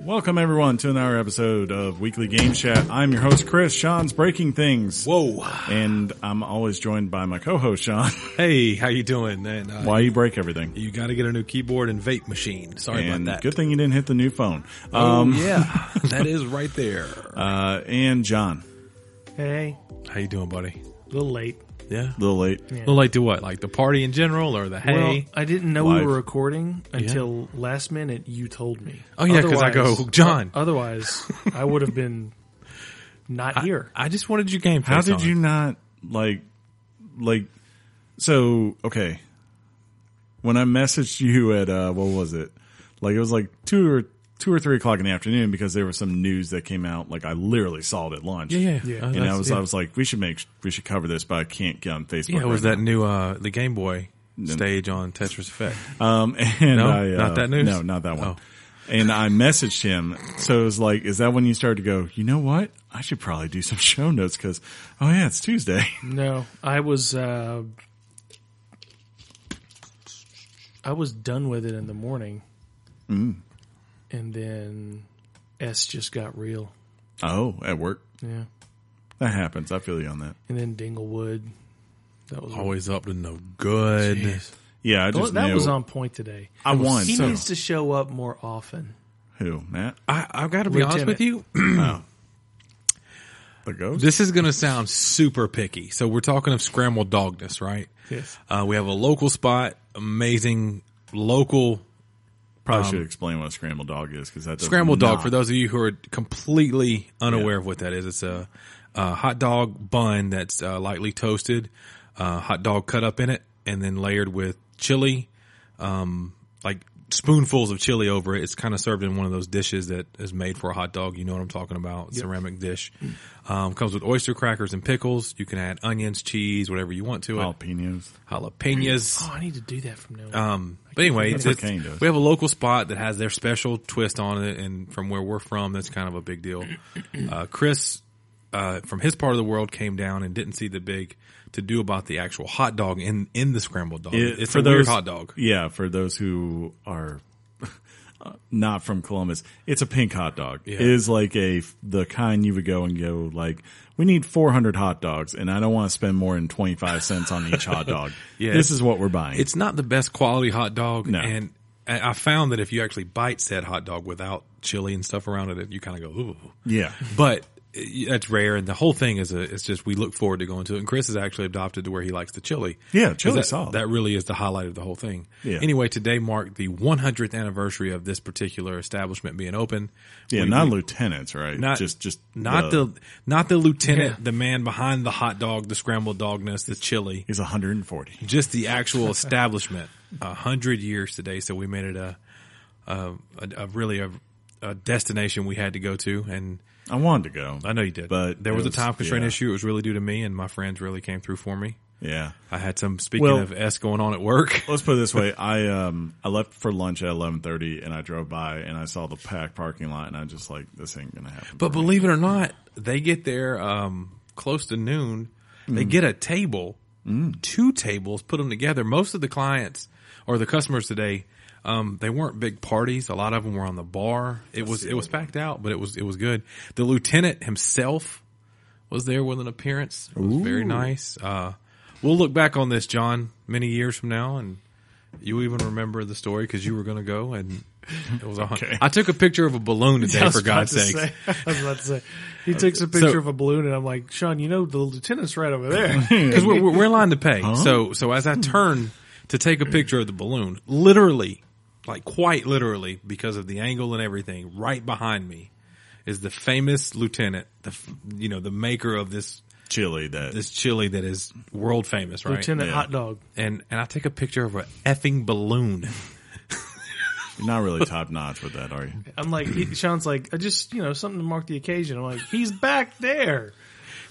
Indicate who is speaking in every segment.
Speaker 1: Welcome everyone to another episode of Weekly Game Chat. I'm your host Chris. Sean's breaking things.
Speaker 2: Whoa.
Speaker 1: And I'm always joined by my co-host Sean.
Speaker 2: Hey, how you doing? And, uh,
Speaker 1: Why you break everything?
Speaker 2: You got to get a new keyboard and vape machine. Sorry
Speaker 1: And
Speaker 2: about that.
Speaker 1: good thing you didn't hit the new phone.
Speaker 2: Oh,
Speaker 1: Um,
Speaker 2: yeah, that is right there.
Speaker 1: uh, and John,
Speaker 3: Hey,
Speaker 2: How you doing, buddy?
Speaker 3: a little late.
Speaker 2: Yeah.
Speaker 1: a little late.
Speaker 3: Yeah.
Speaker 2: Well, like to what? Like the party in general, or the
Speaker 3: Well,
Speaker 2: hey?
Speaker 3: I didn't know
Speaker 1: Live.
Speaker 3: we were recording until last minute. You told me.
Speaker 2: Oh, yeah, 'cause I go,
Speaker 3: Otherwise-
Speaker 2: "John."
Speaker 3: Otherwise, I would have been not here.
Speaker 2: I just wanted your game.
Speaker 1: How did you not like like so okay. When I messaged you at uh what was it? Like it was like two or two or three o'clock in the afternoon because there was some news that came out, like I literally saw it at lunch.
Speaker 2: Yeah, yeah.
Speaker 3: Yeah.
Speaker 2: Uh,
Speaker 1: And I
Speaker 2: that's-
Speaker 1: was
Speaker 2: yeah.
Speaker 1: I was like, we should make we should cover this, but I can't get on Facebook.
Speaker 2: Yeah, it was
Speaker 1: right
Speaker 2: that new uh the Game Boy stage on Tetris Effect.
Speaker 1: now. Um and
Speaker 2: No?
Speaker 1: I, uh,
Speaker 2: Not that news?
Speaker 1: No, not that one.
Speaker 2: Oh.
Speaker 1: And I messaged him. So it was like, is that when you started to go, you know what? I should probably do some show notes because, oh yeah, it's Tuesday.
Speaker 3: No, I was. Uh, I was done with it in the morning, and then S just got real.
Speaker 1: Oh, at work.
Speaker 3: Yeah,
Speaker 1: That happens. I feel you on that.
Speaker 3: and then Dinglewood. That was
Speaker 2: Always up to no good.
Speaker 3: Jeez.
Speaker 1: Yeah, I just
Speaker 3: that
Speaker 1: knew.
Speaker 3: was
Speaker 2: um,
Speaker 3: on point today.
Speaker 1: I won.
Speaker 3: He
Speaker 1: so-
Speaker 3: needs to show up more often.
Speaker 1: Who? Matt?
Speaker 2: I, I've got to be honest
Speaker 3: Lieutenant.
Speaker 2: with you.
Speaker 1: The ghost?
Speaker 2: This is going to sound super picky. So we're talking of scrambled dogness, right?
Speaker 3: Yes.
Speaker 2: Uh, we have a local spot, amazing local
Speaker 1: Probably should explain what a scrambled dog is because that does
Speaker 2: scrambled um, dog.
Speaker 1: not-
Speaker 2: For those of you who are completely unaware of what that is, it's a, a hot dog bun that's uh, lightly toasted, uh, hot dog cut up in it, and then layered with chili, um, like spoonfuls of chili over it. It's kind of served in one of those dishes that is made for a hot dog. You know what I'm talking about? Ceramic dish. Um, comes with oyster crackers and pickles. You can add onions, cheese, whatever you want to it.
Speaker 1: jalapenos.
Speaker 2: Jalapenos.
Speaker 3: Oh, I need to do that from now on.
Speaker 2: Um, but anyway,
Speaker 1: That's
Speaker 2: it's,
Speaker 1: what Kane
Speaker 2: it's,
Speaker 1: does.
Speaker 2: we have a local spot that has their special twist on it, and from where we're from, that's kind of a big deal. Uh, Chris, uh, from his part of the world, came down and didn't see the big to do about the actual hot dog in in the scrambled dog.
Speaker 1: It-
Speaker 2: it's
Speaker 1: for
Speaker 2: a
Speaker 1: those,
Speaker 2: weird hot dog.
Speaker 1: Yeah, for those who are uh, not from Columbus, it's a pink hot dog. It is like a the kind you would go and go like, we need 400 hot dogs, and I don't want to spend more than 25 cents on each hot dog.
Speaker 2: Yeah.
Speaker 1: this is what we're buying.
Speaker 2: It's not the best quality hot dog,
Speaker 1: No.
Speaker 2: and I I found that if you actually bite said hot dog without chili and stuff around it, you kind of go ooh.
Speaker 1: yeah,
Speaker 2: but uh, that's rare. And the whole thing is a, it's just we look forward to going to it. And Chris has actually adopted to where he likes the chili.
Speaker 1: Yeah,
Speaker 2: 'Cause
Speaker 1: chili
Speaker 2: that,
Speaker 1: solid.
Speaker 2: That really is the highlight of the whole thing.
Speaker 1: Yeah.
Speaker 2: Anyway, today marked the 100th anniversary of this particular establishment being open.
Speaker 1: yeah,
Speaker 2: We-
Speaker 1: not
Speaker 2: we-
Speaker 1: lieutenants, right?
Speaker 2: Not-
Speaker 1: just just
Speaker 2: not the, not the lieutenant,
Speaker 3: Yeah.
Speaker 2: the man behind the hot dog, the scrambled dogness, the chili,
Speaker 1: is 140.
Speaker 2: just the actual establishment. A hundred years today, so we made it a, a, a, a really a, a destination we had to go to, and
Speaker 1: I wanted to go.
Speaker 2: I know you did,
Speaker 1: But
Speaker 2: there
Speaker 1: it
Speaker 2: was,
Speaker 1: was-
Speaker 2: a time constraint
Speaker 1: yeah.
Speaker 2: issue. It was really due to me, and my friends really came through for me.
Speaker 1: Yeah.
Speaker 2: I had some speaking
Speaker 1: Well-
Speaker 2: of s going on at work.
Speaker 1: Let's put it this way: I um I left for lunch at eleven thirty, and I drove by and I saw the packed parking lot, and I just like this ain't gonna happen.
Speaker 2: But believe it or not, they get there um, close to noon. They
Speaker 3: Mm.
Speaker 2: get a table, two tables, put them together. Most of the clients or the customers today, um, they weren't big parties. A lot of them were on the bar. It was it was packed out, but it was it was good. The lieutenant himself was there with an appearance. It was very nice. Uh, we'll look back on this, John, many years from now, and you even remember the story because you were going to go and. It was a hun-
Speaker 1: Okay.
Speaker 2: I took a picture of a balloon today,
Speaker 3: I was
Speaker 2: for
Speaker 3: about
Speaker 2: God's
Speaker 3: to
Speaker 2: sake.
Speaker 3: say- I was about to say. He takes a picture of a balloon, and I'm like, Sean, you know the lieutenant's right over there.
Speaker 2: because we're, we're, we're in line to pay. So so as I turn to take a picture of the balloon, literally, like quite literally, because of the angle and everything, right behind me is the famous lieutenant, the f- you know the maker of this
Speaker 1: Chili that
Speaker 2: this chili that is world famous, right?
Speaker 3: Lieutenant
Speaker 1: yeah.
Speaker 3: Hot Dog.
Speaker 2: And and I take a picture of a effing balloon.
Speaker 1: you're not really top notch with that, are you?
Speaker 3: I'm like, he, Sean's like, I just, you know, something to mark the occasion. I'm like, he's back there.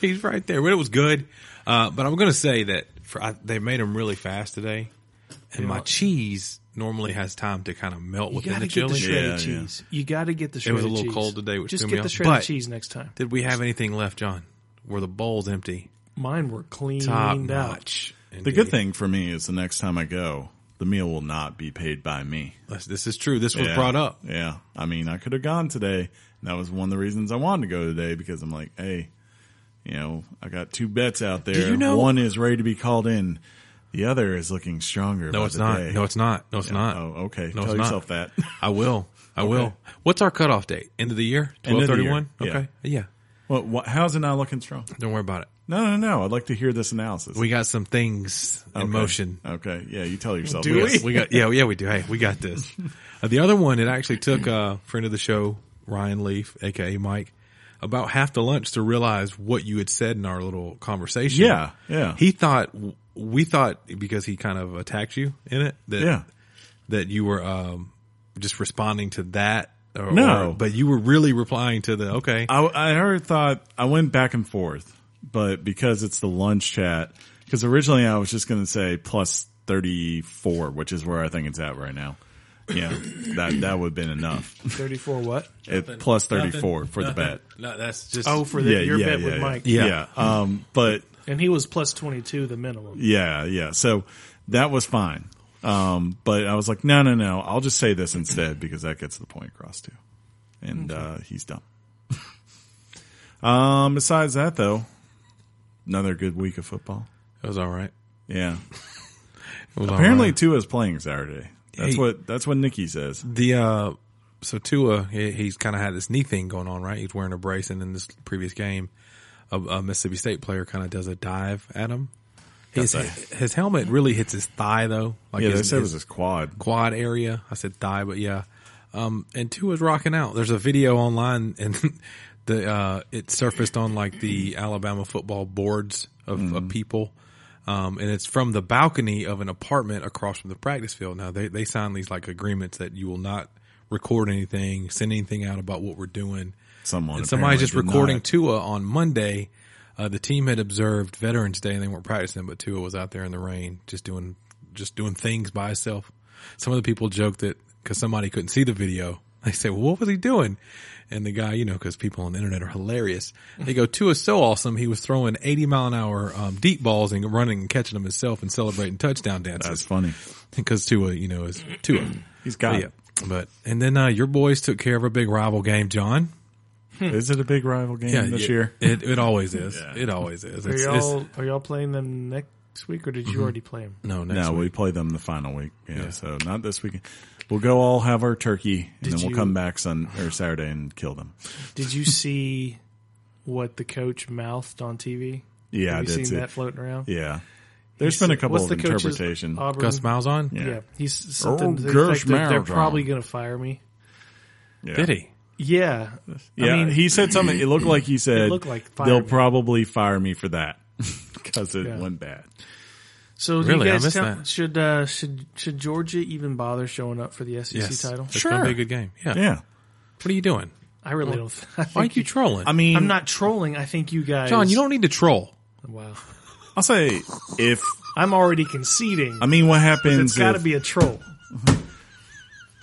Speaker 2: He's right there, but it was good. Uh, but I'm gonna say that for, I, they made them really fast today, and my cheese normally has time to kind of melt
Speaker 3: You
Speaker 2: within
Speaker 3: got
Speaker 2: the
Speaker 3: to get
Speaker 2: chili.
Speaker 3: the shredded
Speaker 1: Yeah, yeah.
Speaker 3: cheese. You got to get the
Speaker 2: It
Speaker 3: shredded
Speaker 2: was
Speaker 3: cheese.
Speaker 2: a little cold today, which
Speaker 3: Just
Speaker 2: threw me
Speaker 3: get the
Speaker 2: off.
Speaker 3: shredded
Speaker 2: But-
Speaker 3: cheese next time.
Speaker 2: Did we have anything left, John? Were the bowls empty?
Speaker 3: Mine were cleaned
Speaker 2: Top
Speaker 3: out.
Speaker 2: notch.
Speaker 1: The good thing for me is the next time I go, the meal will not be paid by me.
Speaker 2: This- This is true. This was
Speaker 1: Yeah.
Speaker 2: brought up.
Speaker 1: Yeah. I mean, I could have gone today. And that was one of the reasons I wanted to go today because I'm like, hey, you know, I got two bets out there.
Speaker 2: you know-
Speaker 1: One is ready to be called in. The other is looking stronger.
Speaker 2: No,
Speaker 1: by
Speaker 2: it's
Speaker 1: the
Speaker 2: not.
Speaker 1: day.
Speaker 2: No, it's not. No, it's not.
Speaker 1: Oh, okay.
Speaker 2: No,
Speaker 1: Tell
Speaker 2: it's not.
Speaker 1: yourself that.
Speaker 2: I will. I will. What's our cutoff date? End of the year?
Speaker 1: End of the
Speaker 2: 1231?
Speaker 1: year.
Speaker 2: Okay. Yeah.
Speaker 1: well, what, how's it not looking strong?
Speaker 2: Don't worry about it.
Speaker 1: No, no, no. I'd like to hear this analysis.
Speaker 2: We got some things in
Speaker 1: Okay.
Speaker 2: motion.
Speaker 1: Okay. Yeah. You tell yourself.
Speaker 3: Do
Speaker 1: that.
Speaker 2: Yes, we got yeah, yeah, we do. Hey, we got this. Uh, the other one, it actually took a friend of the show, Ryan Leaf, aka Mike, about half the lunch to realize what you had said in our little conversation.
Speaker 1: Yeah. Yeah.
Speaker 2: he thought we thought because he kind of attacked you in it that
Speaker 1: yeah.
Speaker 2: that you were um, just responding to that. Or,
Speaker 1: No.
Speaker 2: or- but you were really replying to the okay.
Speaker 1: I, I heard thought I went back and forth, but because it's the lunch chat, because originally I was just going to say plus 34, which is where I think it's at right now. Yeah, that, that would have been enough.
Speaker 3: 34 what?
Speaker 1: It, plus 34 for the bet.
Speaker 2: No, that's just
Speaker 3: Oh, for the,
Speaker 1: yeah,
Speaker 3: your
Speaker 1: yeah,
Speaker 3: bet
Speaker 1: yeah,
Speaker 3: with
Speaker 1: yeah.
Speaker 3: Mike.
Speaker 1: Yeah.
Speaker 2: Yeah.
Speaker 1: Um, but
Speaker 3: And he was plus 22, the minimum.
Speaker 1: yeah, yeah. So that was fine. Um, but I was like, no, no, no. I'll just say this instead because that gets the point across too. And, uh, he's dumb. um, besides that though, another good week of football.
Speaker 2: it was all right.
Speaker 1: Yeah.
Speaker 2: Uh-huh. It was all
Speaker 1: Apparently
Speaker 2: right.
Speaker 1: Tua's playing Saturday. That's
Speaker 2: Hey.
Speaker 1: what that's what Nikki says.
Speaker 2: the uh, so Tua he, he's kind of had this knee thing going on, right? He's wearing a brace, and in this previous game, a, a Mississippi State player kind of does a dive at him. His, his helmet really hits his thigh though. Like
Speaker 1: Yeah, they
Speaker 2: his,
Speaker 1: said it
Speaker 2: his-
Speaker 1: was his quad.
Speaker 2: quad area. I said thigh, but yeah. Um, and two is rocking out. There's a video online and the, uh, it surfaced on like the Alabama football boards of, of people. Um, and it's from the balcony of an apartment across from the practice field. Now they, they sign these like agreements that you will not record anything, send anything out about what we're doing.
Speaker 1: Someone
Speaker 2: And somebody
Speaker 1: apparently
Speaker 2: just
Speaker 1: did
Speaker 2: recording
Speaker 1: not.
Speaker 2: Tua on Monday. Uh, the team had observed Veterans Day and they weren't practicing, but Tua was out there in the rain just doing just doing things by himself. Some of the people joked that because somebody couldn't see the video, they said, "Well, what was he doing?" And the guy, you know, because people on the internet are hilarious, they go, "Tua's so awesome. He was throwing eighty mile an hour um, deep balls and running and catching them himself and celebrating touchdown
Speaker 1: That's
Speaker 2: dances
Speaker 1: funny.
Speaker 2: because Tua, you know, is Tua."
Speaker 1: He's got
Speaker 2: But yeah, but and then uh, your boys took care of a big rival game, John.
Speaker 1: it. Is it a big rival game this
Speaker 2: Hmm. yeah,
Speaker 1: year?
Speaker 2: It it always is.
Speaker 1: Yeah.
Speaker 2: It always is.
Speaker 3: Are
Speaker 2: It's, it's, Mm-hmm.
Speaker 3: y'all, are y'all playing them next week or did you already play them?
Speaker 2: no, next
Speaker 1: No,
Speaker 2: week.
Speaker 1: we play them the final week. Yeah, so not this weekend. We'll go all have our turkey and
Speaker 3: Did
Speaker 1: then we'll
Speaker 3: you-
Speaker 1: come back Sun or Saturday and kill them.
Speaker 3: Did you see what the coach mouthed on TV?
Speaker 1: Yeah,
Speaker 3: Have
Speaker 1: I
Speaker 3: you
Speaker 1: did
Speaker 3: seen
Speaker 1: see.
Speaker 3: that floating around?
Speaker 1: Yeah.
Speaker 3: There's
Speaker 1: There's been a couple of interpretation.
Speaker 3: Auburn,
Speaker 2: Gus Miles on.
Speaker 1: Yeah.
Speaker 3: yeah. he's something.
Speaker 1: Oh,
Speaker 3: to the
Speaker 1: Gus
Speaker 3: effect that they're
Speaker 1: Malzahn.
Speaker 3: probably going to fire me.
Speaker 1: Yeah.
Speaker 2: Did he?
Speaker 3: Yeah,
Speaker 1: Yeah,
Speaker 3: I mean,
Speaker 1: he said something. It looked like he said
Speaker 3: looked like fire
Speaker 1: they'll
Speaker 3: me."
Speaker 1: probably fire me for that because it
Speaker 3: Yeah.
Speaker 1: went bad.
Speaker 3: So do
Speaker 2: Really? I
Speaker 3: you guys
Speaker 2: missed
Speaker 3: tell,
Speaker 2: that.
Speaker 3: should uh, should should Georgia even bother showing up for the SEC
Speaker 2: Yes.
Speaker 3: title?
Speaker 2: It's
Speaker 1: Sure.
Speaker 2: gonna be a good game. Yeah.
Speaker 1: Yeah,
Speaker 2: What are you doing?
Speaker 3: I really don't. th-
Speaker 2: Why
Speaker 3: I
Speaker 2: are
Speaker 3: think
Speaker 2: you trolling?
Speaker 1: I mean,
Speaker 3: I'm not trolling. I think you guys,
Speaker 2: John. You don't need to troll.
Speaker 3: Wow,
Speaker 1: I'll say if
Speaker 3: I'm already conceding.
Speaker 1: I mean what happens.
Speaker 3: it's got to
Speaker 1: if-
Speaker 3: be a troll.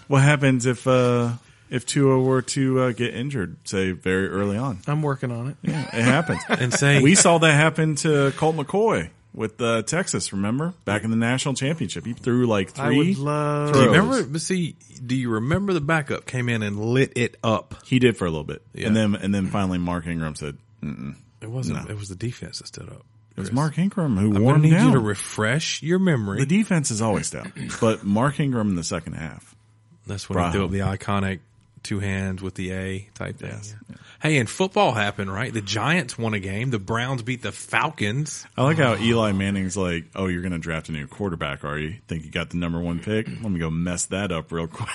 Speaker 1: What happens if uh if Tua were to uh, get injured, say very early on?
Speaker 3: I'm working on it.
Speaker 1: Yeah, it happens.
Speaker 2: And say
Speaker 1: we saw that happen to Colt McCoy with uh, Texas. Remember back in the national championship, he threw like
Speaker 3: I
Speaker 1: three.
Speaker 3: would love.
Speaker 1: Three.
Speaker 2: remember. But see, do you remember the backup came in and lit it up?
Speaker 1: he did for a little bit,
Speaker 2: Yeah.
Speaker 1: and then and then finally Mark Ingram said
Speaker 2: It wasn't. It was the defense that stood up.
Speaker 1: it was Mark Ingram who
Speaker 2: I
Speaker 1: wore him
Speaker 2: need
Speaker 1: down.
Speaker 2: you to refresh your memory.
Speaker 1: the defense is always down, but Mark Ingram in the second half.
Speaker 2: That's when I
Speaker 1: Bravo.
Speaker 2: threw up the iconic two hands with the A type thing.
Speaker 1: Yes.
Speaker 2: yeah. Hey, and football happened, right? The Giants won a game. The Browns beat the Falcons.
Speaker 1: I like how Eli Manning's like, "Oh, you're going to draft a new quarterback, are you? Think you got the number one pick? Let me go mess that up real quick."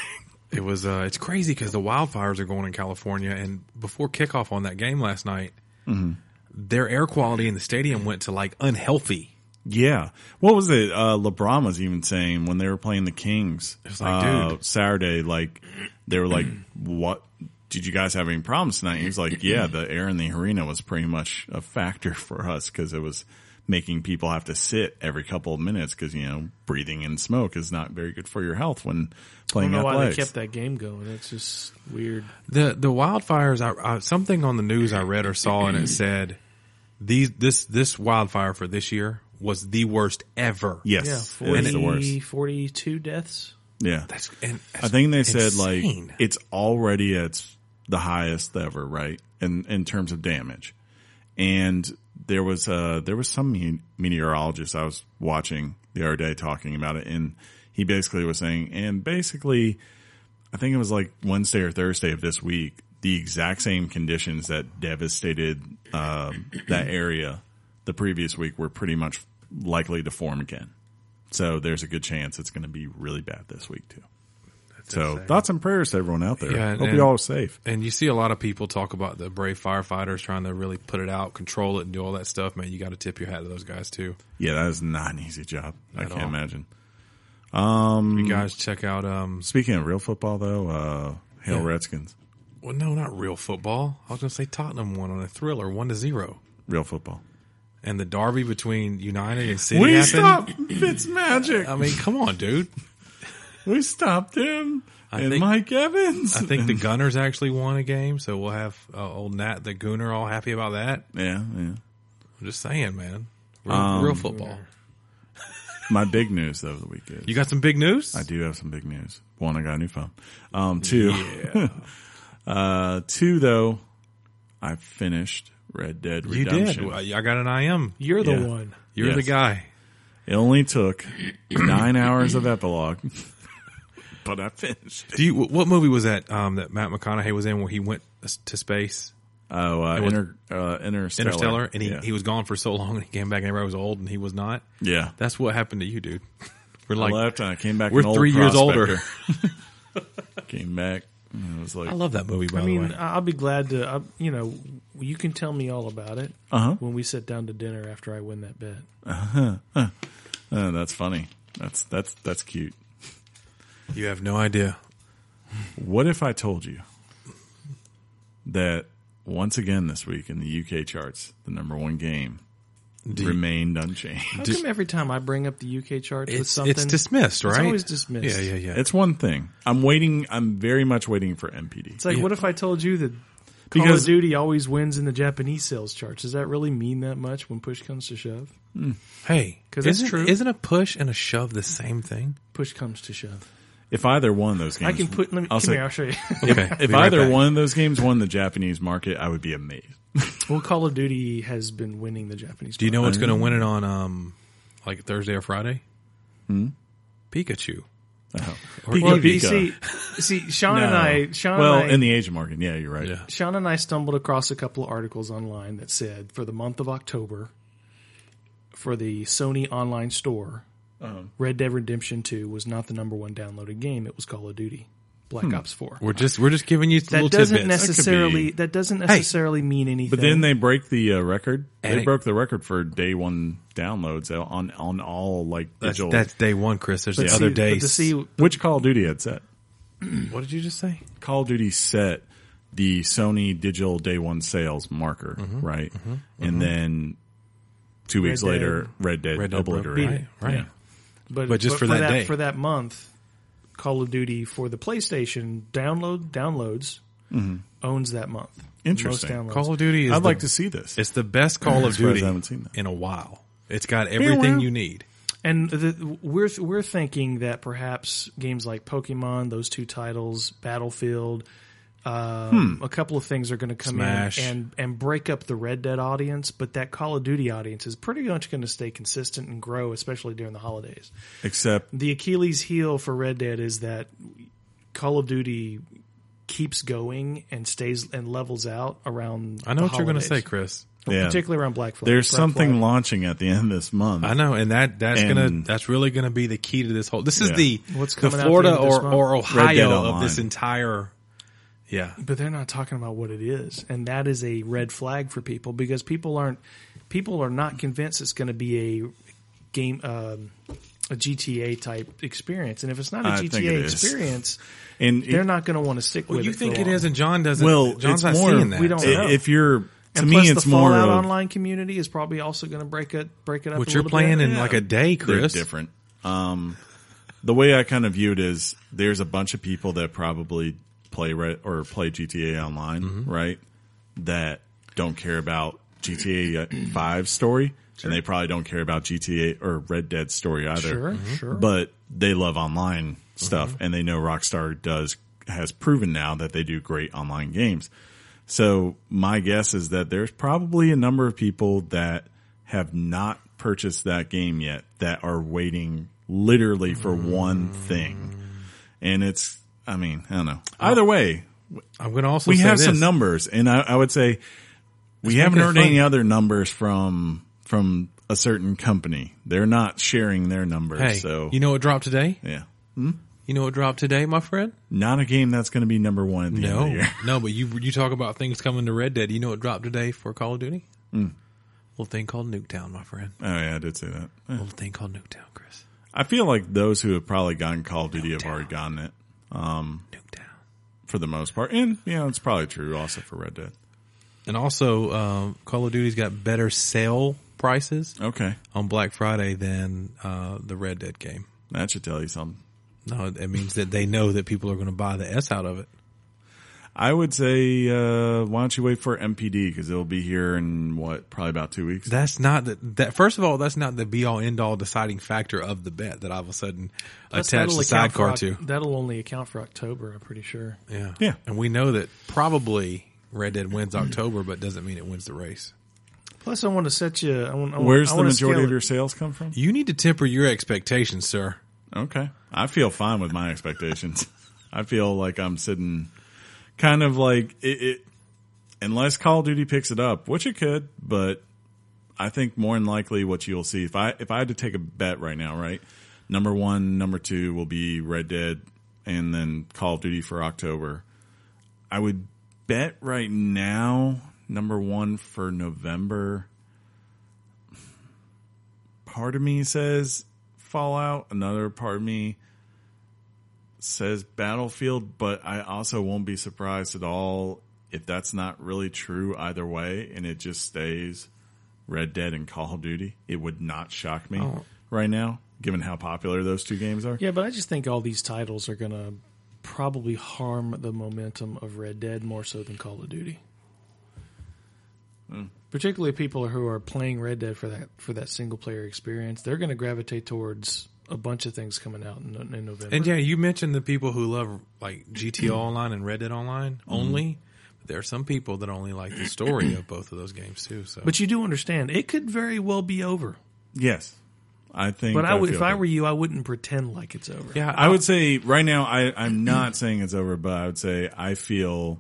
Speaker 2: It was uh, it's crazy because the wildfires are going in California, and before kickoff on that game last night,
Speaker 1: Mm-hmm.
Speaker 2: their air quality in the stadium went to like unhealthy.
Speaker 1: Yeah. What was it? Uh, LeBron was even saying when they were playing the Kings
Speaker 2: like,
Speaker 1: uh,
Speaker 2: dude.
Speaker 1: Saturday, like they were like, "What did you guys have any problems tonight?" He was like, "Yeah, the air in the arena was pretty much a factor for us because it was making people have to sit every couple of minutes because you know breathing in smoke is not very good for your health when
Speaker 3: I
Speaker 1: playing
Speaker 3: don't know why they
Speaker 1: athletics."
Speaker 3: kept that game going. It's just weird.
Speaker 2: The the wildfires. I, I, something on the news I read or saw, and it said these this this wildfire for this year was the worst ever.
Speaker 3: Yeah,
Speaker 1: Yes, it's the
Speaker 3: 40,
Speaker 1: worst.
Speaker 3: 42 deaths.
Speaker 1: Yeah,
Speaker 2: That's, and that's
Speaker 1: I think they said
Speaker 2: insane.
Speaker 1: like it's already at the highest ever, right? In in terms of damage, and there was uh there was some me- meteorologist I was watching the other day talking about it, and he basically was saying, and basically, I think it was like Wednesday or Thursday of this week, the exact same conditions that devastated um that area the previous week were pretty much likely to form again. So there's a good chance it's going to be really bad this week too. So
Speaker 2: insane.
Speaker 1: thoughts and prayers to everyone out there.
Speaker 2: Yeah, and-
Speaker 1: Hope
Speaker 2: and-
Speaker 1: you all are safe.
Speaker 2: And you see a lot of people talk about the brave firefighters trying to really put it out, control it, and do all that stuff. Man, you got to tip your hat to those guys too.
Speaker 1: Yeah, that is not an easy job. I
Speaker 2: At
Speaker 1: can't
Speaker 2: all.
Speaker 1: imagine.
Speaker 2: You
Speaker 1: Mm-hmm.
Speaker 2: guys check out. Um,
Speaker 1: Speaking of real football though, uh, hail
Speaker 2: Yeah.
Speaker 1: Redskins,
Speaker 2: well, no, not real football. I was going to say Tottenham won on a thriller, one to zero,
Speaker 1: real football.
Speaker 2: and the derby between United and City
Speaker 1: We
Speaker 2: happened.
Speaker 1: stop Fitz Magic.
Speaker 2: I mean, come on, dude.
Speaker 1: we stopped him
Speaker 2: I
Speaker 1: and
Speaker 2: think-
Speaker 1: Mike Evans.
Speaker 2: I think the Gunners actually won a game, so we'll have uh, old Nat the Gooner all happy about that.
Speaker 1: yeah, yeah.
Speaker 2: I'm just saying, man. Real,
Speaker 1: Um,
Speaker 2: real football.
Speaker 1: My big news though of the week is
Speaker 2: You got some big news?
Speaker 1: I do have some big news. One, I got a new phone. Um, two, uh, two though, I finished Red Dead
Speaker 2: You did.
Speaker 1: Redemption.
Speaker 2: Well, I got an IM.
Speaker 3: You're the
Speaker 1: Yeah.
Speaker 3: one.
Speaker 2: You're
Speaker 1: Yes.
Speaker 2: the guy.
Speaker 1: It only took nine hours of epilogue, but I finished. it.
Speaker 2: Do you? What movie was that? Um, that Matt McConaughey was in where he went to space,
Speaker 1: Oh, uh,
Speaker 2: was-
Speaker 1: inter, uh, Interstellar.
Speaker 2: Interstellar, and he,
Speaker 1: yeah.
Speaker 2: he was gone for so long, and he came back, and everybody was old, and he was not.
Speaker 1: yeah.
Speaker 2: That's what happened to you, dude. We're
Speaker 1: I
Speaker 2: like,
Speaker 1: left and I came back.
Speaker 2: we're
Speaker 1: an old
Speaker 2: three years older.
Speaker 1: prospector. came back. And I was like,
Speaker 2: I love that movie. By
Speaker 3: I mean, uh,
Speaker 2: the way,
Speaker 3: I- I'll be glad to, I, you know, you can tell me all about it
Speaker 1: uh huh.
Speaker 3: when we sit down to dinner after I win that bet.
Speaker 1: Oh, that's funny. That's that's that's cute.
Speaker 2: you have no idea.
Speaker 1: What if I told you that once again this week in the UK charts, the number one game
Speaker 2: Do you-
Speaker 1: remained unchanged?
Speaker 3: How
Speaker 2: Do-
Speaker 3: come every time I bring up the UK charts with
Speaker 2: it's
Speaker 3: something,
Speaker 2: it's dismissed, right?
Speaker 3: always dismissed.
Speaker 2: Yeah, yeah, yeah.
Speaker 1: It's one thing. I'm waiting. I'm very much waiting for MPD.
Speaker 3: It's like,
Speaker 2: Yeah.
Speaker 3: what if I told you that Call
Speaker 1: Because-
Speaker 3: of Duty always wins in the Japanese sales charts? Does that really mean that much when push comes to shove?
Speaker 2: hey,
Speaker 3: 'Cause it's
Speaker 2: isn't,
Speaker 3: true.
Speaker 2: Isn't a push and a shove the same thing?
Speaker 3: Push comes to shove.
Speaker 1: If either one of those games,
Speaker 3: I can put. Let me,
Speaker 1: I'll
Speaker 3: come
Speaker 1: say-
Speaker 3: here, I'll show you.
Speaker 2: Okay,
Speaker 1: if
Speaker 2: be right
Speaker 1: either
Speaker 2: back.
Speaker 1: one of those games won the Japanese market, I would be amazed.
Speaker 3: well, Call of Duty has been winning the Japanese.
Speaker 2: Do you know what's going to win it on um like Thursday or Friday? Hmm? Pikachu.
Speaker 1: Oh.
Speaker 2: Or-
Speaker 1: Pika
Speaker 3: Well,
Speaker 1: Pika.
Speaker 3: you see, see, Sean and
Speaker 1: No.
Speaker 3: I, Sean
Speaker 1: well,
Speaker 3: and I,
Speaker 1: in the Asian market, yeah, you're right.
Speaker 2: Yeah.
Speaker 3: Sean and I stumbled across a couple of articles online that said for the month of October, for the Sony online store, Red Dead Redemption Two was not the number one downloaded game. It was Call of Duty, Black Ops Four.
Speaker 2: We're just we're just giving you
Speaker 3: That
Speaker 2: Hmm. little
Speaker 3: doesn't
Speaker 2: tidbits.
Speaker 3: necessarily that doesn't necessarily mean anything.
Speaker 1: But then they break the uh, record.
Speaker 2: And
Speaker 1: they
Speaker 2: it-
Speaker 1: broke the record for day one downloads on on all like
Speaker 2: That's,
Speaker 1: digital.
Speaker 2: that's day one, Chris. There's the
Speaker 3: see,
Speaker 2: other
Speaker 3: but
Speaker 2: days.
Speaker 3: to see
Speaker 1: which Call of Duty had set.
Speaker 2: what did you just say?
Speaker 1: Call of Duty set the Sony digital day one sales marker, right? And then two weeks
Speaker 3: Dead.
Speaker 1: later, Red Dead
Speaker 2: Red Dead broke-
Speaker 1: obliterated.
Speaker 2: right,
Speaker 1: it.
Speaker 2: right.
Speaker 1: Yeah.
Speaker 2: But just for that day.
Speaker 3: for that month, Call of Duty for the PlayStation download downloads owns that month.
Speaker 1: Interesting.
Speaker 3: Most downloads.
Speaker 2: Mm-hmm. Call of Duty is
Speaker 1: I'd
Speaker 2: the,
Speaker 1: like to see this.
Speaker 2: it's the best Call of
Speaker 1: surprised I
Speaker 2: Duty
Speaker 1: haven't seen that.
Speaker 2: in a while. It's got everything you need.
Speaker 3: and the, we're we're thinking that perhaps games like Pokemon, those two titles, Battlefield, um,
Speaker 1: Hmm.
Speaker 3: a couple of things are going to come
Speaker 2: Smash.
Speaker 3: in and and break up the Red Dead audience, but that Call of Duty audience is pretty much going to stay consistent and grow, especially during the holidays.
Speaker 1: Except
Speaker 3: the Achilles heel for Red Dead is that Call of Duty keeps going and stays and levels out around.
Speaker 2: I know
Speaker 3: the
Speaker 2: what you're going to say,
Speaker 3: holidays.
Speaker 2: Chris.
Speaker 1: yeah,
Speaker 3: particularly around Black Flag.
Speaker 1: there's
Speaker 3: Black
Speaker 1: something
Speaker 3: Flag.
Speaker 1: launching at the end of this month.
Speaker 2: I know, and that that's
Speaker 1: And-
Speaker 2: gonna that's really gonna be the key to this whole. This is
Speaker 1: Yeah.
Speaker 2: the
Speaker 3: What's
Speaker 2: the
Speaker 3: coming out
Speaker 2: Florida
Speaker 3: the end of this
Speaker 2: or,
Speaker 3: month?
Speaker 2: or
Speaker 1: Red Dead
Speaker 2: Ohio of
Speaker 1: Online.
Speaker 2: this entire. Yeah,
Speaker 3: but they're not talking about what it is, and that is a red flag for people because people aren't people are not convinced it's going to be a game. Um, a GTA type experience, and if it's not a
Speaker 1: I think it
Speaker 3: GTA
Speaker 1: is.
Speaker 3: experience,
Speaker 1: and it-
Speaker 3: they're not going to want to stick
Speaker 2: well,
Speaker 3: with
Speaker 2: you
Speaker 3: it.
Speaker 2: think
Speaker 3: for
Speaker 2: it is, and John doesn't.
Speaker 1: well, it's
Speaker 2: John's not
Speaker 1: more.
Speaker 2: seeing that.
Speaker 3: We don't
Speaker 1: i-
Speaker 3: know.
Speaker 1: If you're to
Speaker 3: and
Speaker 1: me,
Speaker 3: plus
Speaker 1: it's
Speaker 3: the
Speaker 1: more
Speaker 3: Fallout
Speaker 1: of,
Speaker 3: Online community is probably also going to break it break it up.
Speaker 2: What
Speaker 3: a
Speaker 2: you're
Speaker 3: little
Speaker 2: playing
Speaker 3: bit.
Speaker 2: in like a day,
Speaker 1: they're
Speaker 2: Chris.
Speaker 1: different. Um, the way I kind of view it is there's a bunch of people that probably play Re- or play GTA Online, right? That don't care about GTA Five story, and they probably don't care about GTA or Red Dead story either.
Speaker 3: Sure, sure.
Speaker 1: Mm-hmm. But they love online stuff,
Speaker 2: Mm-hmm.
Speaker 1: and they know Rockstar does has proven now that they do great online games. So my guess is that there's probably a number of people that have not purchased that game yet that are waiting literally for
Speaker 2: Mm.
Speaker 1: one thing. And it's, I mean, I don't know. Either way,
Speaker 2: I'm going to also
Speaker 1: we
Speaker 2: say
Speaker 1: have
Speaker 2: this.
Speaker 1: some numbers and I, I would say we haven't
Speaker 2: it
Speaker 1: heard
Speaker 2: fun.
Speaker 1: any other numbers from, from a certain company. They're not sharing their numbers.
Speaker 2: Hey,
Speaker 1: so
Speaker 2: you know what dropped today?
Speaker 1: yeah,
Speaker 2: You know what dropped today, my friend?
Speaker 1: not a game that's going to be number one at the end of the
Speaker 2: No,
Speaker 1: year.
Speaker 2: no. But you you talk about things coming to Red Dead. You know what dropped today for Call of Duty?
Speaker 1: Hmm.
Speaker 2: Little thing called Nuketown, my friend.
Speaker 1: Oh yeah, I did say that.
Speaker 2: Little thing called Nuketown, Chris.
Speaker 1: I feel like those who have probably gotten Call of Duty have already gotten it
Speaker 2: Nuketown.
Speaker 1: for the most part. And yeah, it's probably true also for Red Dead.
Speaker 2: And also, um, Call of Duty's got better sale prices
Speaker 1: Okay.
Speaker 2: on Black Friday than uh, the Red Dead game.
Speaker 1: That should tell you something.
Speaker 2: No, it means that they know that people are going to buy the S out of it.
Speaker 1: I would say, uh, why don't you wait for MPD? Cause it'll be here in what, probably about two weeks.
Speaker 2: That's not the, that. First of all, that's not the be all end all deciding factor of the bet that all of a sudden
Speaker 3: Plus,
Speaker 2: attached
Speaker 3: that'll
Speaker 2: the
Speaker 3: account
Speaker 2: sidecar
Speaker 3: for
Speaker 2: to.
Speaker 3: Oc- That'll only account for October, I'm pretty sure.
Speaker 2: Yeah,
Speaker 1: Yeah.
Speaker 2: And we know that probably Red Dead wins October, but doesn't mean it wins the race.
Speaker 3: Plus, I want to set you. I want, I want,
Speaker 1: Where's
Speaker 3: I
Speaker 1: the
Speaker 3: want to scale
Speaker 1: majority of
Speaker 3: it.
Speaker 1: your sales come from?
Speaker 2: You need to temper your expectations, sir.
Speaker 1: Okay. I feel fine with my expectations. I feel like I'm sitting kind of like it, it, unless Call of Duty picks it up, which it could, but I think more than likely what you'll see if I, if I had to take a bet right now, right? Number one, number two will be Red Dead and then Call of Duty for October. I would bet right now, number one for November. Part of me says Fallout. Another part of me says Battlefield, but I also won't be surprised at all if that's not really true either way and it just stays Red Dead and Call of Duty. It would not shock me
Speaker 2: Oh.
Speaker 1: right now, given how popular those two games are.
Speaker 3: Yeah, but I just think all these titles are going to probably harm the momentum of Red Dead more so than Call of Duty.
Speaker 1: Hmm.
Speaker 3: Particularly people who are playing Red Dead for that for that single player experience, they're going to gravitate towards a bunch of things coming out in, in November.
Speaker 2: And yeah, you mentioned the people who love like GTO Online and Red Dead Online only. But there are some people that only like the story of both of those games too. So,
Speaker 3: But you do understand it could very well be over.
Speaker 1: Yes. I think
Speaker 3: But I would, if
Speaker 1: feel
Speaker 3: I
Speaker 1: that.
Speaker 3: were you, I wouldn't pretend like it's over.
Speaker 2: yeah,
Speaker 1: I would say right now, I, I'm not saying it's over, but I would say I feel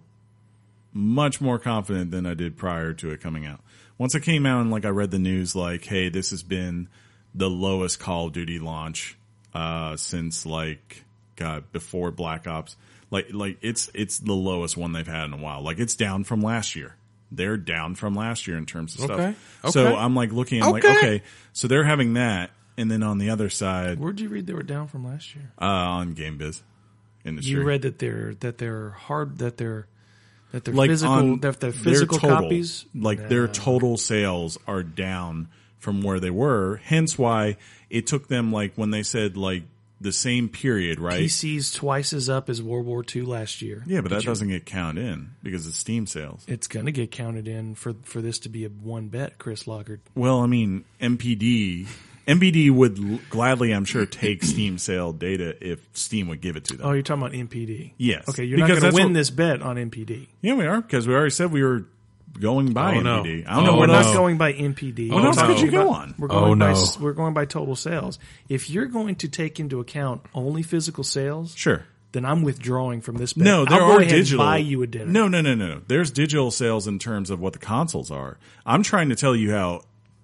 Speaker 1: much more confident than I did prior to it coming out. Once it came out and like I read the news, like, hey, this has been the lowest Call of Duty launch, uh, since like, God, before Black Ops. Like, like it's, it's the lowest one they've had in a while. Like it's down from last year. They're down from last year in terms of
Speaker 2: Okay.
Speaker 1: stuff. So
Speaker 2: Okay.
Speaker 1: I'm like looking, I'm
Speaker 2: Okay.
Speaker 1: like, okay, so they're having that. And then on the other side,
Speaker 3: Where'd you read they were down from last year?
Speaker 1: uh, on GameBiz industry.
Speaker 3: You read that they're that they're hard that they're that they're
Speaker 1: like
Speaker 3: physical
Speaker 1: on
Speaker 3: that
Speaker 1: their
Speaker 3: they're physical
Speaker 1: total,
Speaker 3: copies.
Speaker 1: like their total sales are down from where they were. Hence why it took them like when they said like the same period, right?
Speaker 3: PCs twice as up as World War II last year.
Speaker 1: yeah, but that doesn't get counted in because it's Steam sales.
Speaker 3: It's gonna get counted in for for this to be a one bet, Chris Lockard.
Speaker 1: Well, I mean, MPD. MPD would l- gladly, I'm sure, take Steam sale data if Steam would give it to them.
Speaker 3: Oh, you're talking about MPD.
Speaker 1: Yes.
Speaker 3: Okay, you're
Speaker 1: Because
Speaker 3: not gonna
Speaker 1: that's
Speaker 3: win
Speaker 1: what-
Speaker 3: this bet on MPD.
Speaker 1: yeah, we are because we already said we were going by
Speaker 2: Oh, no.
Speaker 1: MPD. I don't know
Speaker 2: Oh,
Speaker 1: what
Speaker 3: we're
Speaker 1: else.
Speaker 3: not going by MPD.
Speaker 1: what
Speaker 3: We're
Speaker 1: else
Speaker 3: talking
Speaker 1: could you go
Speaker 3: about-
Speaker 1: on?
Speaker 3: We're
Speaker 2: Oh,
Speaker 3: going by
Speaker 2: no.
Speaker 3: s- we're going by total sales. If you're going to take into account only physical sales,
Speaker 1: Sure.
Speaker 3: then I'm withdrawing from this bet.
Speaker 1: No, there
Speaker 3: I'll
Speaker 1: are
Speaker 3: go ahead
Speaker 1: digital.
Speaker 3: And buy you a dinner.
Speaker 1: No, no, no, no. There's digital sales in terms of what the consoles are. I'm trying to tell you how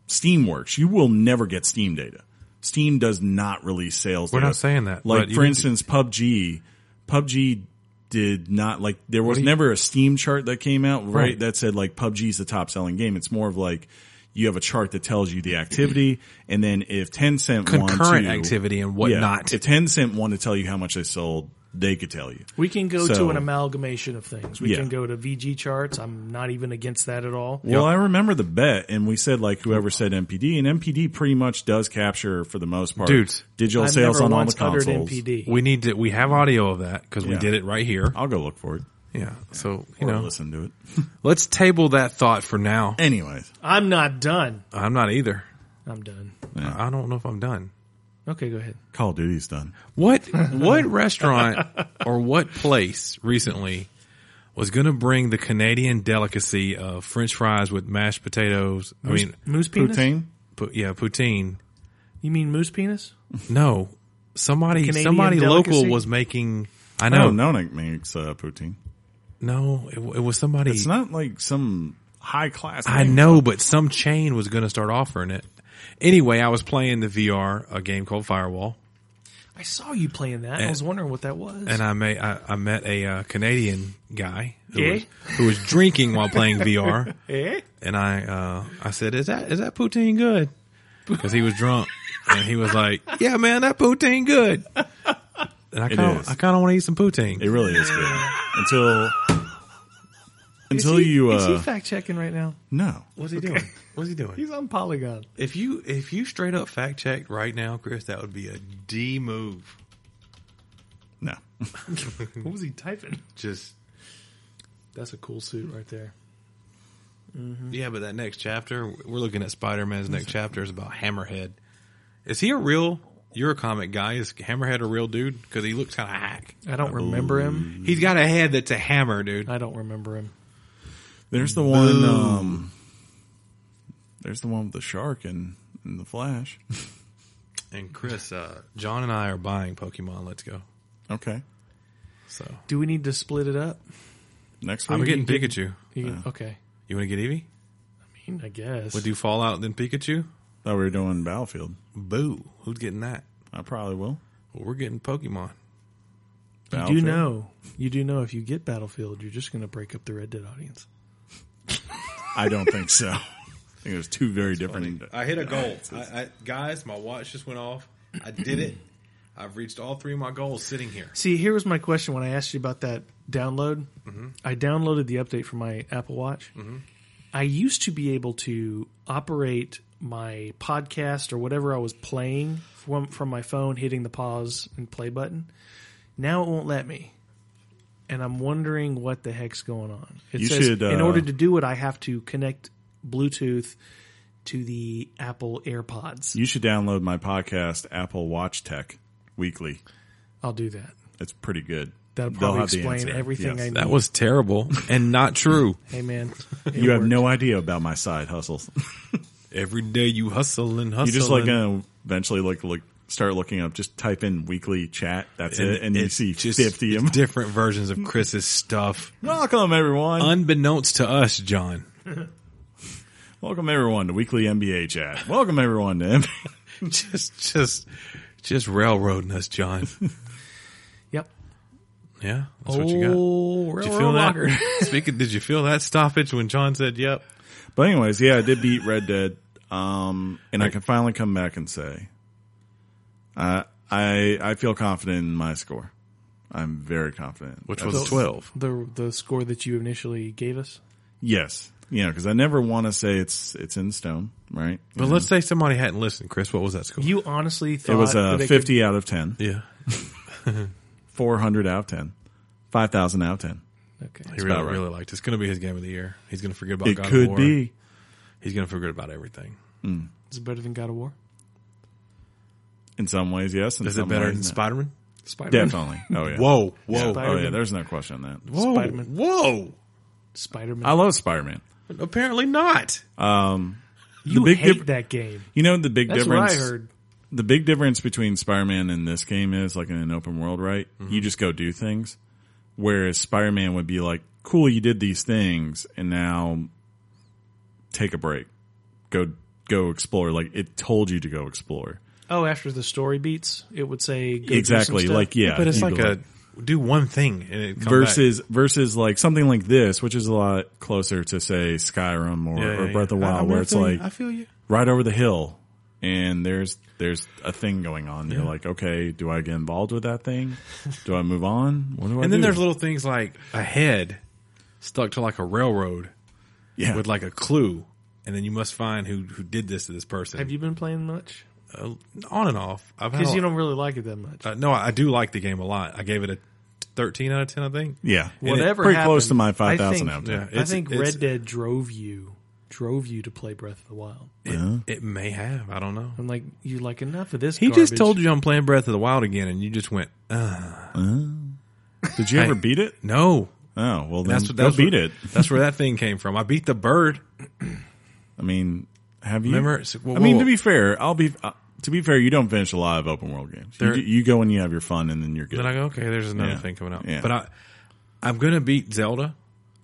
Speaker 1: Steam works. You will never get Steam data. Steam does not release sales.
Speaker 2: We're
Speaker 1: data.
Speaker 2: not saying that,
Speaker 1: Like
Speaker 2: but you
Speaker 1: for
Speaker 2: need to-
Speaker 1: instance, PUBG. PUBG did not like there was
Speaker 2: do you-
Speaker 1: never a Steam chart that came out right,
Speaker 2: Right.
Speaker 1: that said like PUBG's the top selling game. It's more of like you have a chart that tells you the activity, and then if Tencent
Speaker 2: concurrent
Speaker 1: want to,
Speaker 2: activity and
Speaker 1: yeah,
Speaker 2: whatnot.
Speaker 1: if Tencent wanted to tell you how much they sold, they could tell you.
Speaker 3: We can go
Speaker 1: So-
Speaker 3: to an amalgamation of things. We
Speaker 1: Yeah.
Speaker 3: can go to VG charts. I'm not even against that at all.
Speaker 1: Well, I remember the bet, and we said like whoever said MPD, and MPD pretty much does capture for the most part,
Speaker 2: Dudes.
Speaker 1: digital
Speaker 3: I've
Speaker 1: sales
Speaker 3: never
Speaker 1: on all the
Speaker 3: once uttered
Speaker 1: consoles.
Speaker 3: MPD.
Speaker 2: we need to. We have audio of that because we
Speaker 1: Yeah.
Speaker 2: did it right here.
Speaker 1: I'll go look for it.
Speaker 2: Yeah. So, you
Speaker 1: or
Speaker 2: know,
Speaker 1: listen to it.
Speaker 2: let's table that thought for now.
Speaker 1: Anyways,
Speaker 3: I'm not done.
Speaker 2: I'm not either.
Speaker 3: I'm done.
Speaker 2: I don't know if I'm done.
Speaker 3: Okay, go ahead.
Speaker 1: Call of Duty's done.
Speaker 2: What what restaurant or what place recently was going to bring the Canadian delicacy of French fries with mashed potatoes? I mean,
Speaker 3: moose penis.
Speaker 1: Poutine.
Speaker 2: pu- yeah, poutine.
Speaker 3: You mean moose penis?
Speaker 2: No, somebody
Speaker 3: Canadian
Speaker 2: somebody
Speaker 3: delicacy?
Speaker 2: local was making. I
Speaker 1: I
Speaker 2: know.
Speaker 1: don't know what makes uh, poutine.
Speaker 2: No, it, it was somebody.
Speaker 1: It's not like some high class.
Speaker 2: I
Speaker 1: name.
Speaker 2: know, but some chain was going to start offering it. Anyway, I was playing the VR, a game called Firewall,
Speaker 3: I saw you playing that. I was wondering what that was.
Speaker 2: and I met I, I met a uh, Canadian guy who,
Speaker 3: Yeah?
Speaker 2: was, who was drinking while playing VR,
Speaker 3: eh?
Speaker 2: and I uh, I said, "Is that is that poutine good?" Because he was drunk, and he was like, "Yeah, man, that poutine good." And I kind
Speaker 1: is.
Speaker 2: of I kind of want to eat some poutine.
Speaker 1: It really is good until until
Speaker 3: Is he-
Speaker 1: you.
Speaker 3: is he
Speaker 1: Uh,
Speaker 3: fact checking right now?
Speaker 1: no,
Speaker 2: What's he doing? What's he doing?
Speaker 3: He's on Polygon.
Speaker 2: If you if you straight up fact checked right now, Chris, that would be a D move.
Speaker 1: no.
Speaker 3: What was he typing?
Speaker 2: Just
Speaker 3: That's a cool suit right there.
Speaker 2: yeah, but that next chapter, we're looking at Spider Man's next chapter is about Hammerhead. Is he a real? You're a comic guy. Is Hammerhead a real dude? Because he looks kind of hack.
Speaker 3: I don't remember him.
Speaker 2: He's got a head that's a hammer, dude.
Speaker 3: I don't remember him.
Speaker 1: There's the one. Um, there's the one with the shark and, and the Flash.
Speaker 2: And Chris, uh, John, and I are buying Pokemon. Let's go.
Speaker 1: Okay,
Speaker 2: So
Speaker 3: Do we need to split it up?
Speaker 1: next week
Speaker 2: I'm getting Pikachu.
Speaker 3: You can- okay.
Speaker 2: You want to get Eevee?
Speaker 3: I mean, I guess.
Speaker 2: We'll do Fallout then Pikachu.
Speaker 1: Thought we were doing Battlefield.
Speaker 2: Boo! Who's getting that?
Speaker 1: I probably will.
Speaker 2: Well, we're getting Pokemon.
Speaker 3: you do know. You do know if you get Battlefield, you're just going to break up the Red Dead audience.
Speaker 1: I don't think so. I think there's two very different.
Speaker 2: I hit a goal. I, I, guys, my watch just went off. I did it. I've reached all three of my goals sitting here.
Speaker 3: See, here was my question when I asked you about that download.
Speaker 2: Mm-hmm.
Speaker 3: I downloaded the update for my Apple Watch. I used to be able to operate my podcast or whatever I was playing from from my phone, hitting the pause and play button. Now it won't let me, and I'm wondering what the heck's going on. It
Speaker 1: You
Speaker 3: says
Speaker 1: should, uh,
Speaker 3: in order to do it, I have to connect Bluetooth to the Apple AirPods.
Speaker 1: You should download my podcast, Apple Watch Tech Weekly.
Speaker 3: I'll do that.
Speaker 1: It's pretty good.
Speaker 3: That'll
Speaker 1: They'll
Speaker 3: probably
Speaker 1: have the
Speaker 3: explain
Speaker 1: answer.
Speaker 3: everything
Speaker 1: Yes.
Speaker 3: I need.
Speaker 2: That was terrible and not true.
Speaker 3: Hey man, it
Speaker 1: You have
Speaker 3: worked.
Speaker 1: no idea about my side hustles.
Speaker 2: Every day you hustle and hustle.
Speaker 1: You just like
Speaker 2: and-
Speaker 1: gonna eventually like look start looking up. Just type in weekly chat. That's it, and you
Speaker 2: it's
Speaker 1: see
Speaker 2: just
Speaker 1: fifty. Of them.
Speaker 2: different versions of Chris's stuff.
Speaker 1: Welcome everyone.
Speaker 2: Unbeknownst to us, John.
Speaker 1: Welcome everyone to weekly NBA chat. Welcome everyone to NBA.
Speaker 2: Just just just railroading us, John.
Speaker 3: Yep. Oh,
Speaker 2: Yeah. That's what you got. Did you feel that? Speaking did you feel that stoppage when John said yep?
Speaker 1: But anyways, yeah, I did beat Red Dead. Um, and I can finally come back and say, I I I feel confident in my score. I'm very confident.
Speaker 2: Which
Speaker 1: That's-
Speaker 2: was twelve.
Speaker 3: The the score that you initially gave us.
Speaker 1: yes, yeah, because I never want to say it's it's in stone, right?
Speaker 2: But let's say somebody hadn't listened, Chris. What was that score?
Speaker 3: You honestly
Speaker 1: It
Speaker 3: thought
Speaker 1: was
Speaker 3: that
Speaker 1: a
Speaker 3: it
Speaker 1: fifty out of ten,
Speaker 2: yeah.
Speaker 1: four hundred out of ten, five thousand out of ten.
Speaker 3: Could, okay.
Speaker 2: He really,
Speaker 1: about right.
Speaker 2: really liked. it. It's going to be his game of the year. He's going to forget about
Speaker 1: It
Speaker 2: God of
Speaker 1: could
Speaker 2: War.
Speaker 1: be.
Speaker 2: He's going to forget about everything.
Speaker 3: Is it better than God of War?
Speaker 1: In some ways, yes. In
Speaker 2: Is
Speaker 1: some
Speaker 2: it better
Speaker 1: ways,
Speaker 2: than
Speaker 1: no.
Speaker 2: Spider Man?
Speaker 3: Spider
Speaker 1: Definitely. Oh yeah.
Speaker 2: Whoa,
Speaker 1: Yeah. Oh
Speaker 2: whoa,
Speaker 1: yeah.
Speaker 3: Spider-Man.
Speaker 1: There's no question on that.
Speaker 2: whoa,
Speaker 3: Spider-Man.
Speaker 2: whoa!
Speaker 3: Spider Man.
Speaker 1: I love Spider Man.
Speaker 2: Apparently not.
Speaker 3: You
Speaker 1: big
Speaker 3: hate
Speaker 1: diff-
Speaker 3: that game.
Speaker 1: You know the big
Speaker 3: That's
Speaker 1: difference.
Speaker 3: what I heard.
Speaker 1: the big difference between Spider-Man and this game is like in an open world, right?
Speaker 2: Mm-hmm.
Speaker 1: You just go do things. Whereas Spider-Man would be like, cool, you did these things and now take a break. Go, go explore. Like it told you to go explore.
Speaker 3: Oh, after the story beats, it would say go do some
Speaker 1: exactly.
Speaker 3: stuff.
Speaker 1: Like, yeah.
Speaker 2: but it's
Speaker 1: you
Speaker 2: like
Speaker 1: go-
Speaker 2: a do one thing and it come
Speaker 1: versus, versus like something like this, which is a lot closer to say Skyrim or,
Speaker 2: back. Yeah,
Speaker 1: or
Speaker 2: yeah,
Speaker 1: Breath of
Speaker 2: yeah. I-
Speaker 1: Wild,
Speaker 2: I'm
Speaker 1: where
Speaker 2: with
Speaker 1: it's
Speaker 2: you.
Speaker 1: like
Speaker 2: I feel you.
Speaker 1: right over the hill and there's there's a thing going on. You're like, okay, do I get involved with that thing? Do I move on? What do I
Speaker 2: And then
Speaker 1: do?
Speaker 2: there's little things like a head stuck to like a railroad
Speaker 1: yeah.
Speaker 2: with like a clue, and then you must find who who did this to this person.
Speaker 3: Have you been playing much?
Speaker 2: uh, on and off? I've had
Speaker 3: Because
Speaker 2: a-
Speaker 3: you don't really like it that much.
Speaker 2: uh, no, I do like the game a lot. I gave it a thirteen out of ten, I think.
Speaker 1: Yeah.
Speaker 3: Whatever
Speaker 1: Pretty close
Speaker 3: happened,
Speaker 1: to my
Speaker 3: I
Speaker 1: 5,000
Speaker 3: think-
Speaker 1: out
Speaker 2: Yeah,
Speaker 1: there.
Speaker 3: I
Speaker 2: it's-
Speaker 3: think
Speaker 2: it's-
Speaker 3: Red Dead drove you drove you to play Breath of the Wild.
Speaker 2: It may have. I don't know.
Speaker 3: I'm like, you like enough of this.
Speaker 2: He just
Speaker 3: garbage.
Speaker 2: told you I'm playing Breath of the Wild again, and you just went, uh,
Speaker 1: Did you ever beat it?
Speaker 2: "No,
Speaker 1: Oh, well, then
Speaker 2: that's what
Speaker 1: go
Speaker 2: that's
Speaker 1: beat
Speaker 2: where,
Speaker 1: it.
Speaker 2: That's where that thing came from. I beat the bird.
Speaker 1: I mean, have you?
Speaker 2: Remember- so- whoa,
Speaker 1: I mean,
Speaker 2: whoa,
Speaker 1: to
Speaker 2: whoa.
Speaker 1: be fair, I'll be. Uh, to be fair, you don't finish a lot of open world games. You,
Speaker 2: There-
Speaker 1: do- you go and you have your fun, and then you're good.
Speaker 2: Then I go, okay, there's another
Speaker 1: Yeah.
Speaker 2: thing coming up.
Speaker 1: Yeah.
Speaker 2: But I, I'm gonna beat Zelda,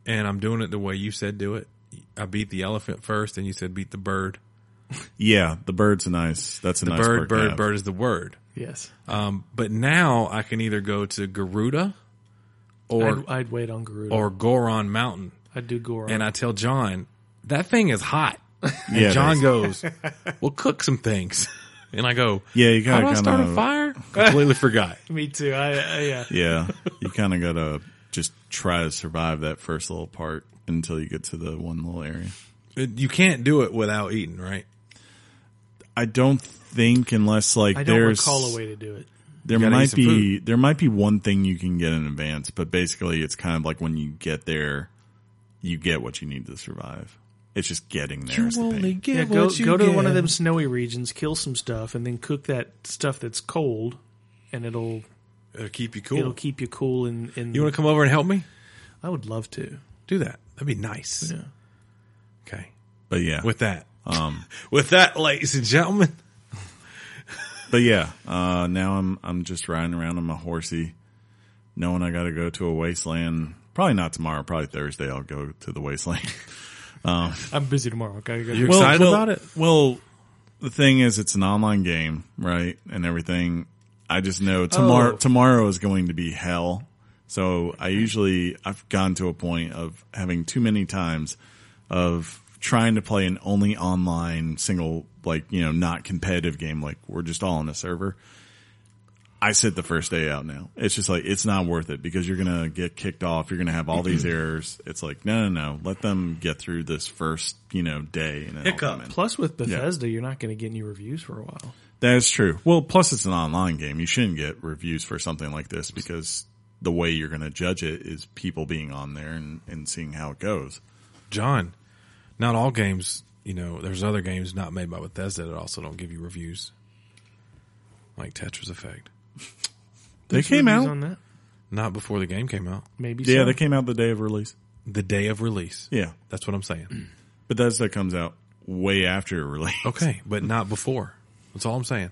Speaker 2: and I'm doing it the way you said do it. I beat the elephant first, and you said beat the bird.
Speaker 1: yeah, the bird's a nice. That's a nice
Speaker 2: bird,
Speaker 1: perk to
Speaker 2: bird,
Speaker 1: have.
Speaker 2: bird is the word.
Speaker 3: Yes.
Speaker 2: Um, but now I can either go to Garuda or
Speaker 3: I'd, I'd wait on Garuda.
Speaker 2: or Goron Mountain,
Speaker 3: I'd do Goron.
Speaker 2: and I tell John that thing is hot. And
Speaker 1: Yeah, it
Speaker 2: John
Speaker 1: is.
Speaker 2: goes, "Well, cook some things," and I go,
Speaker 1: Yeah, you
Speaker 2: How
Speaker 1: gotta
Speaker 2: do I start a
Speaker 1: kinda-
Speaker 2: fire? Completely forgot.
Speaker 3: Me too. I, I yeah.
Speaker 1: Yeah, you kind of gotta just try to survive that first little part until you get to the one little area.
Speaker 2: It- You can't do it without eating, right?
Speaker 1: I don't think unless like
Speaker 3: I don't
Speaker 1: there's
Speaker 3: recall a way to do it.
Speaker 1: there
Speaker 2: gotta eat
Speaker 1: might
Speaker 2: some
Speaker 1: be there might be one thing you can get in advance, but basically it's kind of like when you get there, you get what you need to survive. It's just getting there is the pain.
Speaker 2: get
Speaker 3: Yeah, go go to one of them snowy regions, kill some stuff, and then cook that stuff that's cold, and it'll
Speaker 2: It'll keep you cool.
Speaker 3: it'll keep you cool. In in
Speaker 2: you want to come over and help me?
Speaker 3: I would love to.
Speaker 2: Do that. That'd be nice. Okay.
Speaker 1: But yeah,
Speaker 2: With that,
Speaker 1: um,
Speaker 2: with that, ladies and gentlemen,
Speaker 1: but yeah, uh, now I'm I'm just riding around on my horsey, knowing I got to go to a wasteland. Probably not tomorrow. Probably Thursday. I'll go to the wasteland.
Speaker 3: I'm busy tomorrow. Okay,
Speaker 2: You're excited about it.
Speaker 1: Well, the thing is, it's an online game, right? And everything. I just know tomorrow.
Speaker 3: Oh.
Speaker 1: Tomorrow is going to be hell. So I usually I've gotten to a point of having too many times of trying to play an only online single like you know not competitive game like we're just all on a server. I sit the first day out now. It's just like it's not worth it because you're gonna get kicked off. You're gonna have all these errors. It's like no, no, no. Let them get through this first, you know, day and then I'll come in.
Speaker 3: Plus, with Bethesda, you're not going to get any reviews for a while.
Speaker 1: That is true. Well, plus it's an online game. You shouldn't get reviews for something like this because the way you're going to judge it is people being on there and, and seeing how it goes.
Speaker 2: John. Not all games, you know. There's other games not made by Bethesda that also don't give you reviews, like Tetris Effect.
Speaker 1: They
Speaker 3: There's
Speaker 1: came
Speaker 3: reviews
Speaker 1: out.
Speaker 3: on that.
Speaker 2: Not before the game came out,
Speaker 3: Maybe
Speaker 1: yeah,
Speaker 3: so.
Speaker 1: they came out the day of release.
Speaker 2: the day of release.
Speaker 1: Yeah. Mm.
Speaker 2: That's what I'm saying.
Speaker 1: But that's that comes out way after release.
Speaker 2: Okay, but not before. That's all I'm saying.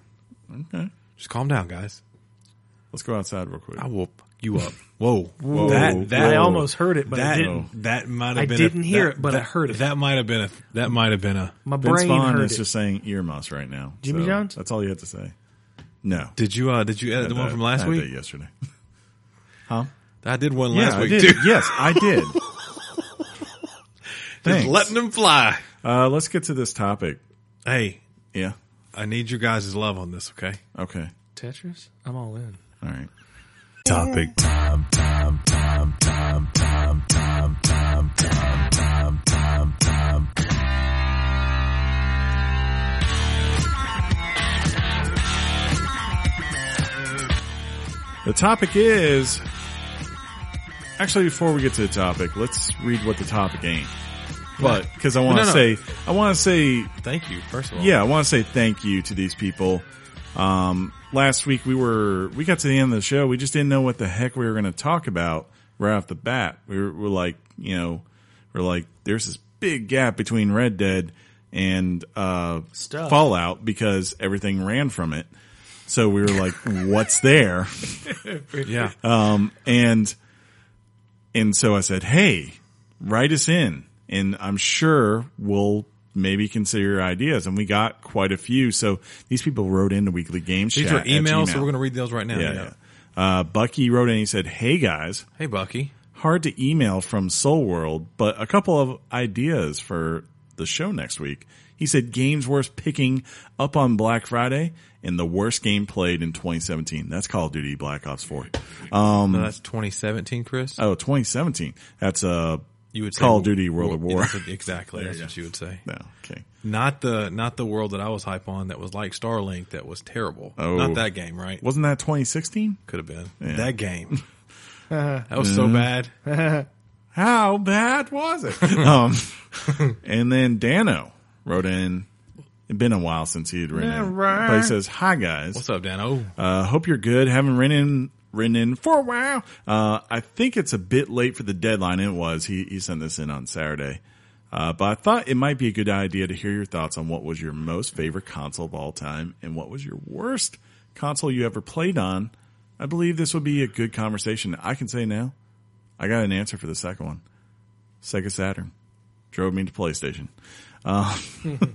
Speaker 1: Okay.
Speaker 2: Just calm down, guys.
Speaker 1: Let's go outside real quick.
Speaker 2: I will f- you up. Whoa,
Speaker 1: Whoa.
Speaker 2: that that
Speaker 3: I
Speaker 1: Whoa.
Speaker 3: almost heard it, but I
Speaker 2: that
Speaker 3: didn't.
Speaker 2: that might have
Speaker 3: I
Speaker 2: been.
Speaker 3: didn't
Speaker 2: a,
Speaker 3: hear
Speaker 2: that-
Speaker 3: it, but I
Speaker 2: that-
Speaker 3: heard it.
Speaker 2: That might have been a. That might have been a.
Speaker 3: My
Speaker 1: Vince
Speaker 3: brain
Speaker 1: Vaughn
Speaker 3: heard
Speaker 1: is
Speaker 3: it.
Speaker 1: just saying earmuffs right now.
Speaker 3: Jimmy John's?
Speaker 1: That's all you have to say. No.
Speaker 2: Did you uh did you edit the
Speaker 1: I
Speaker 2: one
Speaker 1: had
Speaker 2: from
Speaker 1: that- I
Speaker 2: last
Speaker 1: had
Speaker 2: week?
Speaker 1: that yesterday. Huh?
Speaker 2: I did one
Speaker 1: Yeah,
Speaker 2: last
Speaker 1: I
Speaker 2: week
Speaker 1: did.
Speaker 2: too.
Speaker 1: Yes, I did. Thanks.
Speaker 2: Just letting them fly.
Speaker 1: uh, let's get to this topic.
Speaker 2: Hey,
Speaker 1: Yeah.
Speaker 2: I need your guys' love on this, okay?
Speaker 1: Okay.
Speaker 3: Tetris. I'm all in.
Speaker 1: All right.
Speaker 4: Topic
Speaker 1: The topic is actually before we get to the topic, let's read what the topic ain't. But because I want to
Speaker 2: No, no.
Speaker 1: say, I want to say,
Speaker 2: Thank you, first of all.
Speaker 1: yeah, I want to say thank you to these people. Um, last week we were we got to the end of the show, we just didn't know what the heck we were going to talk about right off the bat. We were, were like, you know, we're like, there's this big gap between Red Dead and uh,
Speaker 3: Stuff.
Speaker 1: Fallout because everything ran from it. So we were like, what's there?
Speaker 2: Yeah.
Speaker 1: and and so I said, "Hey, write us in, and I'm sure we'll maybe consider your ideas." And we got quite a few. So these people wrote into Weekly Game
Speaker 2: These
Speaker 1: Chat
Speaker 2: are
Speaker 1: at
Speaker 2: emails,
Speaker 1: Gmail.
Speaker 2: so we're gonna read those right now.
Speaker 1: yeah. yeah. Uh, Bucky wrote in. He said, "Hey guys,
Speaker 2: Hey Bucky.
Speaker 1: hard to email from Soul World, but a couple of ideas for the show next week." He said, "Games worth picking up on Black Friday." And the worst game played in 2017. That's Call of Duty Black Ops 4. Um,
Speaker 2: No, that's twenty seventeen, Chris.
Speaker 1: Oh, 2017. That's uh
Speaker 2: you would say
Speaker 1: Call of Duty World at War.
Speaker 2: That's what- Exactly. That's what you would say.
Speaker 1: no, okay.
Speaker 2: Not the not the world that I was hype on that was like Starlink that was terrible.
Speaker 1: Oh.
Speaker 2: Not that game, right?
Speaker 1: Wasn't that 2016?
Speaker 2: Could have been. That game.
Speaker 1: Uh-huh.
Speaker 2: That was
Speaker 1: Mm-hmm.
Speaker 2: so bad.
Speaker 1: How bad was it? um, and then Dano wrote in. It'd been a while since he had written in.
Speaker 2: right.
Speaker 1: But he says, Hi guys.
Speaker 2: What's up, Dan? Oh,
Speaker 1: Uh, hope you're good. Haven't written written in for a while. Uh, I think it's a bit late for the deadline. It was. He he sent this in on Saturday. Uh, but I thought it might be a good idea to hear your thoughts on what was your most favorite console of all time and what was your worst console you ever played on. I believe this would be a good conversation. I can say now, I got an answer for the second one. Sega Saturn drove me to PlayStation. Uh,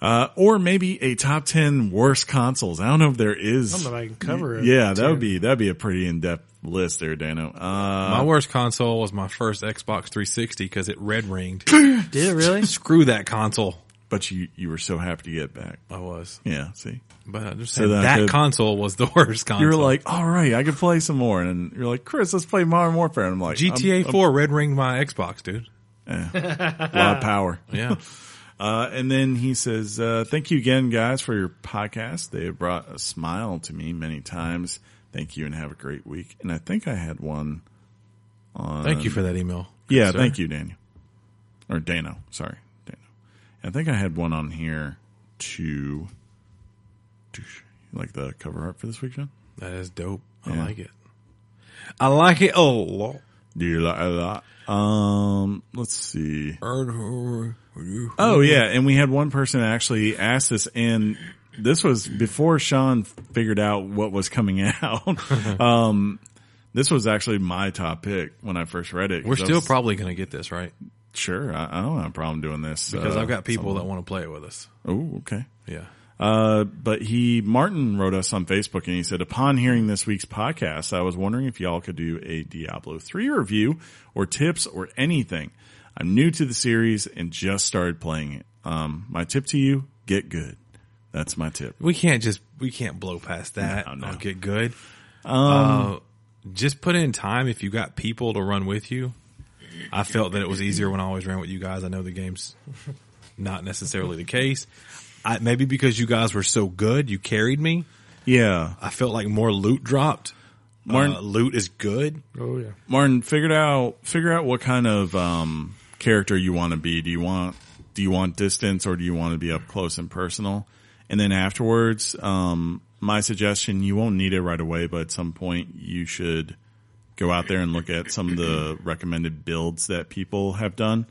Speaker 1: uh, or maybe a top 10 worst consoles. I don't know if there is.
Speaker 3: I don't know if I can cover it.
Speaker 1: Yeah, that would be that'd be a pretty in depth list there, Dano. Uh,
Speaker 2: my worst console was my first Xbox 360 because it red ringed.
Speaker 3: Did it really?
Speaker 2: Screw that console.
Speaker 1: but you you were so happy to get back.
Speaker 2: I was,
Speaker 1: Yeah, see,
Speaker 2: but I just
Speaker 1: then
Speaker 2: said
Speaker 1: I
Speaker 2: that
Speaker 1: could-
Speaker 2: console was the worst console.
Speaker 1: you were like, all right, I could play some more, and you're like, Chris, let's play Modern Warfare. And I'm like,
Speaker 2: GTA
Speaker 1: I'm-
Speaker 2: 4 red ringed my Xbox, dude.
Speaker 1: I'm a lot of power.
Speaker 2: Yeah.
Speaker 1: Uh, and then he says, uh, thank you again, guys, for your podcast. They have brought a smile to me many times. Thank you and have a great week. And I think I had one.
Speaker 2: Thank you for
Speaker 1: Um,
Speaker 2: that email.
Speaker 1: Yeah, thank you, Daniel. Or Dano, sorry. Dano. I think I had one on here too. Douche. You like the cover art for this week, John?
Speaker 2: That is dope. I
Speaker 1: Yeah.
Speaker 2: like it. I like it a lot.
Speaker 1: Do you like a lot? Um, let's see. Uh,
Speaker 2: Oh,
Speaker 1: Oh yeah, and we had one person actually asked us, and this was before Sean figured out what was coming out. um, this was actually my top pick when I first read it.
Speaker 2: we're
Speaker 1: 'cause I
Speaker 2: still
Speaker 1: was-
Speaker 2: probably going to get this right
Speaker 1: sure. I, I don't have a problem doing this
Speaker 2: because
Speaker 1: uh,
Speaker 2: I've got people that want to play it with us.
Speaker 1: Oh, okay.
Speaker 2: Yeah.
Speaker 1: Uh, but he Martin wrote us on Facebook and he said, upon hearing this week's podcast, I was wondering if y'all could do a Diablo three review or tips or anything. I'm new to the series and just started playing it. Um, my tip to you: get good. That's my tip.
Speaker 2: We can't just we can't blow past that.
Speaker 1: No,
Speaker 2: No,
Speaker 1: no. Um,
Speaker 2: get good. uh, just put in time if you got people to run with you. I felt that it was easier when I always ran with you guys. I know the game's not necessarily the case. I, maybe because you guys were so good, you carried me.
Speaker 1: Yeah,
Speaker 2: I felt like more loot dropped.
Speaker 1: Martin-
Speaker 2: Uh, loot is good.
Speaker 3: Oh yeah.
Speaker 1: Martin, figured out figure out what kind of um, character you want to be. Do you want do you want distance or do you want to be up close and personal? And then afterwards, um, my suggestion: you won't need it right away, but at some point you should go out there and look at some of the recommended builds that people have done.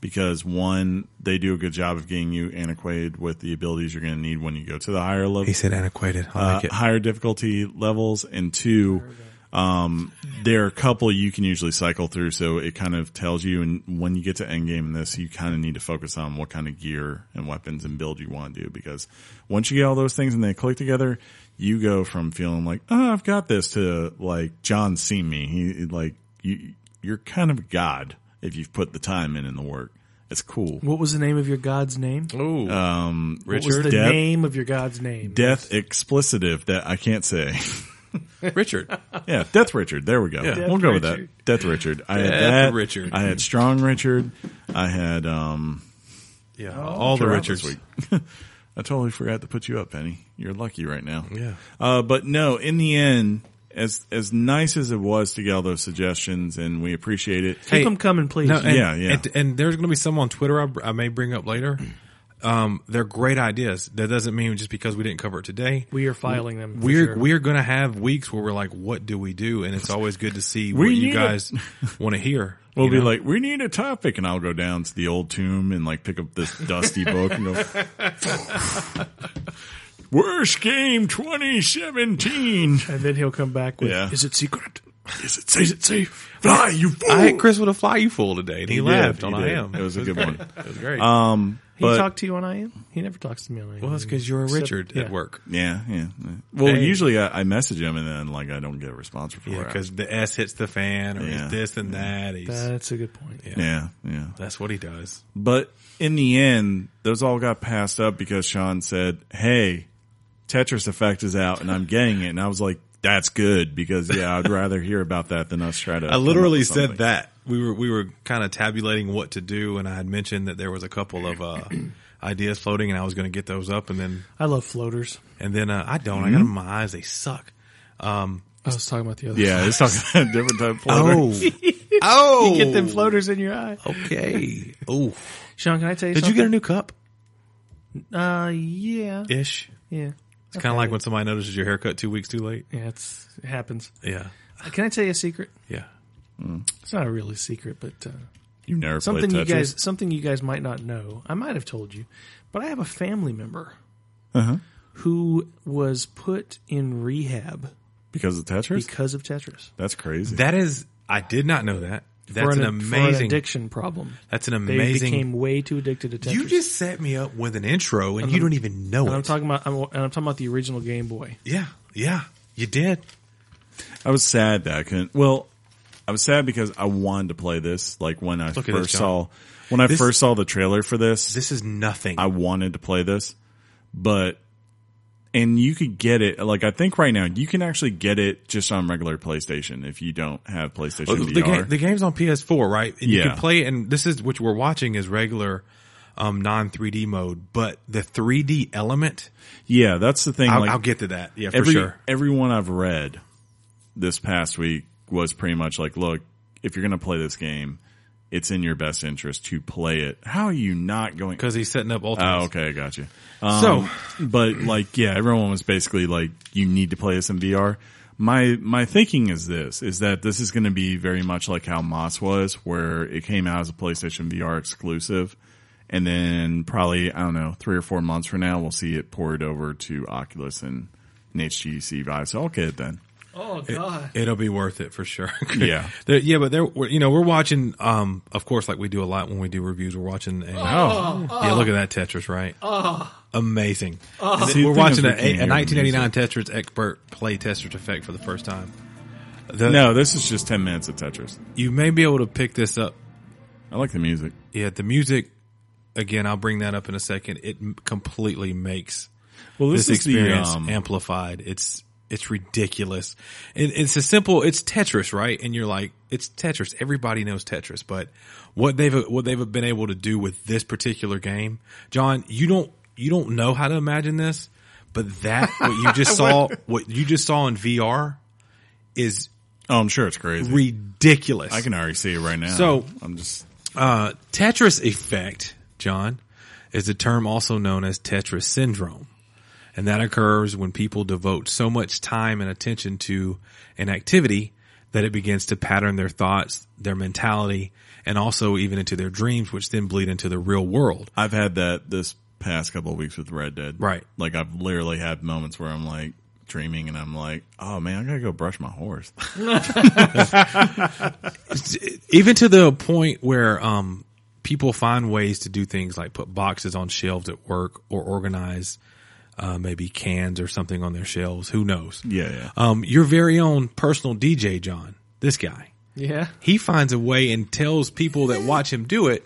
Speaker 1: Because one, they do a good job of getting you antiquated with the abilities you're going to need when you go to the higher level
Speaker 2: He said antiquated. I
Speaker 1: uh,
Speaker 2: like it.
Speaker 1: higher difficulty levels, and two, um, there are a couple you can usually cycle through. So it kind of tells you, and when you get to end game in this, you kind of need to focus on what kind of gear and weapons and build you want to do because once you get all those things and they click together, you go from feeling like oh, I've got this to like John see me. He he, like you, you're kind of god if you've put the time in and the work. It's cool.
Speaker 3: What was the name of your god's name?
Speaker 2: Oh,
Speaker 1: Um,
Speaker 3: What was
Speaker 2: Richard.
Speaker 3: the
Speaker 1: Depp.
Speaker 3: name of your god's name?
Speaker 1: death explicitive that I can't say.
Speaker 2: Richard.
Speaker 1: Yeah, Death Richard. There we go.
Speaker 2: Yeah.
Speaker 1: we'll
Speaker 3: Death
Speaker 1: go with
Speaker 3: Richard.
Speaker 1: that. Death Richard. I had
Speaker 2: Death
Speaker 1: that.
Speaker 2: Richard.
Speaker 1: I had Strong Richard. I had um
Speaker 2: Yeah, all the
Speaker 1: Sure,
Speaker 2: Richards.
Speaker 1: this I totally forgot to put you up, Penny. You're lucky right now.
Speaker 2: Yeah.
Speaker 1: Uh, but no, in the end, as as nice as it was to get all those suggestions, and we appreciate it.
Speaker 3: Keep
Speaker 2: Hey,
Speaker 3: them coming, please.
Speaker 2: No, and,
Speaker 1: Yeah, yeah.
Speaker 2: And, and there's going to be some on Twitter I, I may bring up later. Um, they're great ideas. That doesn't mean just because we didn't cover it today.
Speaker 3: we are filing them. for
Speaker 2: We're
Speaker 3: sure.
Speaker 2: we're going to have weeks where we're like, what do we do? And it's always good to see
Speaker 1: We
Speaker 2: what you
Speaker 1: need
Speaker 2: guys want to hear.
Speaker 1: We'll
Speaker 2: you
Speaker 1: be
Speaker 2: know?
Speaker 1: like, we need a topic, and I'll go down to the old tomb and like pick up this dusty book and go. Worst game 2017.
Speaker 3: and then he'll come back with,
Speaker 1: Yeah.
Speaker 3: "Is it secret?"
Speaker 1: Is it safe? Is it safe? Fly, you fool!
Speaker 2: I had Chris with a fly you fool today, and he,
Speaker 1: He did,
Speaker 2: laughed
Speaker 1: he
Speaker 2: on
Speaker 1: did.
Speaker 2: I am.
Speaker 1: It was a good one.
Speaker 2: It was great.
Speaker 3: He
Speaker 1: But-
Speaker 3: talked to you on IM. He never talks to me on IM.
Speaker 1: Um,
Speaker 2: well, that's because you're a
Speaker 3: Except-
Speaker 2: Richard
Speaker 3: yeah.
Speaker 2: at work.
Speaker 1: Yeah, yeah. yeah. Well,
Speaker 2: Hey.
Speaker 1: usually I, I message him and then like I don't get a response for
Speaker 2: Yeah,
Speaker 1: it.
Speaker 2: because the S hits the fan, or
Speaker 1: Yeah.
Speaker 2: he's this and that. He's,
Speaker 3: That's a good point.
Speaker 1: yeah, yeah.
Speaker 2: that's what he does.
Speaker 1: But in the end, those all got passed up because Sean said, "Hey, Tetris Effect is out, and I'm getting it." And I was like, "That's good," because yeah, I'd rather hear about that than us try to.
Speaker 2: I literally
Speaker 1: come up with
Speaker 2: said that we were we were kind of tabulating what to do, and I had mentioned that there was a couple of uh, ideas floating, and I was going to get those up, and then
Speaker 3: I love floaters.
Speaker 2: and then uh, I don't. I got 'em in my eyes; they suck. Um,
Speaker 3: I was talking about the other.
Speaker 1: Yeah, it's talking about a different type of flavor.
Speaker 2: oh,
Speaker 3: Get them floaters in your eye.
Speaker 2: Okay. Oh,
Speaker 3: Sean, can I tell you
Speaker 2: did you get a new cup?
Speaker 3: get Uh, yeah.
Speaker 2: Ish.
Speaker 3: Yeah.
Speaker 2: It's kind of like when somebody notices your haircut two weeks too late.
Speaker 3: Yeah, it's, it happens.
Speaker 2: Yeah,
Speaker 3: Can I tell you a secret?
Speaker 2: yeah.
Speaker 3: It's not a really secret, but uh,
Speaker 1: You've never
Speaker 3: something you
Speaker 1: played Tetris.
Speaker 3: guys something you guys might not know. I might have told you, but I have a family member
Speaker 2: Uh-huh.
Speaker 3: who was put in rehab
Speaker 1: because of Tetris?
Speaker 3: because of Tetris
Speaker 1: That's crazy.
Speaker 2: That is, I did not know that. That's
Speaker 3: for
Speaker 2: an,
Speaker 3: an, for an
Speaker 2: amazing.
Speaker 3: addiction problem.
Speaker 2: that's an
Speaker 3: They
Speaker 2: amazing.
Speaker 3: became way too addicted to Tetris.
Speaker 2: you just set me up with an intro, and, you don't even know it.
Speaker 3: and I'm talking about I'm, and I'm talking about the original Game Boy.
Speaker 2: yeah, yeah. You did.
Speaker 1: I was sad that I couldn't. Well, I was sad because I wanted to play this. Like when I
Speaker 2: Look at
Speaker 1: first
Speaker 2: this, John.
Speaker 1: saw when I
Speaker 2: This-
Speaker 1: first saw the trailer for this,
Speaker 2: This is nothing.
Speaker 1: I wanted to play this, but and you could get it. Like I think right now you can actually get it just on regular PlayStation if you don't have PlayStation
Speaker 2: Well,
Speaker 1: VR.
Speaker 2: Oh, the, game, the game's on PS4, right? And You
Speaker 1: Yeah.
Speaker 2: can play it, and this is which we're watching is regular, um, non 3D mode, but the 3D element.
Speaker 1: yeah, that's the thing.
Speaker 2: I'll,
Speaker 1: like
Speaker 2: I'll get to that. Yeah, for
Speaker 1: every
Speaker 2: sure.
Speaker 1: everyone I've read this past week was pretty much like, look, if you're gonna play this game, it's in your best interest to play it. How are you not going?
Speaker 2: Because he's setting up
Speaker 1: Oh,
Speaker 2: ultimates.
Speaker 1: okay, gotcha. Um,
Speaker 2: So-
Speaker 1: but like, yeah, everyone was basically like, you need to play this in VR. My, my thinking is this, is that this is going to be very much like how Moss was, where it came out as a PlayStation VR exclusive. And then probably, I don't know, three or four months from now, we'll see it poured over to Oculus and, and HTC Vive. So I'll get it then.
Speaker 3: Oh God!
Speaker 2: It'll be worth it for sure.
Speaker 1: Yeah.
Speaker 2: There- yeah, but there, we're- you know, we're watching, um, of course, like we do a lot when we do reviews, we're watching a,
Speaker 1: Oh.
Speaker 2: yeah, look at that Tetris, right? Amazing. And
Speaker 1: See, the
Speaker 2: we're
Speaker 1: thing is
Speaker 2: watching a,
Speaker 1: we
Speaker 2: a,
Speaker 1: can't hear the
Speaker 2: 1989 Tetris expert play Tetris effect for the first time. The-
Speaker 1: No, this is just 10 minutes of Tetris.
Speaker 2: You may be able to pick this up
Speaker 1: I like the music.
Speaker 2: Yeah, the music. Again, I'll bring that up in a second. It m- completely makes
Speaker 1: Well,
Speaker 2: this,
Speaker 1: this, is
Speaker 2: experience
Speaker 1: the, um,
Speaker 2: amplified. It's it's ridiculous. And it's a simple. It's Tetris, right? And you're like, it's Tetris. Everybody knows Tetris, but what they've what they've been able to do with this particular game, John, you don't you don't know how to imagine this, but that what you just saw, what you just saw in VR, is
Speaker 1: oh, I'm sure it's crazy.
Speaker 2: ridiculous.
Speaker 1: I can already see it right now.
Speaker 2: So-
Speaker 1: I'm just,
Speaker 2: Uh, Tetris effect, John, is a term also known as Tetris syndrome. And that occurs when people devote so much time and attention to an activity that it begins to pattern their thoughts, their mentality, and also even into their dreams, which then bleed into the real world.
Speaker 1: I've had that this past couple of weeks with Red Dead.
Speaker 2: Right.
Speaker 1: Like I've literally had moments where I'm like dreaming and I'm like, oh man, I gotta go brush my horse.
Speaker 2: Even to the point where, um, people find ways to do things like put boxes on shelves at work or organize, uh, maybe cans or something on their shelves. Who knows?
Speaker 1: Yeah, yeah.
Speaker 2: um, your very own personal DJ, John, this guy,
Speaker 3: Yeah,
Speaker 2: he finds a way and tells people that watch him do it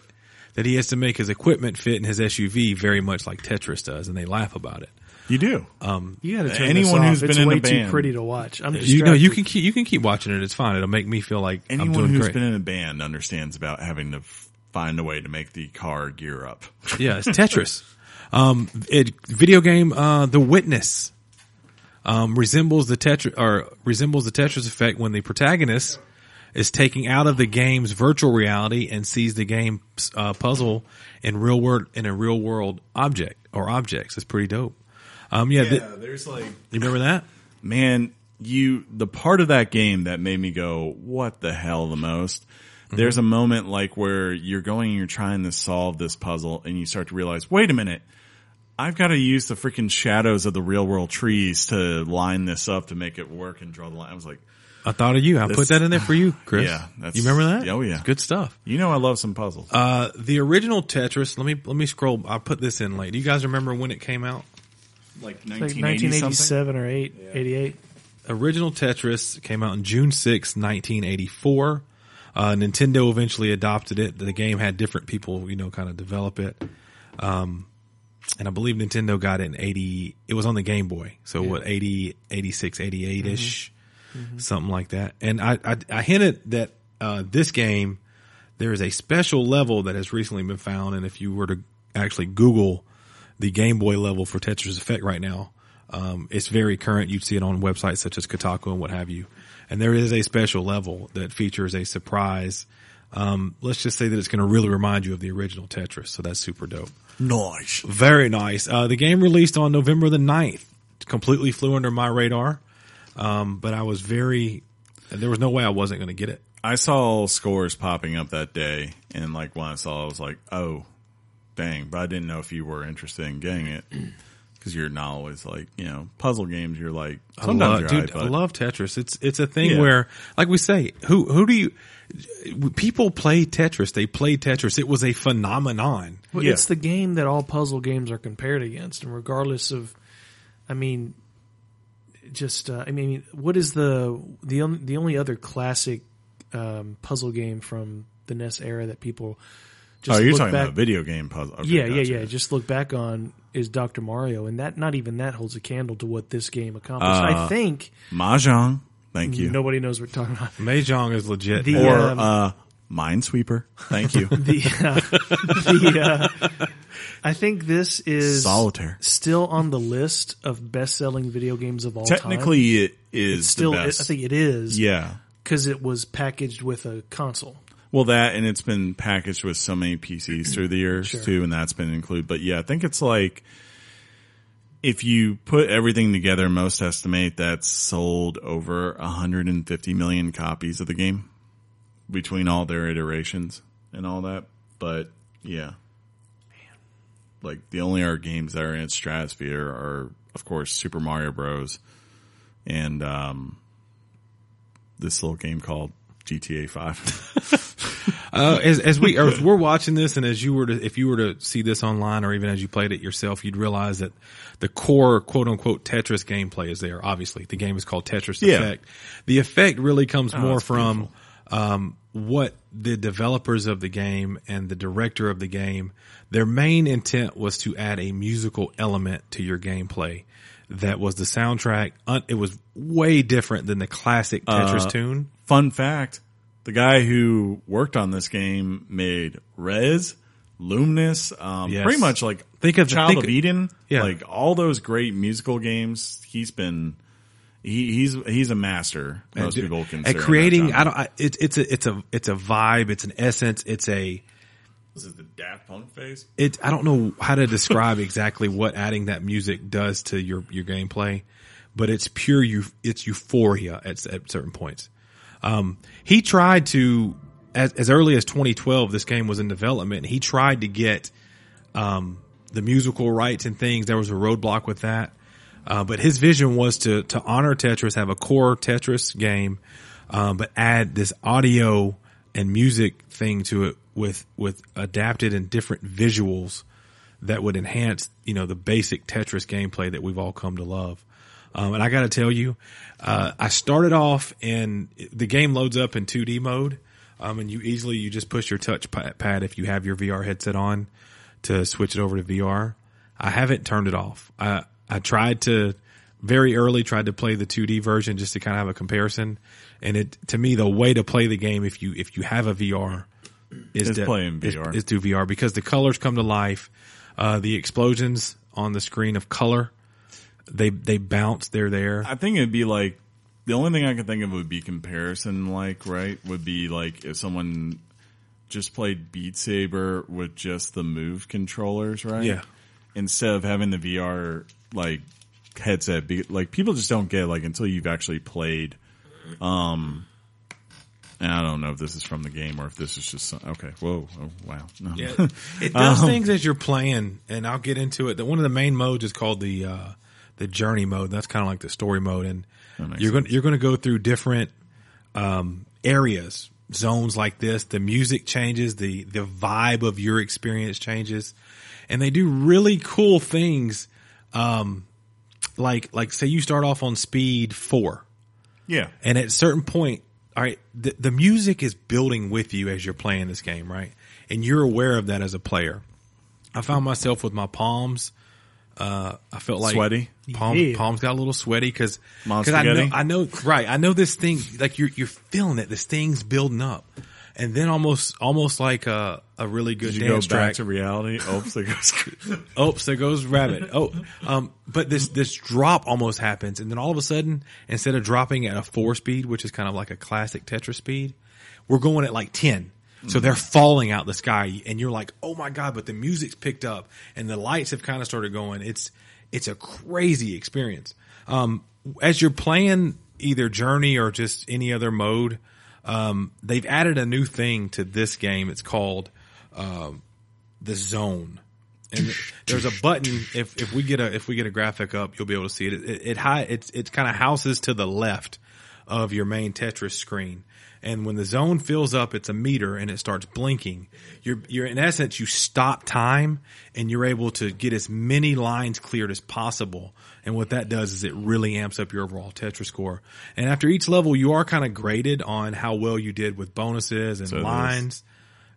Speaker 2: that he has to make his equipment fit in his SUV very much like Tetris does, and they laugh about it.
Speaker 1: You do.
Speaker 2: uh,
Speaker 3: you got to turn
Speaker 1: Anyone
Speaker 3: this off.
Speaker 1: who's
Speaker 3: it's
Speaker 1: been in
Speaker 3: way
Speaker 1: a band-
Speaker 3: too pretty to watch. I'm distracted.
Speaker 2: You know, you can keep you can keep watching it. It's fine. It'll make me feel like I'm
Speaker 1: Anyone
Speaker 2: doing
Speaker 1: who's
Speaker 2: great.
Speaker 1: been in a band understands about having to f- find a way to make the car gear up.
Speaker 2: yeah, it's Tetris. Um, it, video game, uh, The Witness, um, resembles the Tetris or resembles the Tetris effect when the protagonist is taken out of the game's virtual reality and sees the game uh, puzzle in real world in a real world object or objects. It's pretty dope. Um, yeah, th-
Speaker 1: there's like
Speaker 2: you remember that?
Speaker 1: man, you the part of that game that made me go, what the hell the most. There's a moment like where you're going and you're trying to solve this puzzle and you start to realize, wait a minute, I've got to use the freaking shadows of the real world trees to line this up to make it work and draw the line. I was like,
Speaker 2: I thought of you. I put that in there for you, Chris.
Speaker 1: Yeah, that's-
Speaker 2: you remember that?
Speaker 1: oh, yeah.
Speaker 2: It's good stuff.
Speaker 1: you know, I love some puzzles.
Speaker 2: Uh, the original Tetris. Let me let me scroll. I put this in late. Do you guys remember when it came out?
Speaker 1: like
Speaker 3: It's like
Speaker 1: 1980 something.
Speaker 3: 1987 or 8, 88.
Speaker 2: original Tetris came out on June 6, 1984. Uh, Nintendo eventually adopted it. The game had different people, you know, kind of develop it. Um, and I believe Nintendo got it in 80, it was on the Game Boy. So what, 80, 86, 88 ish, something like that. And I, I, I hinted that, uh, this game, there is a special level that has recently been found. And if you were to actually Google the Game Boy level for Tetris Effect right now, Um, it's very current. You'd see it on websites such as Kotaku and what have you. And there is a special level that features a surprise. Um, let's just say that it's going to really remind you of the original Tetris. So that's super dope.
Speaker 1: Nice.
Speaker 2: Very nice. Uh, the game released on November the 9th. Completely flew under my radar. Um, but I was very, there was no way I wasn't going to get it.
Speaker 1: I saw scores popping up that day, and like when I saw, it, I was like, "Oh, dang!" But I didn't know if you were interested in getting it because you're not always like you know puzzle games. You're like
Speaker 2: I
Speaker 1: sometimes
Speaker 2: love,
Speaker 1: you're
Speaker 2: dude,
Speaker 1: hyped,
Speaker 2: I
Speaker 1: but-
Speaker 2: love Tetris. It's it's a thing
Speaker 1: Yeah.
Speaker 2: where, like we say, who who do you? People play Tetris. They play Tetris. It was a phenomenon.
Speaker 3: Well,
Speaker 1: Yeah.
Speaker 3: It's the game that all puzzle games are compared against, and regardless of, I mean, just uh, I mean, what is the the on, the only other classic um, puzzle game from the NES era that people just
Speaker 1: oh, you're
Speaker 3: look
Speaker 1: talking
Speaker 3: back,
Speaker 1: about video game puzzle. Okay,
Speaker 3: yeah,
Speaker 1: gotcha.
Speaker 3: yeah, yeah. Just look back on is Doctor Mario, and that not even that holds a candle to what this game accomplished.
Speaker 1: Uh,
Speaker 3: I think
Speaker 1: Mahjong. Thank you.
Speaker 3: nobody knows what we're talking about.
Speaker 2: Mahjong is legit.
Speaker 3: The-
Speaker 2: man.
Speaker 1: or
Speaker 3: um,
Speaker 1: uh, Minesweeper. Thank you.
Speaker 3: The, uh, the uh, I think this is
Speaker 1: Solitaire.
Speaker 3: still on the list of best-selling video games of all time.
Speaker 1: Technically, it is
Speaker 3: still,
Speaker 1: the best.
Speaker 3: I think it is
Speaker 1: yeah.
Speaker 3: because it was packaged with a console.
Speaker 1: Well, that and it's been packaged with so many PCs through the years too, and that's been included. But yeah, I think it's like if you put everything together, most estimate that's sold over 150 million copies of the game between all their iterations and all that. But yeah, like the only other games that are in its stratosphere are, of course, Super Mario Bros. and um, this little game called GTA Five.
Speaker 2: Uh, as as we as we're watching this, and as you were to, if you were to see this online, or even as you played it yourself, you'd realize that the core quote unquote Tetris gameplay is there. Obviously, the game is called Tetris
Speaker 1: Yeah.
Speaker 2: Effect. The effect really comes more
Speaker 1: Oh, that's
Speaker 2: from um, what the developers of the game and the director of the game. Their main intent was to add a musical element to your gameplay. That was the soundtrack. Un- It was way different than the classic Tetris tune.
Speaker 1: Fun fact: the guy who worked on this game made Res, Luminous, um,
Speaker 2: Yes.
Speaker 1: pretty much like
Speaker 2: Think of the-
Speaker 1: Child
Speaker 2: think-
Speaker 1: of Eden,
Speaker 2: Yeah.
Speaker 1: like all those great musical games. He's been he, he's he's a master. Most
Speaker 2: Dude,
Speaker 1: people can
Speaker 2: at creating. I don't. I, it, it's a. It's a. It's a vibe. It's an essence. It's a.
Speaker 1: was it the Daft Punk phase?
Speaker 2: It. I don't know how to describe exactly what adding that music does to your your gameplay, but it's pure. Eu, it's euphoria at at certain points. Um, he tried to as as early as 2012. This game was in development. He tried to get um, the musical rights and things. There was a roadblock with that. Uh, but his vision was to to honor Tetris, have a core Tetris game, um, but add this audio and music thing to it with with adapted and different visuals that would enhance you know the basic Tetris gameplay that we've all come to love. Um, and I got to tell you, uh, I started off in the game loads up in 2D mode, um, and you easily you just push your touch pa- pad if you have your VR headset on to switch it over to VR. I haven't turned it off. I I tried to very early tried to play the 2D version just to kind of have a comparison, and it to me the way to play the game if you if you have a VR is
Speaker 1: Is
Speaker 2: to-
Speaker 1: play in
Speaker 2: is-
Speaker 1: VR.
Speaker 2: is through VR because the colors come to life. Uh, the explosions on the screen of color, they they bounce. They're there.
Speaker 1: I think it'd be like the only thing I could think of would be comparison like, right? Would be like if someone just played Beat Saber with just the move controllers, right?
Speaker 2: Yeah.
Speaker 1: Instead of having the VR like headset be like people just don't get it, like until you've actually played um and I don't know if this is from the game or if this is just some, okay. Whoa! Oh, wow! No.
Speaker 2: Yeah. it does things as you're playing, and I'll get into it. The, one of the main modes is called the uh, the journey mode. That's kind of like the story mode, and
Speaker 1: makes
Speaker 2: you're going to you're going to go through different um, areas, zones like this. The music changes, the the vibe of your experience changes, and they do really cool things. Um, like like say you start off on speed four,
Speaker 1: yeah.
Speaker 2: and at a certain point, all right, the, the music is building with you as you're playing this game, right? And you're aware of that as a player. I found myself with my palms. Uh, I felt like
Speaker 1: Sweaty?
Speaker 2: Palm,
Speaker 3: Yeah.
Speaker 2: Palms got a little sweaty because
Speaker 1: Mom
Speaker 2: I know
Speaker 1: spaghetti?
Speaker 2: I know right. I know this thing like you're you're feeling it. This thing's building up, and then almost almost like a a really good
Speaker 1: Did you go
Speaker 2: dance
Speaker 1: back
Speaker 2: track.
Speaker 1: to reality? Oops, it goes.
Speaker 2: Oops, there goes rabbit. Oh, um, but this this drop almost happens, and then all of a sudden, instead of dropping at a four speed, which is kind of like a classic Tetris speed, we're going at like ten. So they're falling out the sky, and you're like, "Oh my god!" But the music's picked up, and the lights have kind of started going. It's it's a crazy experience. Um, as you're playing either Journey or just any other mode, um, they've added a new thing to this game. It's called the zone. And there's a button. If if we get a if we get a graphic up, you'll be able to see it. It, it, hi, it's it's kind of houses to the left of your main Tetris screen. And when the zone fills up, it's a meter and it starts blinking. You're you're in essence you stop time and you're able to get as many lines cleared as possible. And what that does is it really amps up your overall Tetris score. And after each level, you are kind of graded on how well you did with bonuses and
Speaker 1: it is.
Speaker 2: lines.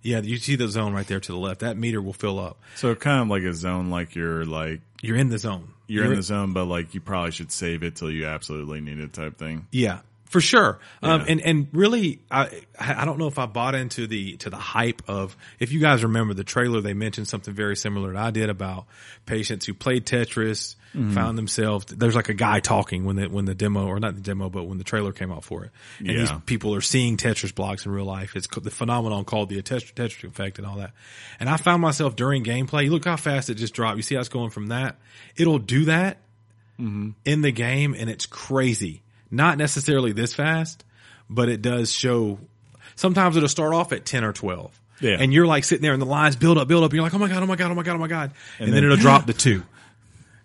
Speaker 2: Yeah, you see the zone right there to the left. That meter will fill up.
Speaker 1: so kind of like a zone, like you're like
Speaker 2: You're in the zone.
Speaker 1: you're in the zone, but like you probably should save it till you absolutely need it, type thing.
Speaker 2: Yeah, for sure. Um, and and really, I I don't know if I bought into the to the hype of if you guys remember the trailer, they mentioned something very similar that I did about patients who played Tetris found themselves. There's like a guy talking when the when the demo or not the demo, but when the trailer came out for it, and these
Speaker 1: Yeah.
Speaker 2: people are seeing Tetris blocks in real life. It's co- the phenomenon called the Tetris, Tetris effect and all that. And I found myself during gameplay. Look how fast it just dropped. You see how it's going from that. It'll do that in the game and it's crazy. Not necessarily this fast, but it does show sometimes it'll start off at 10 or 12.
Speaker 1: Yeah.
Speaker 2: And you're like sitting there and the lines build up, build up. And you're like, oh my God, oh my God, oh my God, oh my God. And, then,
Speaker 1: then-
Speaker 2: it'll drop to two.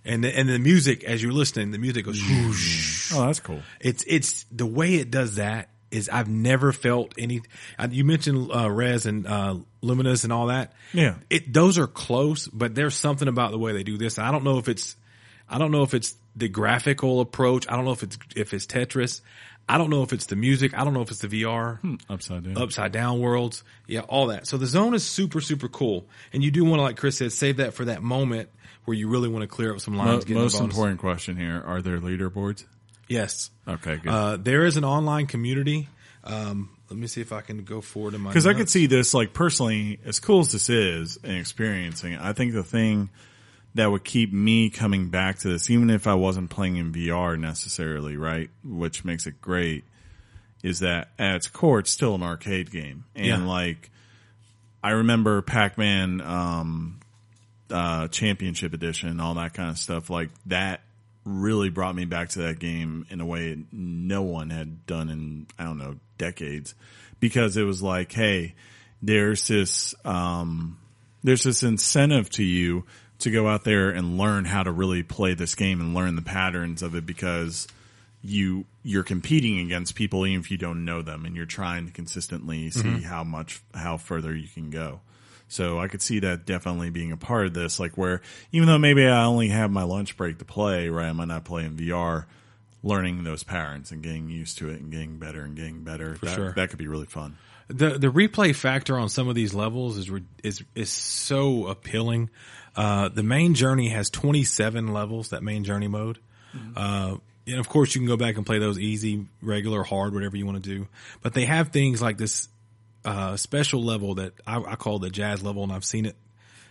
Speaker 2: And the, and the music, as you're listening, the music goes, whoosh.
Speaker 1: Oh, that's cool.
Speaker 2: It's it's the way it does that is I've never felt any. I- You mentioned uh, Res and uh, Luminous and all that.
Speaker 1: Yeah.
Speaker 2: it those are close, but there's something about the way they do this. I don't know if it's, I don't know if it's the graphical approach. I don't know if it's if it's Tetris. I don't know if it's the music. I don't know if it's the VR
Speaker 1: Hmm. Upside down.
Speaker 2: upside down worlds. Yeah, all that. So the zone is super, super cool. And you do want to, like Chris said, save that for that moment where you really want to clear up some
Speaker 1: Mo-
Speaker 2: lines. get the
Speaker 1: Uh, most
Speaker 2: bonus.
Speaker 1: important question here: Are there leaderboards?
Speaker 2: Yes.
Speaker 1: Okay, good.
Speaker 2: Uh, there is an online community. Um, let me see if I can go forward in my
Speaker 1: Because I could
Speaker 2: notes.
Speaker 1: see this, like personally, as cool as this is and experiencing, it, I think the thing that would keep me coming back to this, even if I wasn't playing in VR necessarily, right, which makes it great, is that at its core, it's still an arcade game, and
Speaker 2: Yeah.
Speaker 1: like I remember Pac-Man um, uh, Championship Edition, all that kind of stuff, like that. Really brought me back to that game in a way no one had done in I don't know decades, because it was like, hey, there's this um, there's this incentive to you to go out there and learn how to really play this game and learn the patterns of it because you you're competing against people even if you don't know them and you're trying to consistently see how much how further you can go. So I could see that definitely being a part of this, like where even though maybe I only have my lunch break to play, right? I might not play in VR, learning those patterns and getting used to it and getting better and getting better. that,
Speaker 2: sure.
Speaker 1: that could be really fun.
Speaker 2: the the replay factor on some of these levels is re- is is so appealing. Uh, the main journey has 27 levels. That main journey mode. Uh, and of course, you can go back and play those easy, regular, hard, whatever you want to do. But they have things like this uh, special level that I, I call the jazz level, and I've seen it.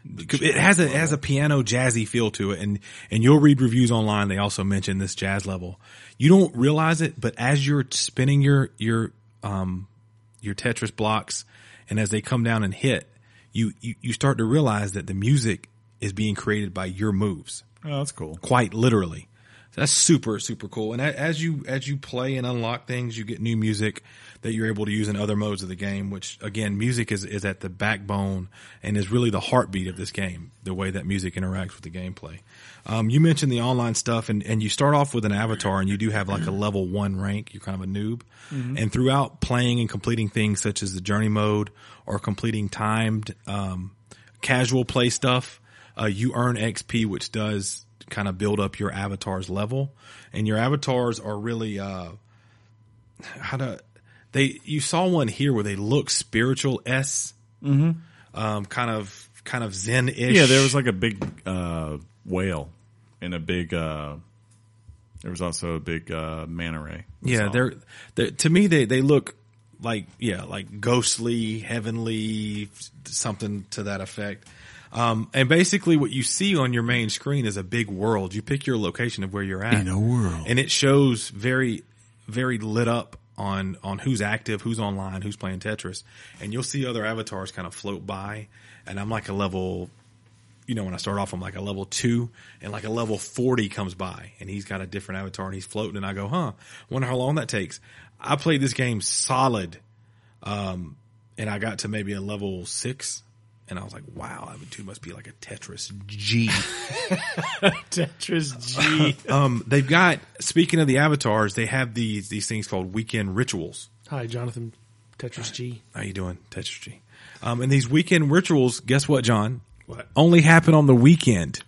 Speaker 2: It has a it has a piano jazzy feel to it, and and you'll read reviews online. They also mention this jazz level. You don't realize it, but as you're spinning your your um your Tetris blocks, and as they come down and hit, you you, you start to realize that the music is being created by your moves
Speaker 1: Oh, that's cool.
Speaker 2: quite literally. So that's super super cool. And a- as you as you play and unlock things, you get new music that you're able to use in other modes of the game. Which again, music is is at the backbone and is really the heartbeat of this game. The way that music interacts with the gameplay. Um, you mentioned the online stuff, and and you start off with an avatar, and you do have like a level one rank. You're kind of a noob, and throughout playing and completing things such as the journey mode or completing timed um, casual play stuff, uh, you earn XP, which does kind of build up your avatar's level. And your avatars are really, uh, how to, they, you saw one here where they look spiritual S, um, kind of, kind of Zen ish.
Speaker 1: Mm-hmm. Yeah, there was like a big uh, whale and a big. Uh, there was also a big uh, manta ray.
Speaker 2: yeah, they're, they're, to me, they, they look like yeah, like ghostly, heavenly, something to that effect. Um, and basically, what you see on your main screen is a big world. You pick your location of where you're at
Speaker 1: In a world.
Speaker 2: and it shows very, very lit up on on who's active, who's online, who's playing Tetris, and you'll see other avatars kind of float by. And I'm like a level you know, when I start off, I'm like a level two and like a level 40 comes by and he's got a different avatar and he's floating and I go, huh, wonder how long that takes. I played this game solid. Um, and I got to maybe a level six and I was like, wow, that dude must be like a Tetris G.
Speaker 3: Tetris G.
Speaker 2: um, they've got, speaking of the avatars, they have these, these things called weekend rituals.
Speaker 3: Hi, Jonathan. Tetris G.
Speaker 2: How you doing? Tetris G. Um, and these weekend rituals, guess what, John?
Speaker 3: What?
Speaker 2: Only happen on the weekend.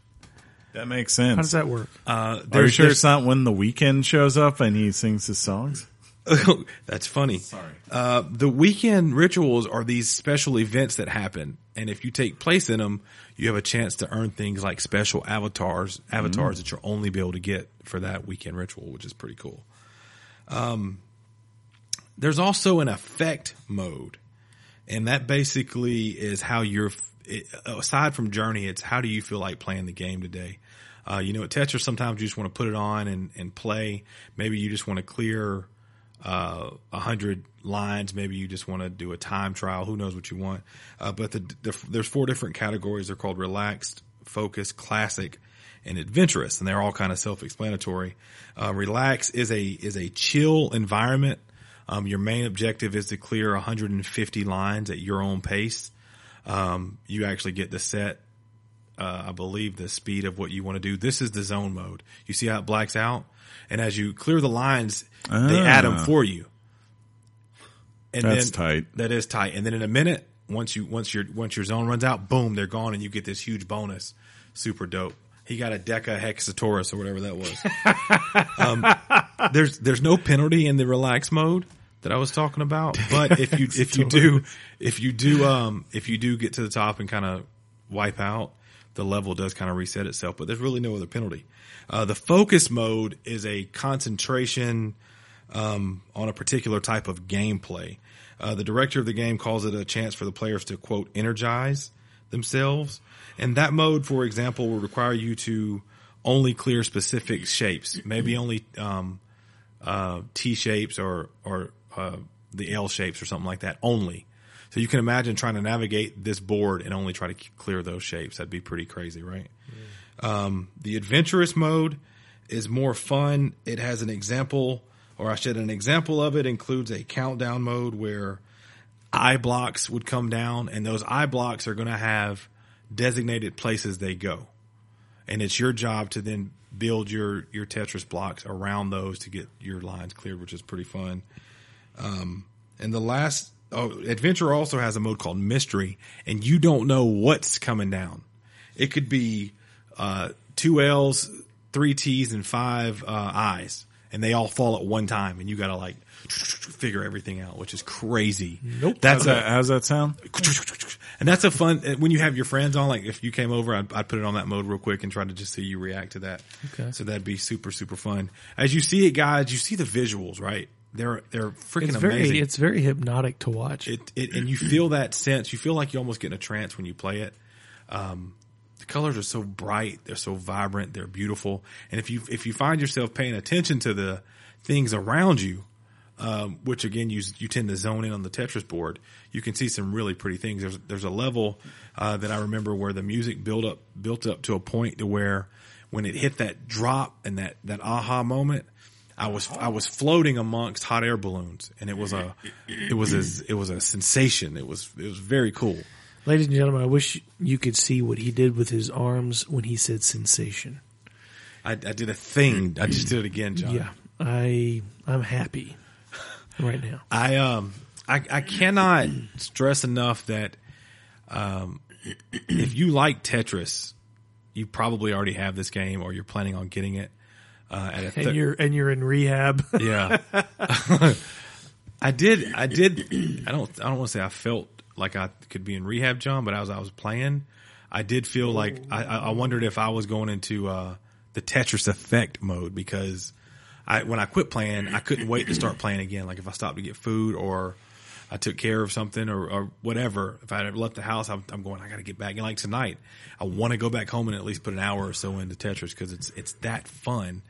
Speaker 1: That makes
Speaker 3: How does
Speaker 1: sense.
Speaker 3: that work?
Speaker 2: Uh,
Speaker 1: Are you
Speaker 2: there's-
Speaker 1: sure it's not when the weekend shows up and he sings his songs?
Speaker 2: That's funny. Sorry. Uh, the weekend rituals are these special events that happen, and if you take place in them, you have a chance to earn things like special avatars, avatars that you'll only be able to get for that weekend ritual, which is pretty cool. Um, there's also an effect mode, and that basically is how you're. It, aside from Journey, it's how do you feel like playing the game today? Uh, you know, at Tetris, sometimes you just want to put it on and, and play. Maybe you just want to clear uh, a hundred lines. Maybe you just want to do a time trial. Who knows what you want? Uh, but the, the, there's four different categories. They're called relaxed, focused, classic, and adventurous, and they're all kind of self-explanatory. Uh, relax is a is a chill environment. Um, your main objective is to clear 150 lines at your own pace. Um, you actually get to set uh, I believe the speed of what you want to do. This is the zone mode. You see how it blacks out, and as you clear the lines, they
Speaker 1: Ah.
Speaker 2: add them for you. And
Speaker 1: That's tight.
Speaker 2: That is tight. And then in a minute, once you once your once your zone runs out, boom, they're gone, and you get this huge bonus. Super dope. He got a deca hexatorus or whatever that was. um, there's there's no penalty in the relax mode that I was talking about, but if you if you do if you do um if you do get to the top and kind of wipe out, the level does kind of reset itself. But there's really no other penalty. Uh, the focus mode is a concentration on a particular type of gameplay. Uh, the director of the game calls it a chance for the players to quote energize themselves. And that mode, for example, will require you to only clear specific shapes, maybe only um, uh, T shapes or or uh, the L shapes or something like that only. So you can imagine trying to navigate this board and only try to c- clear those shapes. That'd be pretty crazy, right? the adventurous mode is more fun. It has an example, or I said an example of it includes a countdown mode where eye blocks would come down, and those eye blocks are going to have designated places they go, and it's your job to then build your your Tetris blocks around those to get your lines cleared, which is pretty fun. Um, And the last oh, adventure also has a mode called mystery, and you don't know what's coming down. It could be uh, two L's, three T's, and five uh, I's, and they all fall at one time, and you got to like figure everything out, which is crazy. Nope, that's
Speaker 1: How's
Speaker 2: a
Speaker 1: that, how's that sound?
Speaker 2: and that's a fun uh, when you have your friends on. Like if you came over, I'd, I'd put it on that mode real quick and try to just see you react to that.
Speaker 3: Okay.
Speaker 2: So that'd be super super fun. As you see it, guys, you see the visuals, right? They're they're freaking
Speaker 3: It's
Speaker 2: amazing.
Speaker 3: very, it's very hypnotic to watch.
Speaker 2: It, it and you feel that sense. You feel like you almost get in a trance when you play it. Um, the colors are so bright, they're so vibrant, they're beautiful. And if you if you find yourself paying attention to the things around you, um, which again you you tend to zone in on the Tetris board, you can see some really pretty things. There's there's a level uh, that I remember where the music built up built up to a point to where when it hit that drop and that that aha moment, I was I was floating amongst hot air balloons, and it was a it was a it was a sensation. It was it was very cool.
Speaker 3: Ladies and gentlemen, I wish you could see what he did with his arms when he said sensation.
Speaker 2: I, I did a thing. I just did it again, John.
Speaker 3: Yeah, I I'm happy right now.
Speaker 2: I um I I cannot stress enough that um if you like Tetris, you probably already have this game or you're planning on getting it uh, at a
Speaker 3: And
Speaker 2: thir-
Speaker 3: you're and you're in rehab.
Speaker 2: yeah. I did. I did. I don't. I don't want to say I felt like I could be in rehab, John, but as I was playing, I did feel like I, I I wondered if I was going into uh, the Tetris effect mode because I when I quit playing, I couldn't wait to start playing again. Like if I stopped to get food or I took care of something or, or whatever. If I had left the house, I'm, I'm going. I got to get back. And like tonight, I want to go back home and at least put an hour or so into Tetris because it's it's that fun.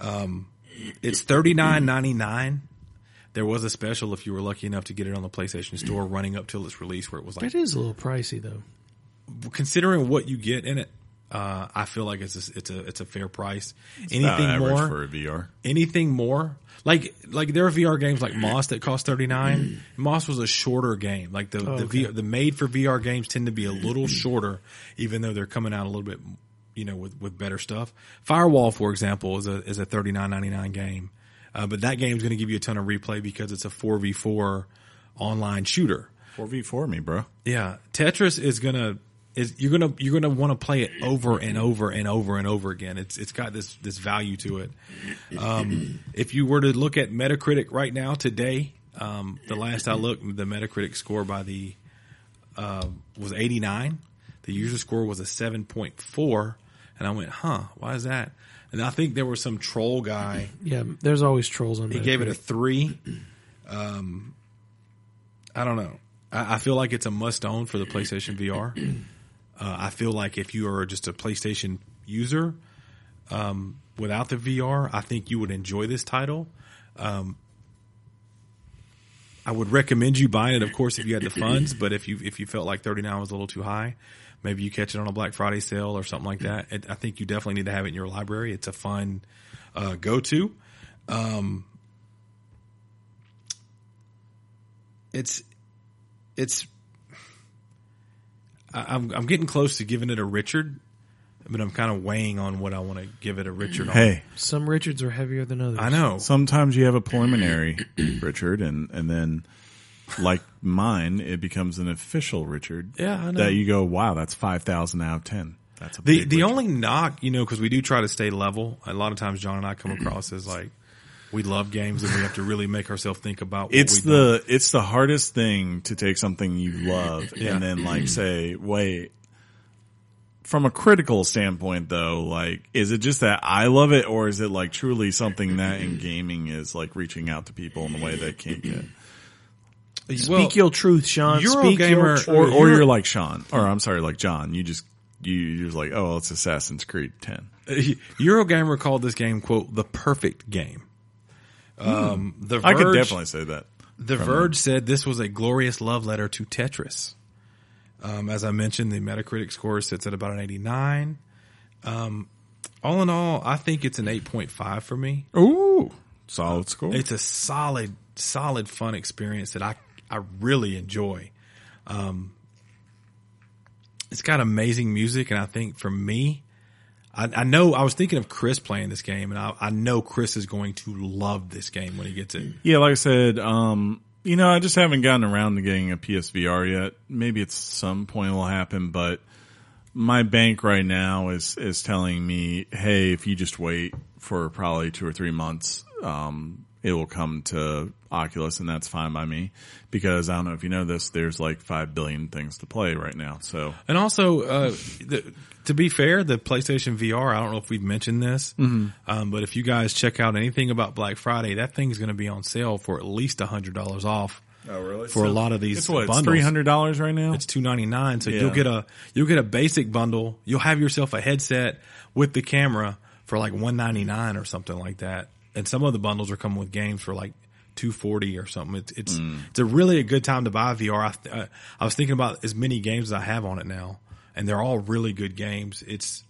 Speaker 2: Um, it's thirty nine ninety nine. There was a special if you were lucky enough to get it on the PlayStation Store, running up till its release, where it was like
Speaker 3: It is a little pricey though.
Speaker 2: considering what you get in it, uh, I feel like it's a, it's a it's a fair price.
Speaker 1: About
Speaker 2: anything
Speaker 1: Uh, average
Speaker 2: more,
Speaker 1: for a VR.
Speaker 2: anything more, like like there are VR games like Moss that cost thirty nine. Moss was a shorter game. Like the the,
Speaker 3: okay.
Speaker 2: VR, the made for VR games tend to be a little shorter, even though they're coming out a little bit, you know, with with better stuff. Firewall, for example, is a is a thirty nine ninety nine game, uh, but that game's going to give you a ton of replay because it's a four v four online shooter.
Speaker 1: Four v four me, bro.
Speaker 2: Yeah, Tetris is gonna is you're gonna you're gonna want to play it over and over and over and over again. It's it's got this this value to it. Um, if you were to look at Metacritic right now today, um, the last I looked, the Metacritic score by the uh, was 89. The user score was a 7.4, and I went, huh, why is that? And I think there was some troll guy
Speaker 3: Yeah, there's always trolls on.
Speaker 2: he
Speaker 3: Metacritic.
Speaker 2: gave it a three. Um, I don't know. I, I feel like it's a must own for the PlayStation VR. Uh, I feel like if you are just a PlayStation user, um, without the VR, I think you would enjoy this title. I would recommend you buy it, of course, if you had the funds. But if you if you felt like thirty nine was a little too high, maybe you catch it on a Black Friday sale or something like that. It, I think you definitely need to have it in your library. It's a fun uh, go to. Um, it's it's I, I'm I'm getting close to giving it a Richard, but I'm kind of weighing on what I want to give it a Richard. on.
Speaker 1: Hey,
Speaker 3: Some Richards are heavier than others.
Speaker 2: I know.
Speaker 1: sometimes you have a preliminary, Richard, and and then like mine, it becomes an official Richard.
Speaker 2: Yeah, I know.
Speaker 1: That you go, wow, that's five thousand out of ten. That's a
Speaker 2: The
Speaker 1: big
Speaker 2: the
Speaker 1: Richard.
Speaker 2: only knock, you know, because we do try to stay level. A lot of times, John and I come across as like we love games and we have to really make ourselves think about. What
Speaker 1: it's
Speaker 2: we
Speaker 1: the it's the hardest thing to take something you love
Speaker 2: Yeah.
Speaker 1: and then like say wait from a critical standpoint though like is it just that i love it or is it like truly something that in gaming is like reaching out to people in a way they can't get
Speaker 2: Speak
Speaker 3: Speak your truth, Sean. Speak your
Speaker 2: Eurogamer
Speaker 3: truth.
Speaker 1: or or you're like sean or i'm sorry like john you just you you're just like oh well, it's assassin's creed 10
Speaker 2: Uh, Eurogamer called this game quote the perfect game. Um, the Verge,
Speaker 1: Hmm. i could definitely say that
Speaker 2: The Verge said this was a glorious love letter to Tetris. Um, as I mentioned, the Metacritic score sits at about an 89. Um, all in all, I think it's an 8.5 for me.
Speaker 1: ooh solid score
Speaker 2: it's a solid, solid fun experience that I I really enjoy. Um, it's got amazing music, and I think for me, I, I know I was thinking of Chris playing this game, and I, I know Chris is going to love this game when he gets it.
Speaker 1: Yeah, like I said, um, you know, I just haven't gotten around to getting a PSVR yet. Maybe at some point it'll happen, but my bank right now is is telling me, hey, if you just wait for probably two or three months, um, it will come to Oculus, and that's fine by me because I don't know if you know this, there's like five billion things to play right now. So
Speaker 2: And also, uh, the, to be fair, the PlayStation VR, I don't know if we've mentioned this, um, but if you guys check out anything about Black Friday, that thinging's going to be on sale for at least $100 off.
Speaker 1: Oh, really?
Speaker 2: For a lot of these
Speaker 1: it's what it's
Speaker 2: bundles.
Speaker 1: three hundred dollars right now.
Speaker 2: it's two ninety nine. So
Speaker 1: Yeah.
Speaker 2: you'll get a you'll get a basic bundle. You'll have yourself a headset with the camera for like one ninety nine or something like that. And some of the bundles are coming with games for like two forty or something. It's it's it's a really a good time to buy VR. I, th- uh, I was thinking about as many games as I have on it now, and they're all really good games. It's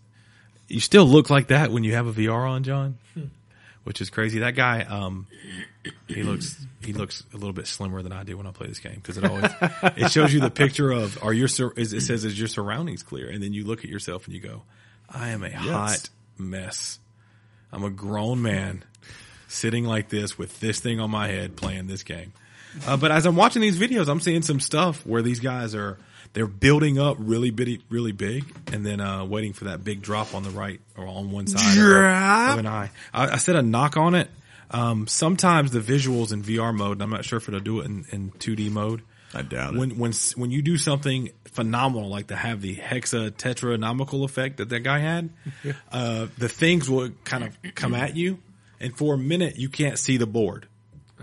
Speaker 2: you still look like that when you have a VR on, John, which is crazy. That guy, um, he looks he looks a little bit slimmer than I do when I play this game because it always it shows you the picture of are your sur- is- it says is your surroundings clear and then you look at yourself and you go I am a hot mess I'm a grown man sitting like this with this thing on my head playing this game uh, but as I'm watching these videos I'm seeing some stuff where these guys are they're building up really bitty, really big and then uh, waiting for that big drop on the right or on one side of-
Speaker 1: Drop.
Speaker 2: of an eye I, I said a knock on it um, sometimes the visuals in VR mode, and I'm not sure if it'll do it in, in 2D mode.
Speaker 1: I doubt it.
Speaker 2: When when s- when you do something phenomenal like to have the hexa tetranomical effect that that guy had, uh, the things will kind of come at you, and for a minute you can't see the board.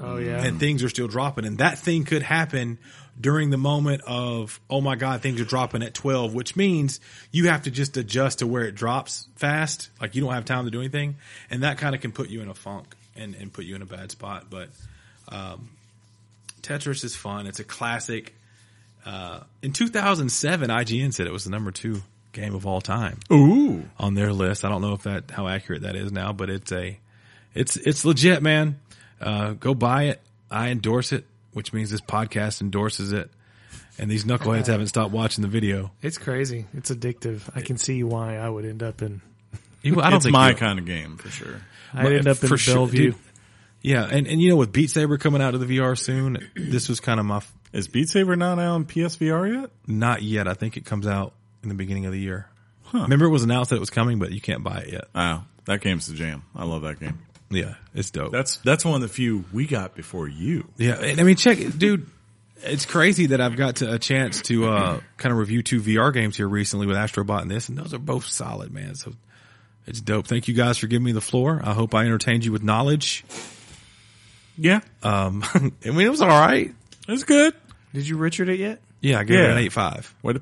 Speaker 3: Oh yeah.
Speaker 2: and things are still dropping. And that thing could happen during the moment of, oh my God, things are dropping at 12, which means you have to just adjust to where it drops fast. Like you don't have time to do anything. And that kind of can put you in a funk and, and put you in a bad spot. But, um, Tetris is fun. It's a classic. Uh, in 2007, IGN said it was the number two game of all time
Speaker 1: Ooh.
Speaker 2: on their list. I don't know if that how accurate that is now, but it's a it's it's legit, man. Uh, go buy it. I endorse it, which means this podcast endorses it. And these knuckleheads haven't stopped watching the video.
Speaker 3: It's crazy. It's addictive. I can see why I would end up in.
Speaker 2: You, I don't
Speaker 1: it's
Speaker 2: think
Speaker 1: my
Speaker 2: you-
Speaker 1: kind of game for sure.
Speaker 3: I'd end up in
Speaker 2: for sure,
Speaker 3: Bellevue.
Speaker 2: dude. Yeah, and and you know with Beat Saber coming out to the VR soon, this was kind of my f-
Speaker 1: Is Beat Saber not out on PSVR yet?
Speaker 2: not yet. I think it comes out in the beginning of the year. Remember, it was announced that it was coming, but you can't buy it yet.
Speaker 1: Oh, that game's the jam. I love that game.
Speaker 2: Yeah, it's dope.
Speaker 1: That's that's one of the few we got before you.
Speaker 2: Yeah, and I mean, check, it, dude. It's crazy that I've got to a chance to uh, kind of review two VR games here recently with Astrobot and this, and those are both solid, man. So it's dope. Thank you guys for giving me the floor. I hope I entertained you with knowledge.
Speaker 1: Yeah,
Speaker 2: Um, I mean, it was all right.
Speaker 1: Uh, it's good.
Speaker 3: Did you Richard it yet?
Speaker 2: Yeah, I gave it an
Speaker 1: Yeah.
Speaker 2: eight five.
Speaker 1: What? a-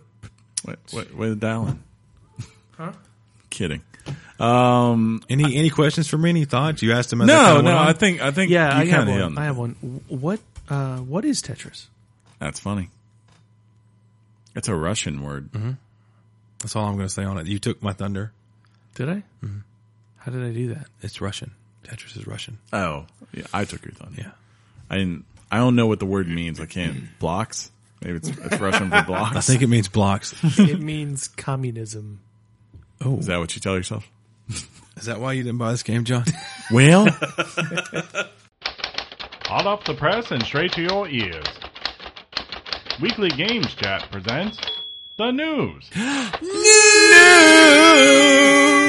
Speaker 1: What? What? What? Dial in.
Speaker 3: Huh?
Speaker 1: Kidding.
Speaker 2: Any any questions for me? Any thoughts you asked him? As I
Speaker 1: No,
Speaker 2: kinda went
Speaker 1: no.
Speaker 2: on?
Speaker 1: I think I think
Speaker 3: Yeah, I
Speaker 1: you
Speaker 3: have
Speaker 1: kind of hit
Speaker 3: one.
Speaker 1: on
Speaker 3: I
Speaker 1: that.
Speaker 3: have one. Wh- What? Uh, what is Tetris?
Speaker 1: That's funny. It's a Russian word.
Speaker 2: that's all I'm going to say on it. You took my thunder. Mm-hmm.
Speaker 3: Did I? How did I do that?
Speaker 2: It's Russian. Tetris is Russian.
Speaker 1: Oh, yeah, I took your thunder.
Speaker 2: Yeah,
Speaker 1: I didn't, I don't know what the word means. I can't blocks. Maybe it's, it's Russian for
Speaker 2: I
Speaker 1: blocks.
Speaker 2: think it means blocks.
Speaker 3: it means communism.
Speaker 2: Oh,
Speaker 1: Is that what you tell yourself?
Speaker 2: is that why you didn't buy this game, John?
Speaker 1: Well,
Speaker 4: Hot off the press and straight to your ears. Weekly Games Chat presents the news.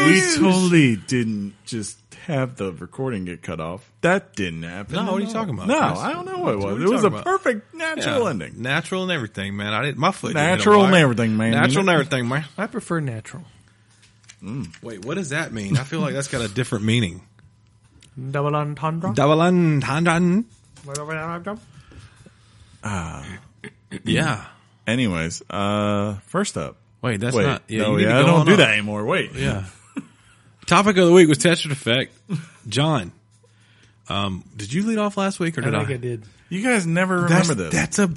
Speaker 1: we totally didn't just have the recording get cut off. That didn't happen.
Speaker 2: No,
Speaker 1: at
Speaker 2: what are you
Speaker 1: all.
Speaker 2: talking about,
Speaker 1: No,
Speaker 2: Chris?
Speaker 1: I don't know what it
Speaker 2: What are
Speaker 1: was.
Speaker 2: you
Speaker 1: It was a
Speaker 2: talking about?
Speaker 1: perfect natural
Speaker 2: Yeah.
Speaker 1: ending.
Speaker 2: Uh, Natural and everything, man. I didn't. My foot. didn't hit a
Speaker 1: Natural and
Speaker 2: wire.
Speaker 1: everything, man.
Speaker 2: Natural and
Speaker 1: You know?
Speaker 2: everything, man.
Speaker 3: I prefer natural.
Speaker 2: Wait, what does that mean? I feel like that's got a different meaning.
Speaker 3: Double entendre.
Speaker 2: Double entendre. Yeah.
Speaker 1: Anyways, uh, first up.
Speaker 2: Wait, that's
Speaker 1: Wait,
Speaker 2: not. Yeah,
Speaker 1: no,
Speaker 2: you need to
Speaker 1: yeah, I
Speaker 2: go
Speaker 1: don't
Speaker 2: on
Speaker 1: do
Speaker 2: up.
Speaker 1: that anymore. Wait.
Speaker 2: Yeah. Topic of the week was Tetris Effect. John, um, did you lead off last week or
Speaker 3: I
Speaker 2: did I?
Speaker 3: think I did.
Speaker 1: You guys never
Speaker 2: That's,
Speaker 1: remember this.
Speaker 2: that's a.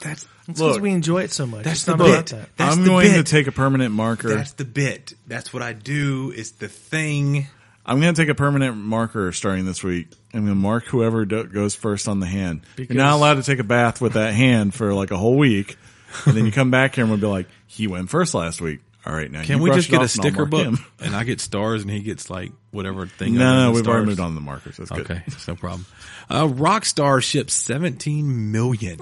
Speaker 2: That's
Speaker 3: It's because
Speaker 1: Look,
Speaker 3: we enjoy it so much.
Speaker 2: that's
Speaker 3: it's
Speaker 2: the
Speaker 3: not
Speaker 2: bit.
Speaker 3: about that.
Speaker 2: that's
Speaker 1: I'm
Speaker 2: the
Speaker 1: going
Speaker 2: bit.
Speaker 1: to take a permanent marker.
Speaker 2: that's the bit. That's what I do. It's the thing.
Speaker 1: I'm going to take a permanent marker starting this week. I'm going to mark whoever do- goes first on the hand.
Speaker 3: Because-
Speaker 1: You're not allowed to take a bath with that hand for like a whole week, and then you come back here and we'll be like, "He went first last week." All right, now
Speaker 2: Can
Speaker 1: you
Speaker 2: we
Speaker 1: brush
Speaker 2: just
Speaker 1: it
Speaker 2: get a
Speaker 1: off and I'll
Speaker 2: sticker
Speaker 1: mark
Speaker 2: book
Speaker 1: him.
Speaker 2: and I get stars and he gets like whatever thing? other
Speaker 1: No, no,
Speaker 2: than
Speaker 1: we've
Speaker 2: stars?
Speaker 1: already moved on to the markers. That's good.
Speaker 2: Okay, it's no problem. Uh, Rockstar ships 17 million.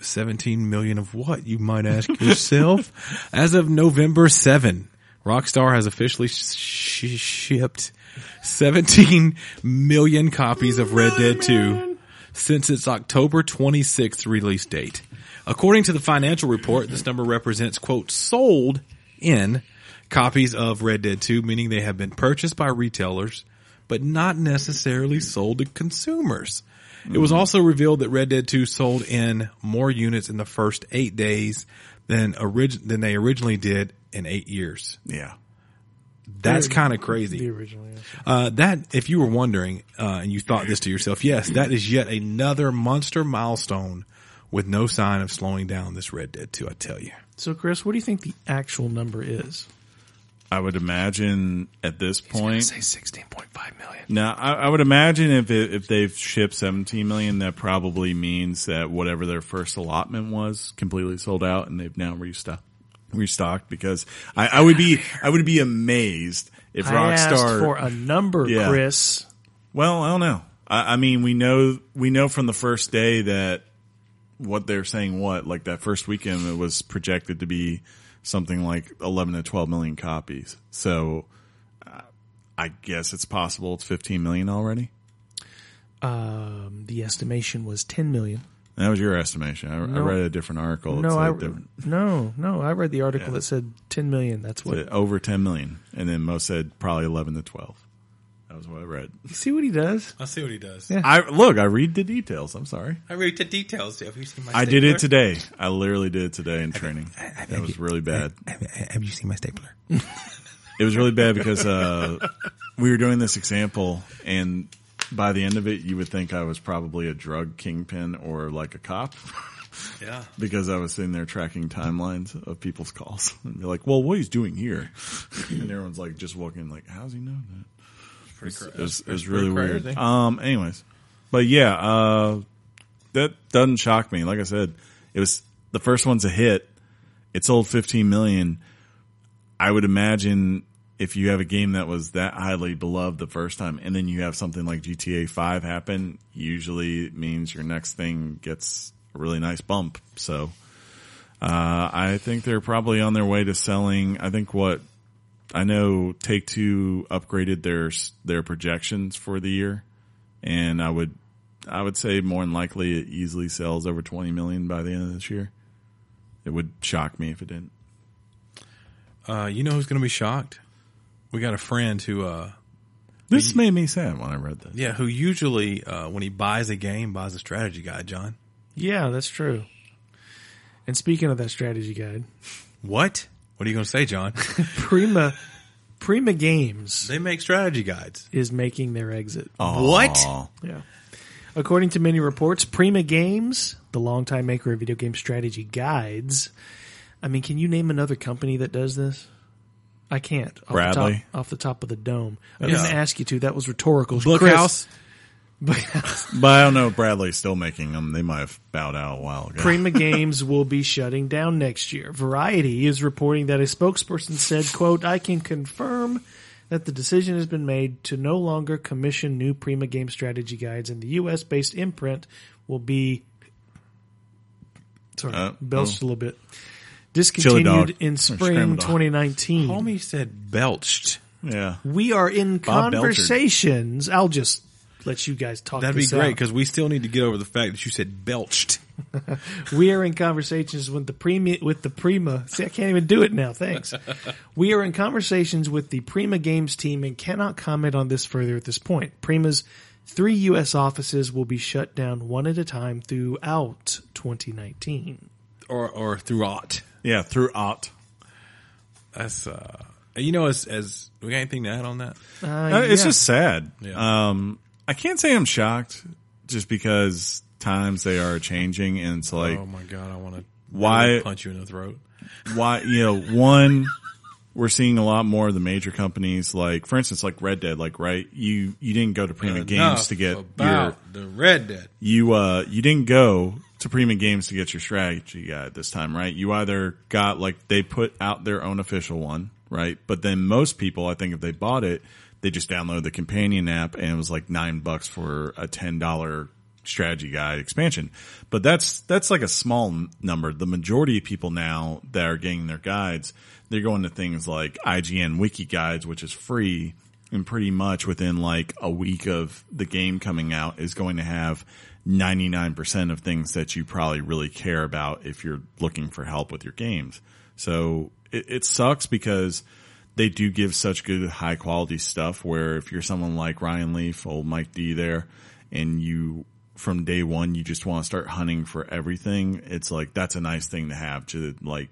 Speaker 2: 17 million of what, you might ask yourself? As of November 7, Rockstar has officially sh- shipped 17 million copies of Red Dead 2 since its October 26th release date. According to the financial report, this number represents, quote, sold in copies of Red Dead 2, meaning they have been purchased by retailers, but not necessarily sold to consumers. It was also revealed that Red Dead 2 sold in more units in the first eight days than orig- than they originally did in eight years.
Speaker 1: Yeah,
Speaker 2: That's kind of crazy.
Speaker 3: The original. yeah.
Speaker 2: Uh, that, if you were wondering, uh, and you thought this to yourself, yes, that is yet another monster milestone with no sign of slowing down this Red Dead 2, I tell you.
Speaker 3: So, Chris, what do you think the actual number is?
Speaker 1: I would imagine at this point.
Speaker 3: sixteen point five million.
Speaker 1: Now, I, I would imagine if it, if they've shipped 17 million, that probably means that whatever their first allotment was completely sold out, and they've now restocked. Restocked because I, I would be I would be amazed if
Speaker 3: I asked
Speaker 1: Rockstar.
Speaker 3: for a number,
Speaker 1: Yeah.
Speaker 3: Chris.
Speaker 1: well, I don't know. I, I mean, we know we know from the first day that what they're saying. What like that first weekend, it was projected to be something like 11 to 12 million copies. So uh, I guess it's possible it's 15 million already.
Speaker 3: Um, the estimation was ten million.
Speaker 1: That was your estimation. I, I
Speaker 3: No.
Speaker 1: read a different article.
Speaker 3: no, I
Speaker 1: it's like
Speaker 3: no, no. I read the article that said ten million. That's what
Speaker 1: different, over 10 million. And then Mo said probably 11 to 12. I That was what I read.
Speaker 5: You see what he does?
Speaker 2: I see what he does.
Speaker 5: Yeah.
Speaker 1: I look. I read the details. I'm sorry.
Speaker 2: I read the details. Have you seen my
Speaker 1: I did it today. I literally did it today in training. That was really bad.
Speaker 5: Have, have you seen my stapler?
Speaker 1: It was really bad because uh, we were doing this example, and by the end of it, you would think I was probably a drug kingpin or like a cop
Speaker 2: Yeah.
Speaker 1: because I was sitting there tracking timelines of people's calls. And you're like, well, what he's doing here? And everyone's like, just walking, like, how's he knowing that?
Speaker 2: Pretty cra-
Speaker 1: It was, it was
Speaker 2: pretty
Speaker 1: really weird.
Speaker 2: crazy.
Speaker 1: Um, anyways, but yeah, uh, that doesn't shock me. Like I said, it was the first one's a hit. It sold 15 million. I would imagine if you have a game that was that highly beloved the first time and then you have something like GTA 5 happen, usually it means your next thing gets a really nice bump. So, uh, I think they're probably on their way to selling, I think what I know Take Two upgraded their their projections for the year, and I would I would say more than likely it easily sells over twenty million by the end of this year. It would shock me if it didn't.
Speaker 2: Uh, you know who's going to be shocked? We got a friend who, uh,
Speaker 1: This made me sad when I read this.
Speaker 2: yeah, who usually uh, when he buys a game buys a strategy guide. John,
Speaker 3: Yeah, that's true. And speaking of that strategy guide,
Speaker 2: what? What are you going to say, John?
Speaker 3: Prima Prima Games
Speaker 2: they make strategy guides.
Speaker 3: is making their exit.
Speaker 2: Oh.
Speaker 1: Aw.
Speaker 2: What?
Speaker 3: Yeah. According to many reports, Prima Games, the longtime maker of video game strategy guides, I mean, can you name another company that does this? I can't. Off The
Speaker 1: Bradley?
Speaker 3: top, off the top of the dome. I
Speaker 2: Yeah.
Speaker 3: didn't ask you to. That was rhetorical.
Speaker 2: Bookhouse.
Speaker 3: Chris,
Speaker 1: But I don't know if Bradley's still making them. They might have bowed out a while ago.
Speaker 3: Prima Games will be shutting down next year. Variety is reporting that a spokesperson said, quote, I can confirm that the decision has been made to no longer commission new Prima Game strategy guides and the US based imprint will be sorry,
Speaker 1: Uh,
Speaker 3: belched a little bit.
Speaker 1: dog.
Speaker 3: Discontinued in
Speaker 1: Or
Speaker 3: spring
Speaker 1: scrambled dog.
Speaker 3: twenty nineteen.
Speaker 2: Homie said belched.
Speaker 1: yeah,
Speaker 3: We are in
Speaker 1: Bob Belcher.
Speaker 3: conversations. I'll just let you guys talk.
Speaker 2: That'd be
Speaker 3: this
Speaker 2: great
Speaker 3: out.
Speaker 2: because we still need to get over the fact that you said belched.
Speaker 3: We are in conversations with the prima with the prima. See, I can't even do it now. Thanks. we are in conversations with the Prima Games team and cannot comment on this further at this point. Prima's three U.S. offices will be shut down one at a time throughout 2019.
Speaker 2: or or throughout.
Speaker 1: yeah. Throughout,
Speaker 2: That's uh, you know, as as we got anything to add on that?
Speaker 3: Uh,
Speaker 1: Uh, it's
Speaker 3: yeah.
Speaker 1: just sad.
Speaker 2: Yeah.
Speaker 1: Um, I can't say I'm shocked, just because times they are changing, and it's like
Speaker 2: oh my god, I want to
Speaker 1: Why-
Speaker 2: punch you in the throat.
Speaker 1: why you know one we're seeing a lot more of the major companies like for instance like red dead like right you you didn't go to prima games to get your
Speaker 2: Uh, about the Red Dead.
Speaker 1: you uh you didn't go to prima games to get your strategy guide this time right you either got like they put out their own official one right but then most people i think if they bought it they just download the companion app and it was like nine bucks for a ten dollar strategy guide expansion but that's that's like a small n- number the majority of people now that are getting their guides they're going to things like ign wiki guides which is free and pretty much within like a week of the game coming out is going to have 99% of things that you probably really care about if you're looking for help with your games. So it, it sucks because they do give such good high quality stuff where if you're someone like Ryan Leaf, old Mike D there, and you from day one, you just want to start hunting for everything. It's like, that's a nice thing to have to like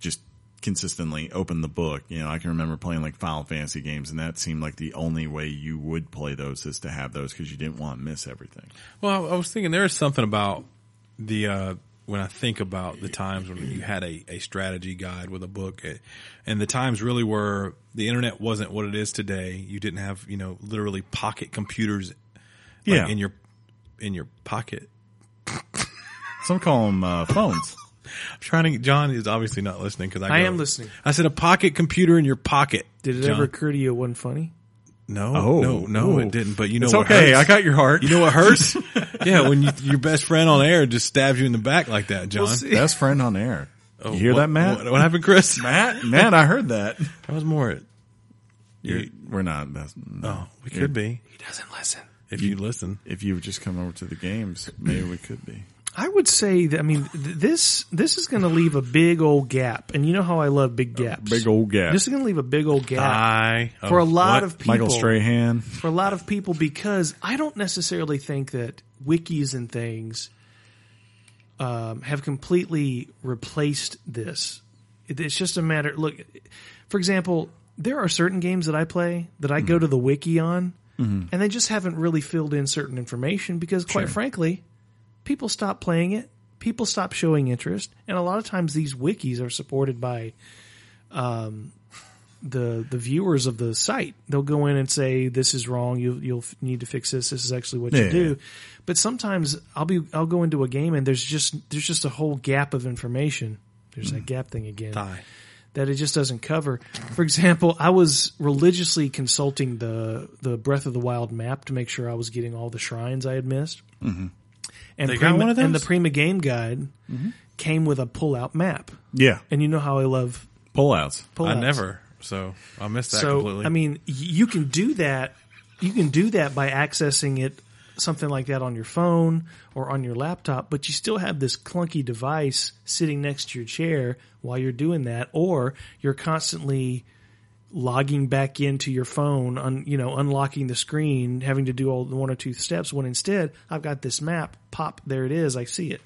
Speaker 1: just consistently open the book. You know, I can remember playing like Final Fantasy games and that seemed like the only way you would play those is to have those because you didn't want to miss everything.
Speaker 2: Well, I, I was thinking there is something about the uh, when I think about the times when you had a, a strategy guide with a book, eh, and the times really were the internet wasn't what it is today. You didn't have you know literally pocket computers, like,
Speaker 1: Yeah.
Speaker 2: in your in your pocket.
Speaker 1: Some call them uh, phones.
Speaker 2: I'm trying to. get- John is obviously not listening because I,
Speaker 3: I
Speaker 2: go-
Speaker 3: am listening.
Speaker 2: I said a pocket computer in your pocket.
Speaker 3: Did it
Speaker 2: John.
Speaker 3: ever occur to you it wasn't funny?
Speaker 2: No,
Speaker 1: Oh.
Speaker 2: no, no,
Speaker 1: Ooh.
Speaker 2: it didn't. But you know
Speaker 1: It's
Speaker 2: what
Speaker 1: okay.
Speaker 2: hurts?
Speaker 1: I got your heart.
Speaker 2: You know what hurts? yeah, when you, your best friend on air just stabs you in the back like that, John.
Speaker 1: Best friend on air.
Speaker 2: Oh,
Speaker 1: you hear
Speaker 2: what-
Speaker 1: that, Matt?
Speaker 2: What, what happened, Chris?
Speaker 1: Matt, Matt, I heard that.
Speaker 2: That was more. It.
Speaker 1: You're, we're not. That's, no.
Speaker 2: Oh, we could be
Speaker 3: He doesn't listen.
Speaker 2: if you listen.
Speaker 1: If you would just come over to the games, maybe we could be.
Speaker 3: I would say that I mean th- this this is going to leave a big old gap, and you know how I love big gaps.
Speaker 1: Big old gap.
Speaker 3: This is going to leave a big old gap
Speaker 2: I
Speaker 3: for a lot
Speaker 1: What?
Speaker 3: of people.
Speaker 1: Michael Strahan.
Speaker 3: for a lot of people because I don't necessarily think that wikis and things um, have completely replaced this. It- It's just a matter. Look, for example, there are certain games that I play that I go
Speaker 1: Mm-hmm.
Speaker 3: to the wiki on, and they just haven't really filled in certain information because, quite frankly, people stop playing it, people stop showing interest, and a lot of times these wikis are supported by um, the the viewers of the site. They'll go in and say this is wrong. You you'll f- need to fix this. This is actually what
Speaker 1: Yeah.
Speaker 3: you do. But sometimes I'll be I'll go into a game and there's just there's just a whole gap of information. There's
Speaker 2: Hmm.
Speaker 3: that gap thing again
Speaker 2: die.
Speaker 3: that it just doesn't cover. For example, I was religiously consulting the the Breath of the Wild map to make sure I was getting all the shrines I had missed. Mm-hmm. And
Speaker 2: They got one of
Speaker 3: And the
Speaker 2: those? Mm-hmm.
Speaker 3: Prima Game Guide came with a pull out map.
Speaker 1: Yeah.
Speaker 3: And you know how I love
Speaker 1: Pullouts.
Speaker 3: pull
Speaker 2: I
Speaker 3: outs
Speaker 2: never. So I missed that
Speaker 3: so
Speaker 2: completely.
Speaker 3: I mean, y- you can do that. You can do that by accessing it something like that on your phone or on your laptop, but you still have this clunky device sitting next to your chair while you're doing that, or you're constantly logging back into your phone on you know unlocking the screen having to do all the one or two steps when instead i've got this map pop there it is i see it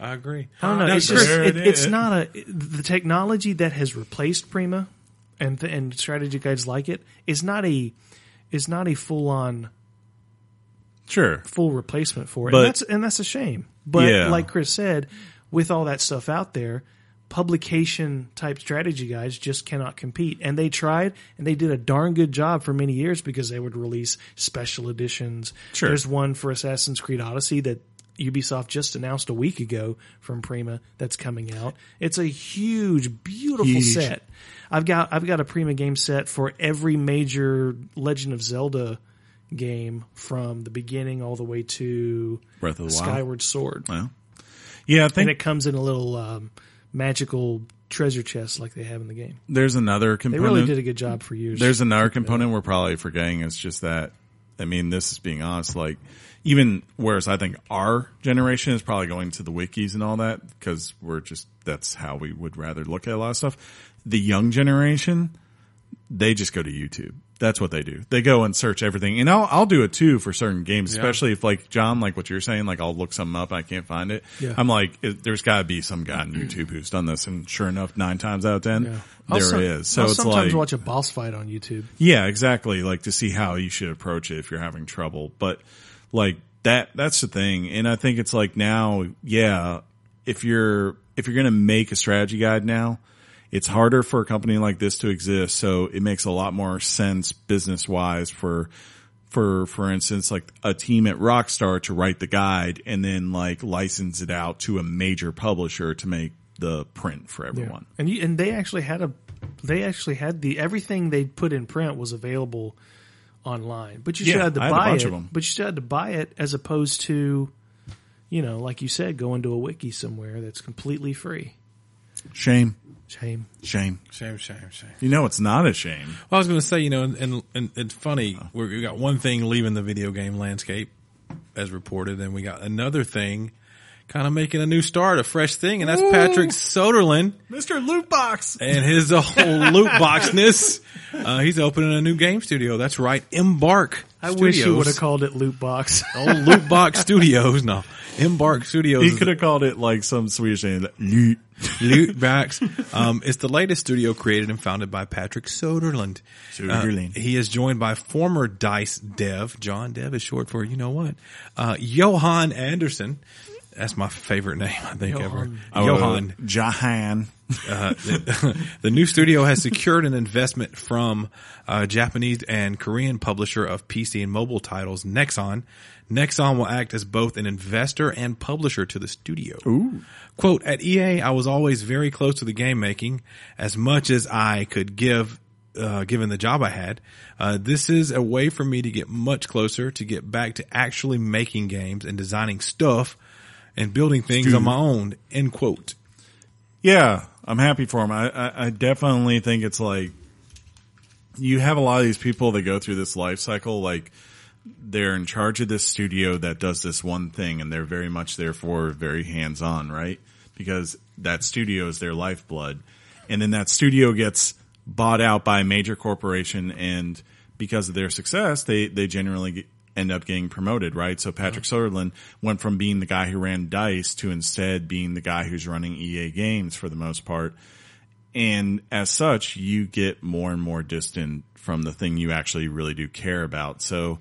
Speaker 2: I agree.
Speaker 3: I don't know.
Speaker 2: No,
Speaker 3: it's
Speaker 2: Chris,
Speaker 3: just
Speaker 1: there
Speaker 3: it,
Speaker 1: it
Speaker 3: it's
Speaker 1: is.
Speaker 3: not a the technology that has replaced Prima and th- and strategy guides like it is not a is not a full on
Speaker 1: Sure.
Speaker 3: full replacement for it.
Speaker 1: But-
Speaker 3: and that's and that's a shame. But
Speaker 1: Yeah.
Speaker 3: like Chris said, with all that stuff out there, publication type strategy guides just cannot compete. And they tried and they did a darn good job for many years because they would release special editions.
Speaker 1: Sure.
Speaker 3: There's one for Assassin's Creed Odyssey that Ubisoft just announced a week ago from Prima that's coming out. It's a huge, beautiful
Speaker 1: Huge.
Speaker 3: set. I've got I've got a Prima game set for every major Legend of Zelda game from the beginning all the way to
Speaker 1: Breath of the Wild.
Speaker 3: Skyward Sword,
Speaker 1: Well, yeah, I
Speaker 3: and
Speaker 1: think
Speaker 3: it comes in a little um, magical treasure chest like they have in the game.
Speaker 1: there's another
Speaker 3: They
Speaker 1: component.
Speaker 3: really did a good job for years.
Speaker 1: There's another component we're probably forgetting. It's just that, I mean, this is being honest. Like, even whereas I think our generation is probably going to the wikis and all that because we're just that's how we would rather look at a lot of stuff. The young generation, they just go to YouTube. That's what they do. They go and search everything, and I'll I'll do it too for certain games, especially if like John, like what you're saying, like I'll look something up and I can't find it.
Speaker 3: Yeah.
Speaker 1: I'm like, it, there's got to be some guy on YouTube who's done this, and sure enough, nine times out of ten, there
Speaker 3: Yeah.
Speaker 1: is.
Speaker 3: I'll some-
Speaker 1: So
Speaker 3: I'll
Speaker 1: it's
Speaker 3: sometimes
Speaker 1: like
Speaker 3: watch a boss fight on YouTube.
Speaker 1: yeah, exactly. Like to see how you should approach it if you're having trouble. But like that, that's the thing. And I think it's like now, yeah, if you're, if you're going to make a strategy guide now, it's harder for a company like this to exist. So it makes a lot more sense business wise for, for, for instance, like a team at Rockstar to write the guide and then like license it out to a major publisher to make the print for everyone.
Speaker 3: And you, and they actually had a they actually had the everything they put in print was available online. But you
Speaker 1: Yeah,
Speaker 3: still had to
Speaker 1: I had a
Speaker 3: buy
Speaker 1: bunch
Speaker 3: it.
Speaker 1: of 'em.
Speaker 3: But you still had to buy it as opposed to you know, like you said, going to a wiki somewhere that's completely free.
Speaker 1: Shame,
Speaker 3: Shame.
Speaker 1: shame.
Speaker 2: shame, shame, shame.
Speaker 1: You know, it's not a shame.
Speaker 2: Well, I was going to say, you know, and, and, and it's funny. We're, we got one thing leaving the video game landscape as reported, and we got another thing kind of making a new start, a fresh thing, and that's Patrick Soderlund
Speaker 1: Mr. Lootbox.
Speaker 2: and his whole loot boxness. Uh, he's opening a new game studio. That's right, Embark.
Speaker 3: I wish you
Speaker 2: Studios.
Speaker 3: would have called it loot box.
Speaker 2: Old Loot Box Studios. No, Embark Studios.
Speaker 1: He
Speaker 2: is
Speaker 1: could have called it like some Swedish name. like, Loot.
Speaker 2: Loot Box. Um, it's the latest studio created and founded by Patrick Soderlund.
Speaker 1: Soderlund.
Speaker 2: Uh, he is joined by former Dice Dev. John Dev is short for you know what. Uh, Johan Anderson. That's my favorite name I think ever. Johan.
Speaker 1: Oh, Jahan.
Speaker 2: Uh, the, the new studio has secured an investment from uh, Japanese and Korean publisher of PC and mobile titles, Nexon. Nexon will act as both an investor and publisher to the studio. Quote, at EA, I was always very close to the game making as much as I could give, uh, given the job I had. Uh, this is a way for me to get much closer to get back to actually making games and designing stuff and building things on my own, end quote.
Speaker 1: Yeah, I'm happy for him. I, I, I definitely think it's like you have a lot of these people that go through this life cycle. Like they're in charge of this studio that does this one thing and they're very much therefore very hands on, right? Because that studio is their lifeblood. And then that studio gets bought out by a major corporation and because of their success, they, they generally get, end up getting promoted, right? So Patrick Sutherland went from being the guy who ran dice to instead being the guy who's running EA games for the most part. And as such, you get more and more distant from the thing you actually really do care about. So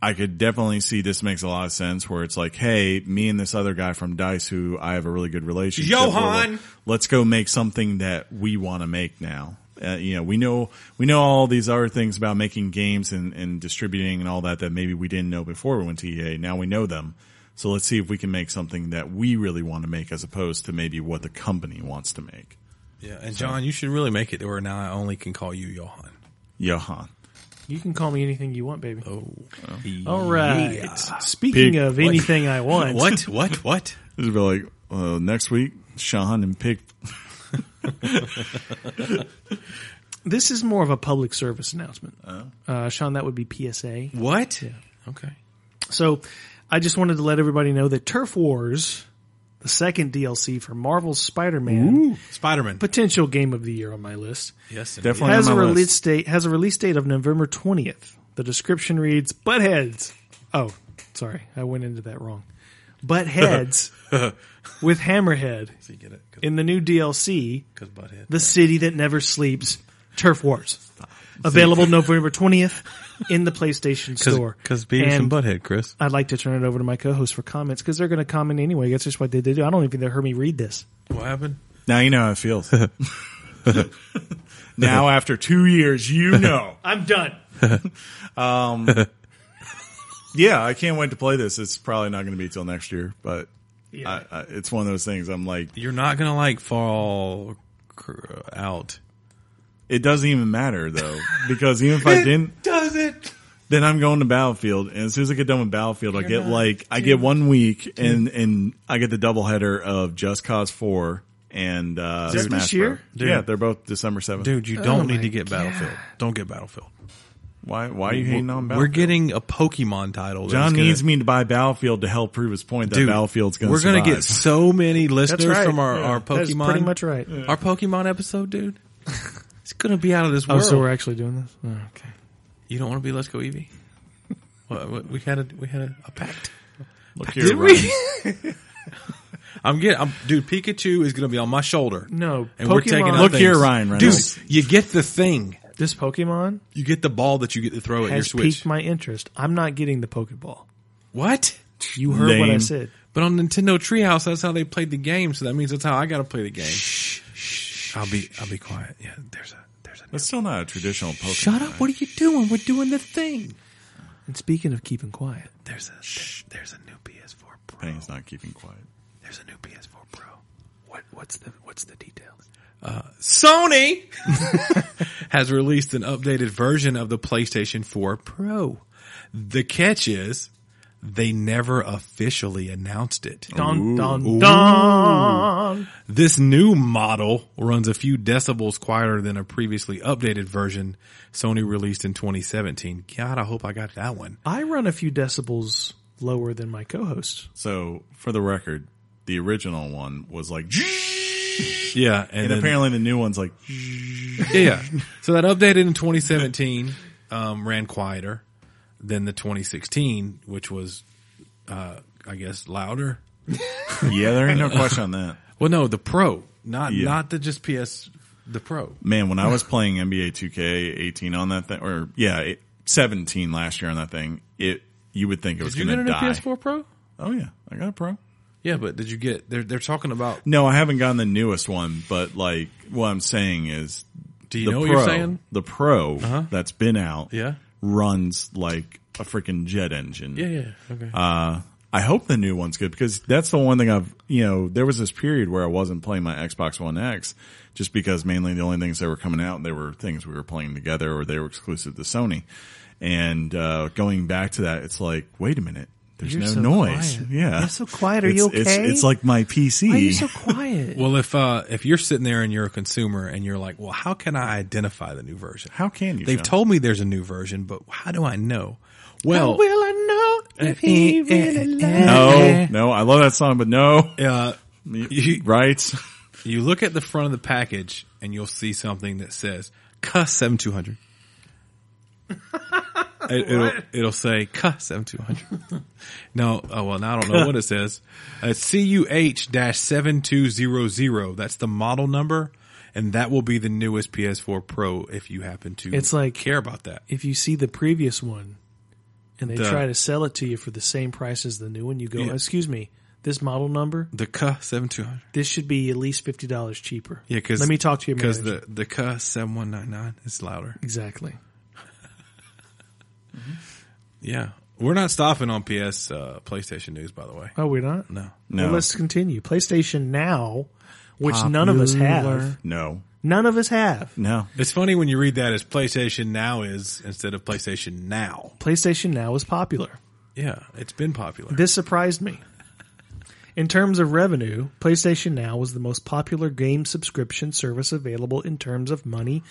Speaker 1: I could definitely see this makes a lot of sense where it's like, Hey, me and this other guy from dice who I have a really good relationship. with,
Speaker 2: Johan!
Speaker 1: let's go make something that we want to make now. Uh, you know, we know, we know all these other things about making games and, and distributing and all that that maybe we didn't know before we went to EA. Now we know them. So let's see if we can make something that we really want to make as opposed to maybe what the company wants to make.
Speaker 2: Yeah, and John, you should really make it to where now I only can call you Johan.
Speaker 1: Johan.
Speaker 3: You can call me anything you want, baby.
Speaker 2: Oh,
Speaker 3: All right.
Speaker 2: yeah.
Speaker 3: Speaking
Speaker 1: Pig.
Speaker 3: of anything I want,
Speaker 2: What? What? What?
Speaker 1: This would be like, uh, next week, Sean and Pig.
Speaker 3: this is more of a public service announcement. Uh, Sean, that would be PSA.
Speaker 2: What? Okay.
Speaker 3: So I just wanted to let everybody know that Turf Wars, the second DLC for Marvel's Spider-Man,
Speaker 2: Spider Man.
Speaker 3: potential game of the year on my list,
Speaker 2: Yes, indeed.
Speaker 1: Definitely
Speaker 3: has a
Speaker 1: on my
Speaker 3: release
Speaker 1: list.
Speaker 3: date has a release date of November 20th. The description reads Buttheads. Oh, sorry. I went into that wrong. Buttheads with Hammerhead
Speaker 2: You get it? 'Cause-
Speaker 3: in the new DLC,
Speaker 2: Cause butthead.
Speaker 3: The City That Never Sleeps, Turf Wars. Available November 20th in the PlayStation Store. And
Speaker 2: butthead, Chris.
Speaker 3: I'd like to turn it over to my co-host for comments because they're going to comment anyway. That's just what they do. I don't even hear me read this.
Speaker 2: What happened?
Speaker 1: Now you know how it feels. now after two years, you know.
Speaker 3: I'm done.
Speaker 1: yeah, I can't wait to play this. It's probably not going to be till next year, but
Speaker 3: Yeah. Uh,
Speaker 1: I, I, it's one of those things. I'm like,
Speaker 2: You're not gonna like fall cr- uh, out.
Speaker 1: it doesn't even matter though, because even if I didn't,
Speaker 2: Does it?
Speaker 1: then I'm going to Battlefield, and as soon as I get done with Battlefield, I get like I get one week, and and I get the doubleheader of Just Cause Four and uh,
Speaker 3: that
Speaker 1: Smash
Speaker 3: this year?
Speaker 1: Bros. Yeah, they're both December seventh.
Speaker 2: Dude, you don't
Speaker 3: Oh
Speaker 2: need
Speaker 3: my
Speaker 2: to get Battlefield. Don't get Battlefield.
Speaker 1: why why are you hating on
Speaker 2: We're
Speaker 1: Battlefield?
Speaker 2: getting a Pokemon title.
Speaker 1: John needs
Speaker 2: me.
Speaker 1: me to buy Battlefield to help prove his point that Battlefield's going to
Speaker 2: We're
Speaker 1: survive.
Speaker 2: gonna get so many listeners
Speaker 1: right.
Speaker 2: from our,
Speaker 1: Yeah.
Speaker 2: our
Speaker 3: That's
Speaker 2: Pokemon.
Speaker 3: pretty much right.
Speaker 2: Our Pokemon episode, dude. It's gonna be out of this
Speaker 3: Oh,
Speaker 2: world.
Speaker 3: so we're actually doing this? Oh, okay.
Speaker 2: you don't want to be Let's Go Eevee? What, what, we had a we had a, a pact.
Speaker 1: Look here,
Speaker 2: Did
Speaker 1: Ryan.
Speaker 2: we? I'm getting, I'm, dude. Pikachu is gonna be on my shoulder.
Speaker 3: No,
Speaker 2: and we're
Speaker 3: Pokemon-
Speaker 2: taking. out
Speaker 1: Look
Speaker 2: things.
Speaker 1: here, Ryan Reynolds.
Speaker 2: Dude, you get the thing.
Speaker 3: This Pokemon
Speaker 2: You get the ball that you get to throw at your
Speaker 3: has
Speaker 2: Switch.
Speaker 3: piqued my interest. I'm not getting the Pokeball.
Speaker 2: what?
Speaker 3: You heard what I
Speaker 1: Lame.
Speaker 3: said.
Speaker 2: But on Nintendo Treehouse, that's how they played the game. So that means that's how I got to play the game. I'll be I'll be quiet. Yeah, there's a there's a.
Speaker 1: That's still not a traditional Pokemon.
Speaker 2: Shut up! What are you doing? We're doing the thing.
Speaker 3: And speaking of keeping quiet,
Speaker 2: There's a there- there's a new PS4 Pro.
Speaker 1: Penny's not keeping quiet.
Speaker 2: There's a new PS4 Pro. What what's the what's the details? Uh, Sony has released an updated version of the PlayStation 4 Pro. The catch is they never officially announced it.
Speaker 3: don don don.
Speaker 2: This new model runs a few decibels quieter than a previously updated version Sony released in 2017. God, I hope I got that one.
Speaker 3: I run a few decibels lower than my co-host.
Speaker 1: So, for the record, the original one was like,
Speaker 2: Yeah,
Speaker 1: and
Speaker 2: then-
Speaker 1: apparently the new one's like,
Speaker 2: yeah. So that updated in 2017 um, ran quieter than the 2016, which was, uh, I guess, louder.
Speaker 1: yeah, there ain't no question on that.
Speaker 2: Well, no, the Pro, not
Speaker 1: Yeah.
Speaker 2: not the just PS, the Pro.
Speaker 1: Man, when I was playing NBA 2K 18 on that thing, or yeah, it, 17 last year on that thing, it you would think it was
Speaker 2: Did you get
Speaker 1: going
Speaker 2: a
Speaker 1: to
Speaker 2: new
Speaker 1: die.
Speaker 2: PS4 Pro?
Speaker 1: Oh yeah, I got a pro.
Speaker 2: Yeah, but did you get? They're they're talking about.
Speaker 1: No, I haven't gotten the newest one, but like what I'm saying is,
Speaker 2: Do you
Speaker 1: the
Speaker 2: know
Speaker 1: pro,
Speaker 2: what you're saying?
Speaker 1: The pro
Speaker 5: Uh-huh.
Speaker 1: that's been out,
Speaker 2: Yeah.
Speaker 1: runs like a freaking jet engine.
Speaker 2: Yeah, yeah, okay.
Speaker 1: Uh, I hope the new one's good because that's the one thing I've, you know, there was this period where I wasn't playing my Xbox One X just because mainly the only things that were coming out, they were things we were playing together or they were exclusive to Sony. And, uh, going back to that, it's like, wait a minute. There's
Speaker 5: You're
Speaker 1: no
Speaker 5: so
Speaker 1: noise.
Speaker 5: quiet.
Speaker 1: Yeah.
Speaker 5: You're so quiet. Are
Speaker 1: it's,
Speaker 5: you
Speaker 1: It's,
Speaker 5: okay?
Speaker 1: it's like my PC.
Speaker 5: Why are you so quiet?
Speaker 2: Well, if uh, if you're sitting there and you're a consumer and you're like, well, how can I identify the new version?
Speaker 1: How can you?
Speaker 2: They've
Speaker 1: Sean?
Speaker 2: told me there's a new version, but how do I know? Well,
Speaker 5: will I know if he
Speaker 2: eh, eh,
Speaker 5: really
Speaker 2: eh.
Speaker 5: loves
Speaker 1: No, no, I love that song, but no.
Speaker 2: uh, you,
Speaker 1: Right?
Speaker 2: you look at the front of the package and you'll see something that says "Cuss 7200." it, will it'll say "Cuss 7200." no, oh well, now I don't know what it says. Uh, CUH-7200. That's the model number, and that will be the newest PS4 Pro if you happen to.
Speaker 3: It's like-
Speaker 2: care about that.
Speaker 3: If you see the previous one and they
Speaker 2: The-
Speaker 3: try to sell it to you for the same price as the new one, you go,
Speaker 2: Yeah.
Speaker 3: "Excuse me, this model number,
Speaker 2: The Cuss 7200.
Speaker 3: this should be at least fifty dollars cheaper."
Speaker 2: Yeah, because
Speaker 3: let me talk to you
Speaker 2: because the the Cuss 7199 is louder.
Speaker 3: exactly.
Speaker 2: Yeah, we're not stopping on PS uh, PlayStation news, by the way.
Speaker 3: Oh, we're not.
Speaker 2: No.
Speaker 1: No.
Speaker 3: Well, let's continue. PlayStation Now, which none of us have.
Speaker 5: Popular.
Speaker 1: no.
Speaker 3: None of us have.
Speaker 1: No.
Speaker 2: It's funny when you read that as PlayStation Now is instead of PlayStation Now.
Speaker 3: PlayStation Now is popular.
Speaker 2: Yeah, it's been popular.
Speaker 3: This surprised me. In terms of revenue, PlayStation Now was the most popular game subscription service available in terms of money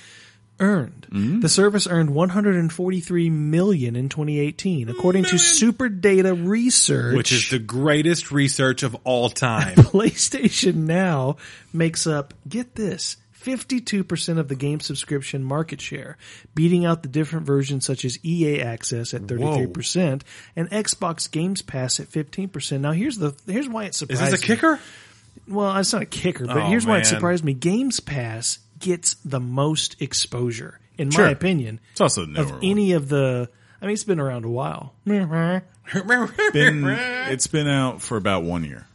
Speaker 3: earned.
Speaker 2: Mm.
Speaker 3: The service earned 143 million in 2018, according to SuperData Research.
Speaker 2: which is the greatest research of all time.
Speaker 3: PlayStation Now makes up, get this, 52% of the game subscription market share, beating out the different versions such as EA Access at 33% and Xbox Games Pass at 15%. Now here's the here's why it
Speaker 2: Is
Speaker 3: surprised
Speaker 2: this a
Speaker 3: me.
Speaker 2: kicker?
Speaker 3: Well, it's not a kicker, but
Speaker 2: Oh,
Speaker 3: here's why
Speaker 2: man.
Speaker 3: it surprised me. Games Pass gets the most exposure in
Speaker 1: Sure.
Speaker 3: my opinion
Speaker 1: It's also a newer
Speaker 3: of any of the I mean it's been around a while.
Speaker 1: one. Been- it's been out for about one year.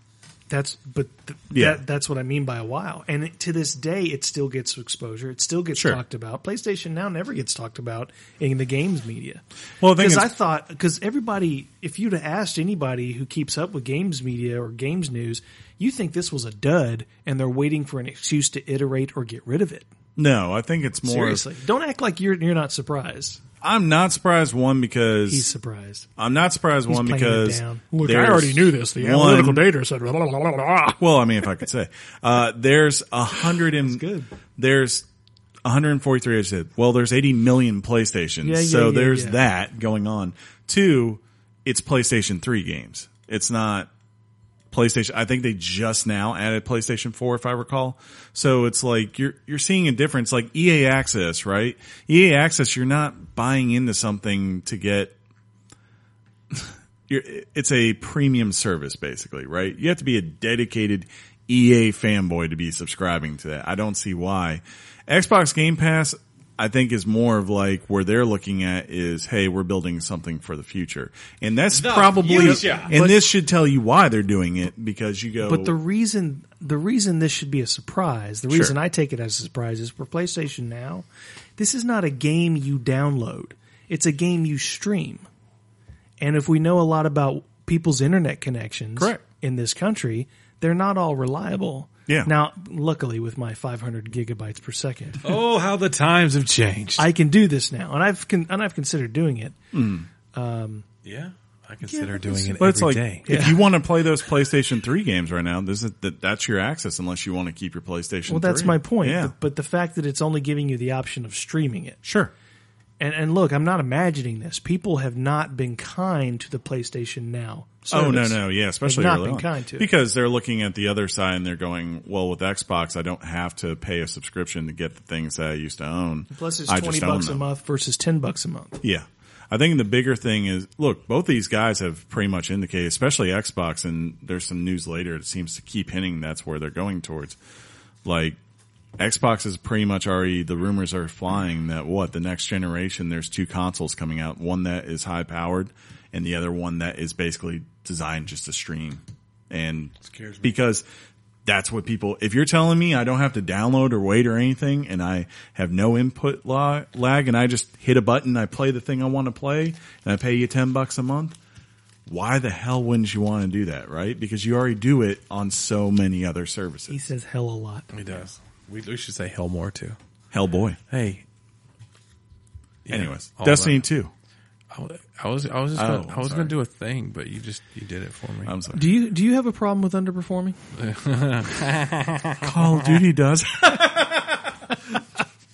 Speaker 3: That's but th-
Speaker 1: Yeah.
Speaker 3: that, that's what I mean by a while. And it, to this day, it still gets exposure. It still gets
Speaker 1: Sure.
Speaker 3: talked about. PlayStation Now never gets talked about in the games media
Speaker 1: Well, the thing
Speaker 3: because
Speaker 1: is,
Speaker 3: I thought because everybody, if you'd have asked anybody who keeps up with games media or games news, you think this was a dud, and they're waiting for an excuse to iterate or get rid of it.
Speaker 1: no, I think it's more.
Speaker 3: Seriously, don't act like you're you're not surprised.
Speaker 1: I'm not surprised one because
Speaker 3: He's surprised.
Speaker 1: I'm not surprised one
Speaker 3: playing it
Speaker 1: because
Speaker 3: down. Look, I
Speaker 1: there's
Speaker 3: already knew this. The
Speaker 1: one-
Speaker 3: analytical data said. Blah, blah, blah, blah, blah.
Speaker 1: Well, I mean, if I could say, uh, there's a hundred and
Speaker 3: good.
Speaker 1: there's 143. I said, well, there's 80 million PlayStations,
Speaker 3: Yeah, yeah,
Speaker 1: so
Speaker 3: yeah,
Speaker 1: there's
Speaker 3: yeah.
Speaker 1: that going on. Two, it's PlayStation 3 games. It's not PlayStation. I think they just now added PlayStation 4, if I recall. So it's like you're you're seeing a difference. Like EA Access, right? EA Access, you're not buying into something to get you're, it's a premium service basically, right? You have to be a dedicated EA fanboy to be subscribing to that. I don't see why. Xbox Game Pass, I think is more of like where they're looking at is, hey, we're building something for the future. And that's probably,
Speaker 2: future.
Speaker 1: and this should tell you why they're doing it because you go,
Speaker 3: But the reason the reason this should be a surprise, the reason I take it as a surprise is for PlayStation Now, this is not a game you download. It's a game you stream. And if we know a lot about people's internet connections
Speaker 1: Correct.
Speaker 3: in this country, they're not all reliable.
Speaker 1: Yeah.
Speaker 3: Now, luckily with my 500 gigabytes per second,
Speaker 2: Oh, how the times have changed.
Speaker 3: I can do this now. And I've con- and I've considered doing it.
Speaker 2: yeah, I consider doing it
Speaker 1: but it's
Speaker 2: every
Speaker 1: like
Speaker 2: day.
Speaker 1: if you want to play those PlayStation Three games right now, this is that, that's your access unless you want to keep your PlayStation.
Speaker 3: Well, that's
Speaker 1: 3.
Speaker 3: my point.
Speaker 1: Yeah,
Speaker 3: But, but the fact that it's only giving you the option of streaming it.
Speaker 1: sure.
Speaker 3: and and look, I'm not imagining this. People have not been kind to the PlayStation Now.
Speaker 1: Oh no,
Speaker 3: service.
Speaker 1: no, yeah, especially
Speaker 3: not
Speaker 1: early
Speaker 3: been
Speaker 1: on.
Speaker 3: kind to it.
Speaker 1: because they're looking at the other side and they're going, well, with Xbox, I don't have to pay a subscription to get the things that I used to own.
Speaker 3: Plus, it's
Speaker 1: I
Speaker 3: twenty
Speaker 1: just own
Speaker 3: bucks a
Speaker 1: them.
Speaker 3: month versus ten bucks a month.
Speaker 1: Yeah, I think the bigger thing is, look, both these guys have pretty much indicated, especially Xbox, and there's some news later. It seems to keep hinting that's where they're going towards. Like Xbox is pretty much already the rumors are flying that what the next generation there's two consoles coming out, one that is high powered and the other one that is basically designed just to stream. And because that's what people if you're telling me I don't have to download or wait or anything and I have no input la- lag and I just hit a button, I play the thing I want to play and I pay you 10 bucks a month, why the hell wouldn't you want to do that, right? Because you already do it on so many other
Speaker 3: He
Speaker 1: services.
Speaker 3: says hell a lot.
Speaker 2: He does. We, we should say Hellmore too.
Speaker 1: Hellboy.
Speaker 2: Hey. Yeah,
Speaker 1: Anyways,
Speaker 2: all
Speaker 1: Destiny
Speaker 2: that.
Speaker 1: 2.
Speaker 2: I wa- I was I was just
Speaker 1: Oh,
Speaker 2: gonna, I
Speaker 1: I'm
Speaker 2: was
Speaker 1: sorry.
Speaker 2: going to do a thing, but you just you did it for me.
Speaker 1: I'm sorry.
Speaker 5: Do you do you have a problem with underperforming?
Speaker 1: Call of Duty does.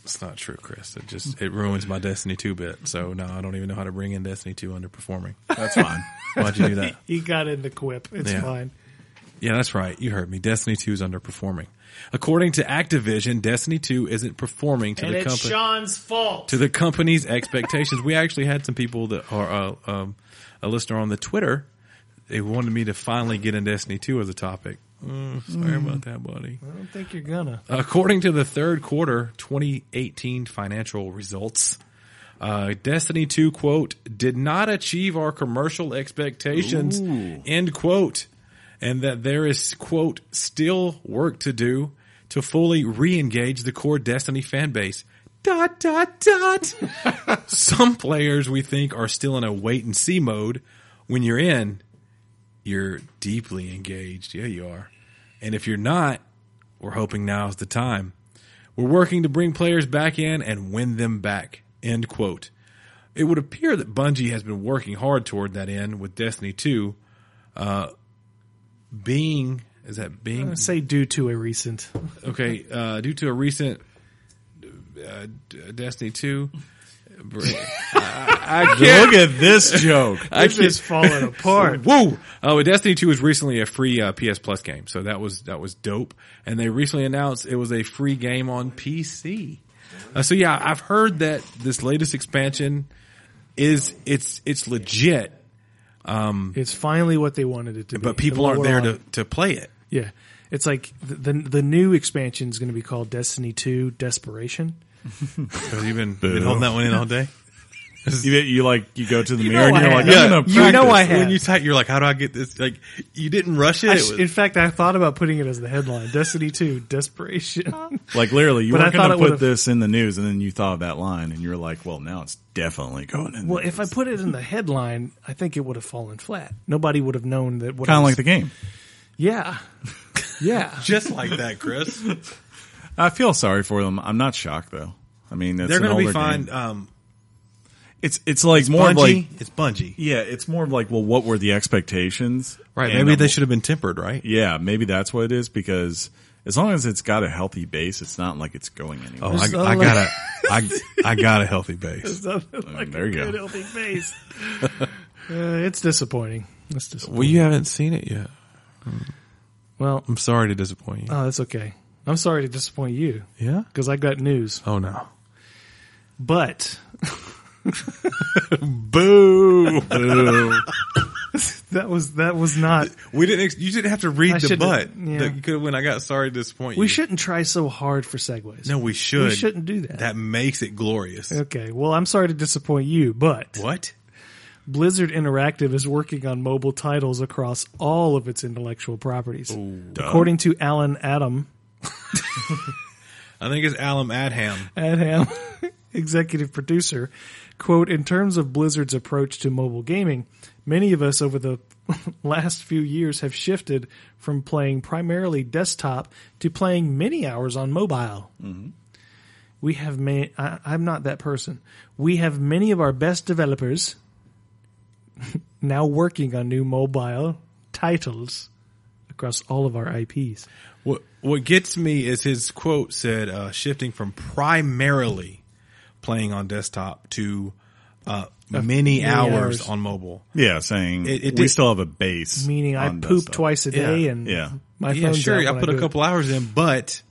Speaker 2: It's not true, Chris. It just it ruins my Destiny two bit. So no, I don't even know how to bring in Destiny two underperforming.
Speaker 1: That's fine.
Speaker 2: Why'd you do that?
Speaker 3: He got in the quip. It's
Speaker 2: Yeah.
Speaker 3: fine.
Speaker 2: Yeah, that's right. You heard me. Destiny 2 is underperforming. According to Activision, Destiny 2 isn't performing to
Speaker 3: And
Speaker 2: the
Speaker 3: it's
Speaker 2: company
Speaker 3: Sean's fault.
Speaker 2: to the company's expectations. We actually had some people that are uh, um, a listener on the Twitter. They wanted me to finally get in Destiny 2 as a topic. Mm, sorry about that, buddy.
Speaker 3: I don't think you're gonna.
Speaker 2: According to the third quarter 2018 financial results, uh, Destiny 2, quote, did not achieve our commercial expectations,
Speaker 1: Ooh.
Speaker 2: end quote, and that there is, quote, still work to do to fully re-engage the core Destiny fan base. Dot, dot, dot. Some players we think are still in a wait and see mode. When you're in, you're deeply engaged. Yeah, you are. And if you're not, we're hoping now is the time. We're working to bring players back in and win them back. End quote. It would appear that Bungie has been working hard toward that end with Destiny 2 uh, being, is that being?
Speaker 3: I say due to a recent.
Speaker 2: Okay, uh, due to a recent uh, D- Destiny 2. I, I can't.
Speaker 1: Look at this joke.
Speaker 2: I
Speaker 3: It's just falling apart.
Speaker 2: Woo! Oh, Destiny Two was recently a free uh, PS Plus game, so that was that was dope. And they recently announced it was a free game on PC. Uh, so yeah, I've heard that this latest expansion is it's it's legit,
Speaker 3: It's finally what they wanted it to be.
Speaker 2: but people
Speaker 3: The
Speaker 2: aren't there
Speaker 3: lower
Speaker 2: to to play it.
Speaker 3: Yeah, it's like the the, the new expansion is going to be called Destiny Two Desperation.
Speaker 2: Have you been, been holding that one in all day?
Speaker 1: You, you like you go to the
Speaker 3: know
Speaker 1: mirror and
Speaker 3: I
Speaker 1: you're like,
Speaker 3: have.
Speaker 1: I'm gonna
Speaker 5: You know I
Speaker 1: practice.
Speaker 5: have.
Speaker 2: When you type, you're like, how do I get this? Like, you didn't rush it.
Speaker 3: I
Speaker 2: It
Speaker 3: sh-
Speaker 2: was-
Speaker 3: in fact, I thought about putting it as the headline: Destiny Two Desperation.
Speaker 1: Like literally, you
Speaker 3: But I
Speaker 1: weren't
Speaker 3: thought
Speaker 1: gonna
Speaker 3: it
Speaker 1: put
Speaker 3: would've-
Speaker 1: this in the news, and then you thought of that line, and you're like, well, now it's definitely going in.
Speaker 3: well, if I put it in the headline, I think it would have fallen flat. Nobody would have known that. What
Speaker 1: kind
Speaker 3: it
Speaker 1: of
Speaker 3: was-
Speaker 1: like the game.
Speaker 3: yeah, yeah.
Speaker 2: just like that, Chris.
Speaker 1: I feel sorry for them. I'm not shocked though. I mean, it's
Speaker 2: They're
Speaker 1: going to
Speaker 2: be fine. Um,
Speaker 1: It's it's like more of
Speaker 2: Bungie,
Speaker 1: like
Speaker 2: it's Bungie,
Speaker 1: yeah, it's more of like well, what were the expectations?
Speaker 2: right?
Speaker 1: And,
Speaker 2: Maybe
Speaker 1: um,
Speaker 2: they should have been tempered, right?
Speaker 1: Yeah, maybe that's what it is because as long as it's got a healthy base, it's not like it's going anywhere.
Speaker 2: Oh, I,
Speaker 3: not
Speaker 2: I
Speaker 3: like-
Speaker 2: got a, I, I got a healthy base.
Speaker 1: like there you go. good
Speaker 3: face. Uh, it's disappointing. It's disappointing.
Speaker 2: Well, you haven't seen it yet.
Speaker 3: Well,
Speaker 2: I'm sorry to disappoint you.
Speaker 3: oh, that's okay. I'm sorry to disappoint you
Speaker 2: yeah.
Speaker 3: because I got news.
Speaker 2: Oh no.
Speaker 3: But
Speaker 2: Boo.
Speaker 3: that was that was not.
Speaker 2: we didn't. Ex- you didn't have to read
Speaker 3: I
Speaker 2: the
Speaker 3: should've-
Speaker 2: butt.
Speaker 3: yeah.
Speaker 2: That you could have when I got sorry to disappoint you.
Speaker 3: We shouldn't try so hard for segues.
Speaker 2: No, we should.
Speaker 3: we shouldn't do that.
Speaker 2: That makes it glorious.
Speaker 3: Okay. Well, I'm sorry to disappoint you, but
Speaker 2: What?
Speaker 3: Blizzard Interactive is working on mobile titles across all of its intellectual properties, according to Alan Adam.
Speaker 2: I think it's Alum Adham.
Speaker 3: Adham, executive producer, quote, in terms of Blizzard's approach to mobile gaming, many of us over the last few years have shifted from playing primarily desktop to playing many hours on mobile.
Speaker 1: Mm-hmm.
Speaker 3: We have many, I, I'm not that person. We have many of our best developers now working on new mobile titles across all of our IPs.
Speaker 2: What What gets me is his quote said, uh, "Shifting from primarily playing on desktop to uh, many hours,
Speaker 3: hours.
Speaker 2: on mobile."
Speaker 1: yeah, saying
Speaker 2: It- it
Speaker 1: we
Speaker 2: did-
Speaker 1: still have a base.
Speaker 3: Meaning I
Speaker 1: on
Speaker 3: poop
Speaker 1: desktop.
Speaker 3: twice a day
Speaker 2: Yeah.
Speaker 3: and
Speaker 1: Yeah.
Speaker 3: my
Speaker 2: yeah,
Speaker 3: phone's
Speaker 2: sure.
Speaker 3: out
Speaker 2: I
Speaker 3: when
Speaker 2: put
Speaker 3: do
Speaker 2: a
Speaker 3: it.
Speaker 2: couple hours in, but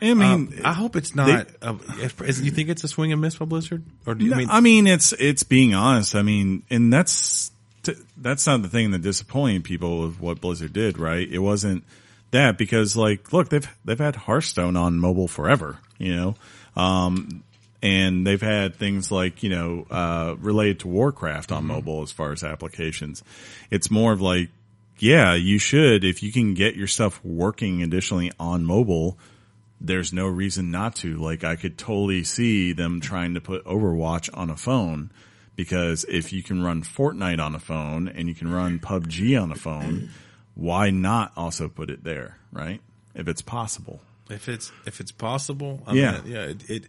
Speaker 1: I mean,
Speaker 2: Um, I hope it's not. uh, if- is- you think it's a swing and miss by Blizzard? Or do you
Speaker 1: No,
Speaker 2: I mean?
Speaker 1: I mean, it's it's being honest. I mean, and that's t- that's not the thing that disappointed people with what Blizzard did, right? It wasn't that because, like, look, they've they've had Hearthstone on mobile forever, you know, um, and they've had things like you know uh, related to Warcraft
Speaker 2: Mm-hmm.
Speaker 1: on mobile as far as applications. It's more of like, yeah, you should if you can get your stuff working additionally on mobile there's no reason not to. Like I could totally see them trying to put Overwatch on a phone because if you can run Fortnite on a phone and you can run PUBG on a phone, why not also put it there, right? If it's possible.
Speaker 2: if it's if it's possible, I
Speaker 1: Yeah.
Speaker 2: mean, yeah. It, it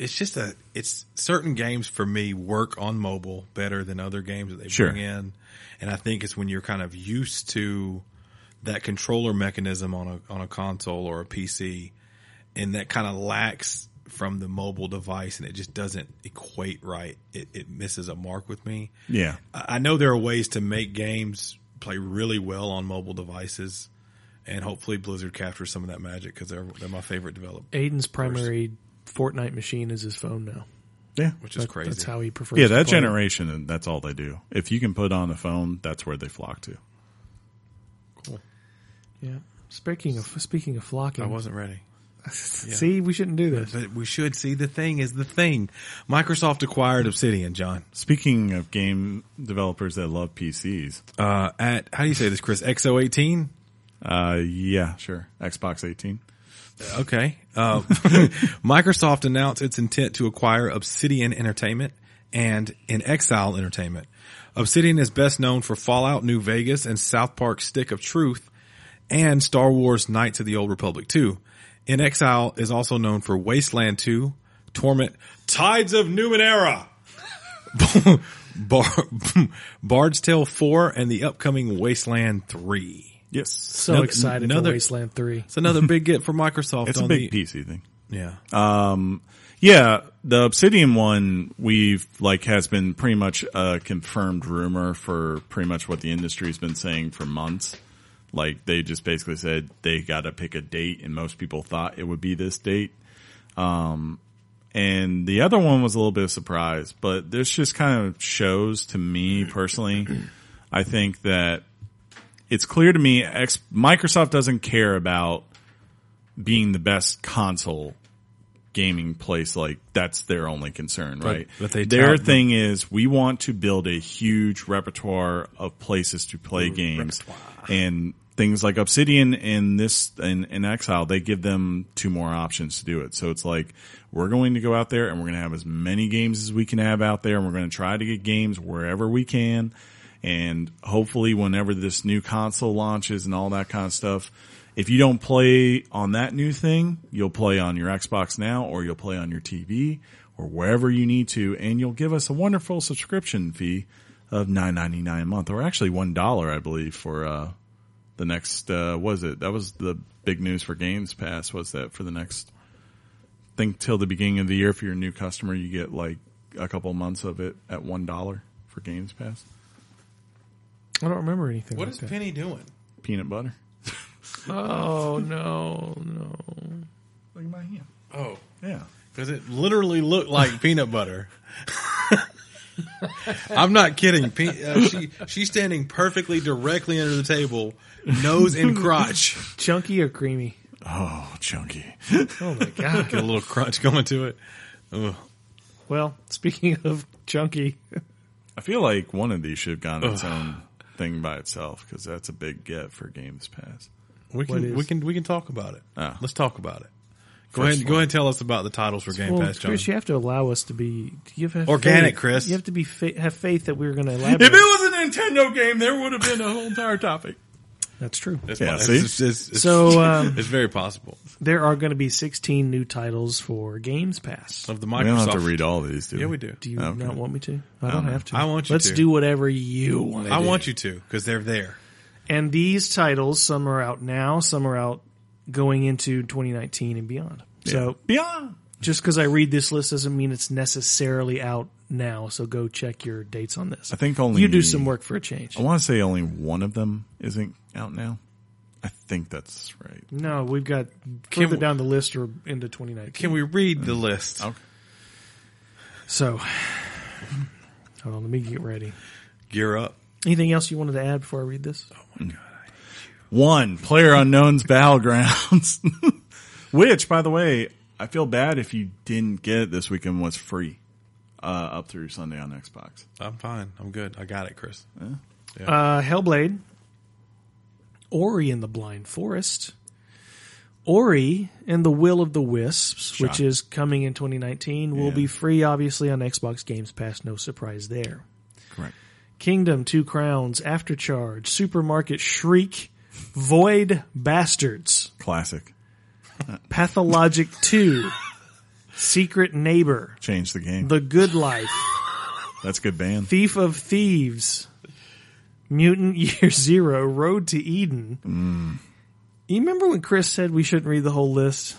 Speaker 2: it's just a it's certain games for me work on mobile better than other games that they
Speaker 1: Sure.
Speaker 2: bring in, and I think it's when you're kind of used to that controller mechanism on a on a console or a PC, and that kind of lacks from the mobile device, and it just doesn't equate right. It, it misses a mark with me.
Speaker 1: Yeah.
Speaker 2: I I know there are ways to make games play really well on mobile devices, and hopefully Blizzard captures some of that magic because they're they're my favorite developer,
Speaker 3: Aiden's primary Fortnite machine is his phone now.
Speaker 1: Yeah.
Speaker 2: which is
Speaker 3: That-
Speaker 2: crazy.
Speaker 3: That's how he prefers.
Speaker 1: Yeah,
Speaker 3: to
Speaker 1: that
Speaker 3: play.
Speaker 1: generation, and that's all they do. If you can put on a phone, that's where they flock to.
Speaker 3: Yeah. Speaking of speaking of flocking,
Speaker 2: I wasn't ready.
Speaker 3: see, we shouldn't do this.
Speaker 2: But we should see the thing is the thing. Microsoft acquired Obsidian, John.
Speaker 1: Speaking of game developers that love PCs,
Speaker 2: Uh, at how do you say this, Chris? XO18.
Speaker 1: uh, yeah, sure, Xbox 18.
Speaker 2: Okay. Uh, Microsoft announced its intent to acquire Obsidian Entertainment and In Exile Entertainment. Obsidian is best known for Fallout New Vegas and South Park Stick of Truth and Star Wars Knights of the Old Republic 2. In Exile is also known for Wasteland 2, Torment, Tides of Numenera, Bar- Bard's Tale 4, and the upcoming Wasteland 3.
Speaker 1: Yes,
Speaker 3: So
Speaker 2: Another-
Speaker 3: excited
Speaker 2: another-
Speaker 3: for Wasteland Three.
Speaker 2: It's another big get for Microsoft.
Speaker 1: it's a
Speaker 2: on
Speaker 1: big
Speaker 2: the,
Speaker 1: PC thing.
Speaker 2: Yeah.
Speaker 1: Yeah, the Obsidian one we've like has been pretty much a confirmed rumor for pretty much what the industry's been saying for months. Like they just basically said they got to pick a date, and most people thought it would be this date. Um, and the other one was a little bit of surprise, but this just kind of shows to me personally. I think that it's clear to me X, Microsoft doesn't care about being the best console gaming place like that's their only concern right
Speaker 2: but they
Speaker 1: their
Speaker 2: tout-
Speaker 1: thing is we want to build a huge repertoire of places to play games and things like obsidian and this and, and exile they give them two more options to do it so it's like we're going to go out there and we're going to have as many games as we can have out there and we're going to try to get games wherever we can and hopefully whenever this new console launches and all that kind of stuff, if you don't play on that new thing, you'll play on your Xbox now or you'll play on your TV or wherever you need to and you'll give us a wonderful subscription fee of 9.99 a month or actually $1 I believe for uh the next uh what is it? That was the big news for Games Pass was that for the next think till the beginning of the year if you're a new customer you get like a couple months of it at $1 for Games Pass.
Speaker 3: I don't remember anything.
Speaker 2: What
Speaker 3: like
Speaker 2: is
Speaker 3: that.
Speaker 2: Penny doing?
Speaker 1: peanut butter.
Speaker 3: Oh no, no.
Speaker 1: Look at my hand.
Speaker 2: Oh,
Speaker 1: Yeah.
Speaker 2: because it literally looked like peanut butter. I'm not kidding. Pe- uh, she she's standing perfectly directly under the table, nose in crotch.
Speaker 3: Chunky or creamy?
Speaker 1: Oh, chunky.
Speaker 3: Oh my god.
Speaker 2: Get a little crunch going to it.
Speaker 3: well, speaking of chunky,
Speaker 1: I feel like one of these should have gone its own thing by itself because that's a big get for Games Pass.
Speaker 2: We
Speaker 3: What
Speaker 2: can
Speaker 3: is-
Speaker 2: we can we can talk about it.
Speaker 1: Ah.
Speaker 2: Let's talk about it. Go ahead. Go ahead. and Tell us about the titles for Game
Speaker 3: well,
Speaker 2: Pass, John.
Speaker 3: Chris, you have to allow us to be you have to have
Speaker 2: Organic,
Speaker 3: faith.
Speaker 2: Chris.
Speaker 3: You have to be fa- have faith that we're going to
Speaker 1: If it
Speaker 3: elaborate.
Speaker 1: was a Nintendo game, there would have been a whole entire topic.
Speaker 3: That's true.
Speaker 2: It's
Speaker 1: Yeah,
Speaker 2: my-
Speaker 1: see?
Speaker 2: it's- it's- it's-
Speaker 3: So um,
Speaker 2: it's very possible
Speaker 3: there are going to be 16 new titles for Games Pass.
Speaker 2: of the
Speaker 1: We don't have
Speaker 2: Microsoft.
Speaker 1: to read all these, do we?
Speaker 2: yeah, we do.
Speaker 3: Do you
Speaker 1: Okay.
Speaker 3: not want me to? I don't have to.
Speaker 2: I want you
Speaker 3: Let's
Speaker 2: to.
Speaker 3: do whatever you want.
Speaker 2: I want you to because they're there.
Speaker 3: And these titles, some are out now, some are out going into 2019 and beyond. So
Speaker 1: Yeah.
Speaker 3: just because I read this list doesn't mean it's necessarily out now. So go check your dates on this.
Speaker 1: I think only
Speaker 3: you do some work for a change.
Speaker 1: I want to say only one of them isn't out now. I think that's right.
Speaker 3: No, we've got further
Speaker 2: we-
Speaker 3: down the list or into 2019.
Speaker 2: Can we read
Speaker 1: Mm.
Speaker 2: the list?
Speaker 1: Okay.
Speaker 3: so hold on, let me get ready.
Speaker 2: Gear up.
Speaker 3: Anything else you wanted to add before I read this?
Speaker 1: One, Player Unknown's Battlegrounds, which, by the way, I feel bad if you didn't get it this weekend was free uh, up through Sunday on Xbox.
Speaker 2: I'm fine. I'm good. I got it, Chris.
Speaker 3: Uh, Hellblade, Ori and the Blind Forest, Ori and the Will of the Wisps, which is coming in 2019, will
Speaker 1: Yeah.
Speaker 3: be free obviously on Xbox Games Pass. No surprise there.
Speaker 1: Correct.
Speaker 3: Kingdom, Two Crowns, Aftercharge, Supermarket Shriek, Void Bastards,
Speaker 1: Classic.
Speaker 3: Pathologic 2, Secret Neighbor,
Speaker 1: Change the game.
Speaker 3: The Good Life,
Speaker 1: That's a good band.
Speaker 3: Thief of Thieves, Mutant Year Zero, Road to Eden.
Speaker 2: Mm.
Speaker 3: You remember when Chris said we shouldn't read the whole list?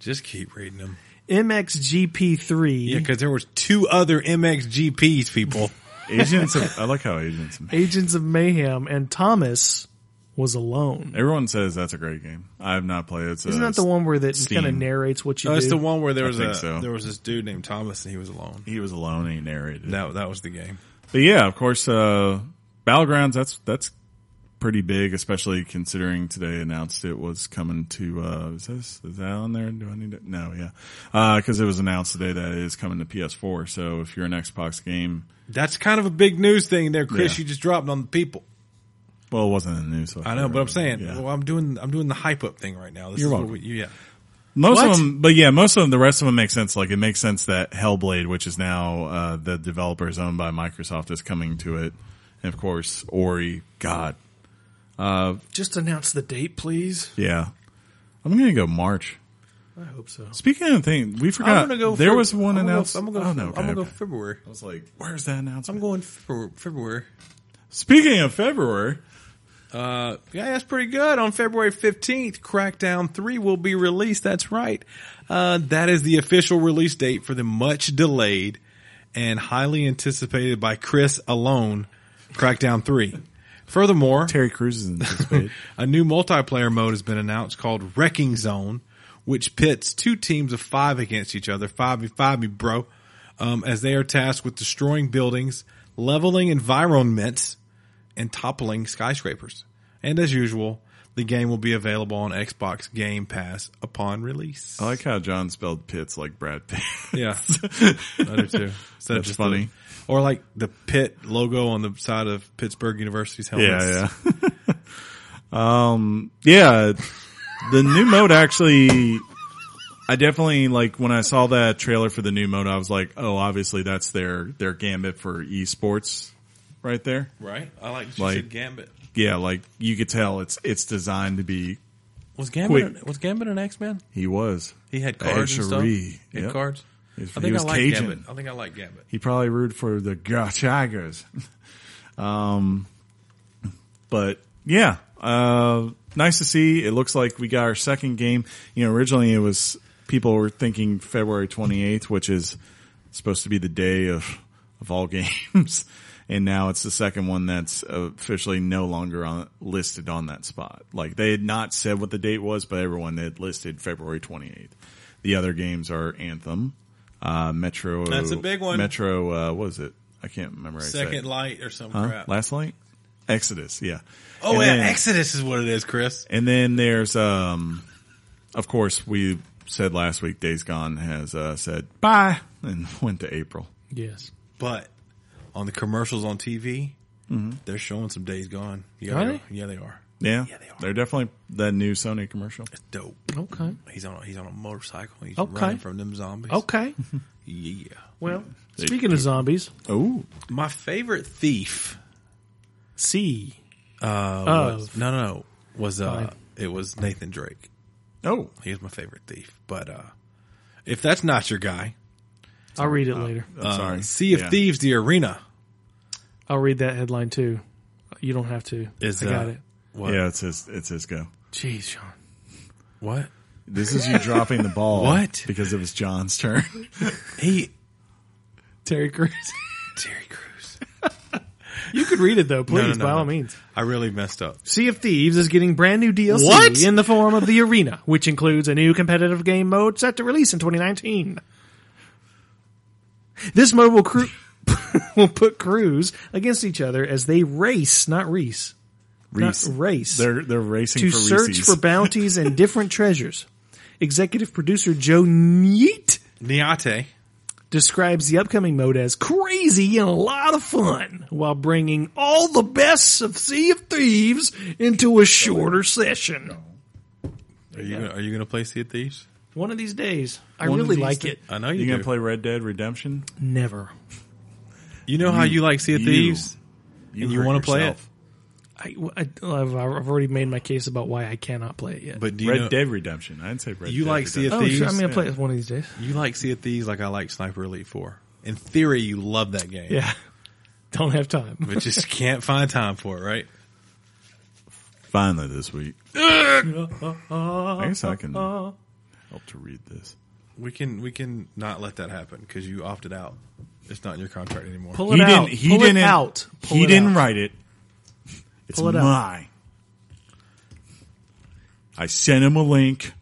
Speaker 2: Just keep reading them.
Speaker 3: MXGP3,
Speaker 2: Yeah, because there was two other MXGPs people.
Speaker 1: Agents of, I like how Agents of,
Speaker 3: Agents of Mayhem, and Thomas was alone.
Speaker 1: Everyone says that's a great game. I have not played it. It's, uh,
Speaker 3: Isn't that the one where that
Speaker 1: Steam.
Speaker 3: kind of narrates what you
Speaker 2: No,
Speaker 3: do?
Speaker 2: it's the one where there
Speaker 1: I
Speaker 2: was
Speaker 1: think
Speaker 2: a
Speaker 1: so.
Speaker 2: there was this dude named Thomas and he was alone.
Speaker 1: He was alone and he narrated it.
Speaker 2: That that was the game.
Speaker 1: But yeah, of course, uh, Battlegrounds, that's, that's pretty big, especially considering today announced it was coming to, uh, is this, is that on there? Do I need it? No, yeah. Uh, cause it was announced today that it is coming to PS4. So if you're an Xbox game,
Speaker 2: That's kind of a big news thing there, Chris.
Speaker 1: Yeah.
Speaker 2: You just dropped on the people.
Speaker 1: well, it wasn't in the news. so
Speaker 2: I
Speaker 1: can't
Speaker 2: know, but I'm
Speaker 1: remember.
Speaker 2: saying,
Speaker 1: Yeah.
Speaker 2: well, I'm doing I'm doing the hype up thing right now. This
Speaker 1: You're
Speaker 2: is
Speaker 1: welcome.
Speaker 2: What we, yeah,
Speaker 1: Most of
Speaker 3: What?
Speaker 1: them, but yeah, most of them, the rest of them make sense. Like it makes sense that Hellblade, which is now, uh, the developer is owned by Microsoft is coming to it. And of course, Ori, God.
Speaker 3: Just announce the date, please.
Speaker 1: Yeah. I'm going to go March.
Speaker 3: I hope so.
Speaker 1: Speaking of things, we forgot.
Speaker 2: I'm gonna go.
Speaker 1: there
Speaker 2: Feb-
Speaker 1: was one
Speaker 2: I'm gonna go-
Speaker 1: announced.
Speaker 2: I'm gonna go.
Speaker 1: oh, no,
Speaker 2: I'm gonna
Speaker 1: okay.
Speaker 2: go February.
Speaker 1: I was like, where's that
Speaker 2: I'm
Speaker 1: announcement?
Speaker 2: going February. February.
Speaker 1: Speaking of February,
Speaker 2: Uh, yeah, that's pretty good. On February 15th, Crackdown 3 will be released. That's right. Uh, that is the official release date for the much delayed and highly anticipated by Chris alone, Crackdown 3. Furthermore,
Speaker 1: Terry Crews is anticipated.
Speaker 2: a new multiplayer mode has been announced called Wrecking Zone, which pits two teams of five against each other, five v five, me bro, um, as they are tasked with destroying buildings, leveling environments, and toppling skyscrapers. And as usual, the game will be available on Xbox Game Pass upon release.
Speaker 1: I like how John spelled Pitts like Brad Pitt.
Speaker 2: Yeah, I do too. Instead
Speaker 1: That's funny.
Speaker 2: the- or like the pit logo on the side of Pittsburgh University's helmet.
Speaker 1: Yeah, yeah. um, yeah, the new mode actually, I definitely like when I saw that trailer for the new mode, I was like, oh, obviously that's their, their gambit for esports right there.
Speaker 2: Right. I like,
Speaker 1: Like-
Speaker 2: like Gambit.
Speaker 1: Yeah. Like you could tell it's, it's designed to be,
Speaker 2: Was
Speaker 1: Quick.
Speaker 2: Gambit an, was Gambit an X Man?
Speaker 1: he was.
Speaker 2: He had
Speaker 1: Hey,
Speaker 2: cards and stuff.
Speaker 1: Cherie.
Speaker 2: He had
Speaker 1: Yep.
Speaker 2: cards.
Speaker 1: He,
Speaker 2: I
Speaker 1: he
Speaker 2: think I
Speaker 1: was
Speaker 2: like
Speaker 1: Cajun.
Speaker 2: Gambit. I think I like Gambit.
Speaker 1: He probably rooted for the Go Tigers. um, but yeah, uh, nice to see. It looks like we got our second game. You know, originally it was people were thinking February 28th, which is supposed to be the day of, of all games. And now it's the second one that's officially no longer on, listed on that spot. Like they had not said what the date was, but everyone had listed February 28th. The other games are Anthem, uh, Metro.
Speaker 2: That's a big one.
Speaker 1: Metro, uh, what was it? I can't remember. how to say it.
Speaker 2: Second Light or some
Speaker 1: Huh?
Speaker 2: crap.
Speaker 1: Last Light? Exodus, yeah.
Speaker 2: oh
Speaker 1: And
Speaker 2: yeah,
Speaker 1: then-
Speaker 2: Exodus is what it is, Chris.
Speaker 1: and then there's, um, of course, we said last week, Days Gone has uh, said bye and went to April.
Speaker 3: Yes.
Speaker 2: But on the commercials on TV,
Speaker 1: Mm-hmm.
Speaker 2: they're showing some Days Gone. Yeah,
Speaker 3: Are
Speaker 2: they
Speaker 3: they?
Speaker 2: are. yeah, they are.
Speaker 1: Yeah,
Speaker 2: Yeah, they are.
Speaker 1: are definitely that new Sony commercial.
Speaker 2: Dope.
Speaker 3: Okay.
Speaker 2: He's on. A, he's on a motorcycle. He's
Speaker 3: Okay.
Speaker 2: running from them zombies.
Speaker 3: Okay.
Speaker 2: Yeah.
Speaker 3: Well, speaking of zombies,
Speaker 1: Oh,
Speaker 2: My favorite thief.
Speaker 3: C.
Speaker 2: Uh,
Speaker 1: Oh.
Speaker 3: Of.
Speaker 2: was, no, no, no. Was uh,
Speaker 3: Fine.
Speaker 2: it was Nathan Drake.
Speaker 1: oh,
Speaker 2: He was my favorite thief. But uh, if that's not your guy, uh,
Speaker 3: I'll read it later.
Speaker 1: I'm sorry.
Speaker 2: Sea of
Speaker 1: Yeah.
Speaker 2: Thieves, the arena
Speaker 3: I'll read that headline too. You don't have to.
Speaker 2: is.
Speaker 3: I got
Speaker 2: uh,
Speaker 3: it.
Speaker 2: What?
Speaker 1: Yeah, it's his. It's his go.
Speaker 3: Jeez, Sean.
Speaker 2: What?
Speaker 1: This is you dropping the ball.
Speaker 2: What?
Speaker 1: Because it was John's turn.
Speaker 2: He
Speaker 3: Terry Crews.
Speaker 2: Terry Crews.
Speaker 3: you could read it though, please,
Speaker 2: no, no,
Speaker 3: by all
Speaker 2: no.
Speaker 3: means.
Speaker 2: I really messed up.
Speaker 3: Sea of Thieves is getting brand new DLC
Speaker 2: What?
Speaker 3: in the form of the arena, which includes a new competitive game mode set to release in 2019. This mode will cru- will put crews against each other as they race, not Reese,
Speaker 1: Reese.
Speaker 3: not race,
Speaker 1: They're they're racing
Speaker 3: to
Speaker 1: for
Speaker 3: search
Speaker 1: Reese's.
Speaker 3: for bounties and different treasures. Executive producer Joe Neat
Speaker 2: Niate.
Speaker 3: describes the upcoming mode as crazy and a lot of fun while bringing all the best of Sea of Thieves into a shorter session.
Speaker 2: Are you gonna, are you going to play Sea of Thieves?
Speaker 3: One of these days. I
Speaker 1: One of
Speaker 3: really
Speaker 1: these
Speaker 3: like
Speaker 1: da-
Speaker 3: it.
Speaker 2: I know you,
Speaker 1: You
Speaker 2: do.
Speaker 1: gonna play Red Dead Redemption?
Speaker 3: Never.
Speaker 2: you know how you like Sea of
Speaker 1: you-
Speaker 2: Thieves.
Speaker 1: You,
Speaker 2: And you
Speaker 1: hurt
Speaker 2: wanna play it?
Speaker 1: yourself.
Speaker 3: I, have already made my case about why I cannot play it yet.
Speaker 2: But do you
Speaker 1: Red
Speaker 2: know,
Speaker 1: Dead Redemption. I'd say Red
Speaker 2: You
Speaker 1: Dead
Speaker 2: like Sea of
Speaker 1: Redemption.
Speaker 3: oh, sure,
Speaker 2: Thieves?
Speaker 3: I'm going
Speaker 1: yeah.
Speaker 3: to play it one of these days.
Speaker 2: you like Sea of Thieves like I like Sniper Elite Four. In theory, you love that game,
Speaker 3: Yeah, don't have time.
Speaker 2: but just can't find time for it, right?
Speaker 1: Finally this week. I guess I can help to read this.
Speaker 2: We can we can not let that happen because you opted out. It's not in your contract anymore.
Speaker 3: Pull it out.
Speaker 1: He
Speaker 3: Pull
Speaker 1: didn't.
Speaker 3: it out. Pull
Speaker 1: he
Speaker 3: it
Speaker 1: didn't
Speaker 3: out.
Speaker 1: write it. It's
Speaker 3: Pull it out.
Speaker 1: my. I sent him a link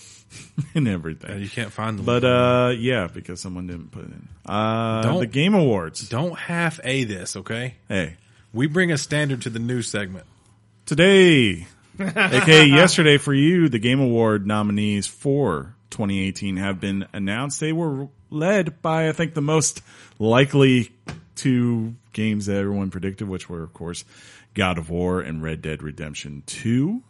Speaker 1: and
Speaker 2: Uh,
Speaker 1: everything.
Speaker 2: you can't find them.
Speaker 1: But uh, yeah, because someone didn't put it in. Uh,
Speaker 2: Don't-
Speaker 1: the Game Awards.
Speaker 2: don't half a this, okay?
Speaker 1: Hey,
Speaker 2: We bring a standard to the news segment.
Speaker 1: today, aka yesterday for you, the Game Award nominees for 2018 have been announced. They were led by, I think, the most likely two games that everyone predicted, which were, of course, God of War and Red Dead Redemption 2.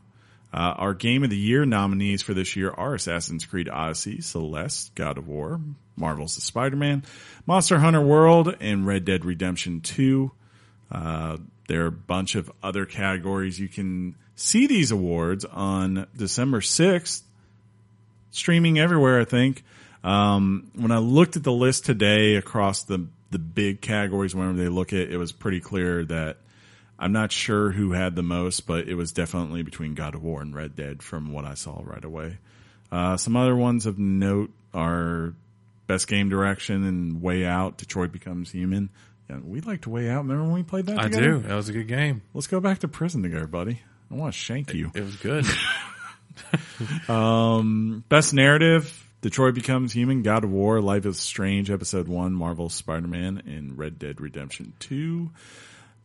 Speaker 1: Uh, our Game of the Year nominees for this year are Assassin's Creed Odyssey, Celeste, God of War, Marvel's The Spider-Man, Monster Hunter World, and Red Dead Redemption 2. Uh, there are a bunch of other categories. You can see these awards on December 6th, streaming everywhere, I think. Um, when I looked at the list today across the, the big categories, whenever they look at, it was pretty clear that I'm not sure who had the most, but it was definitely between God of War and Red Dead from what I saw right away. Uh, some other ones of note are Best Game Direction and Way Out, Detroit Becomes Human. Yeah, we liked Way Out. Remember when we played that?
Speaker 2: I
Speaker 1: together?
Speaker 2: do. That was a good game.
Speaker 1: Let's go back to prison together, buddy. I want to shank you.
Speaker 2: It was good.
Speaker 1: Best narrative: Detroit Becomes Human, God of War, Life is Strange, Episode One, Marvel Spider-Man, and Red Dead Redemption Two.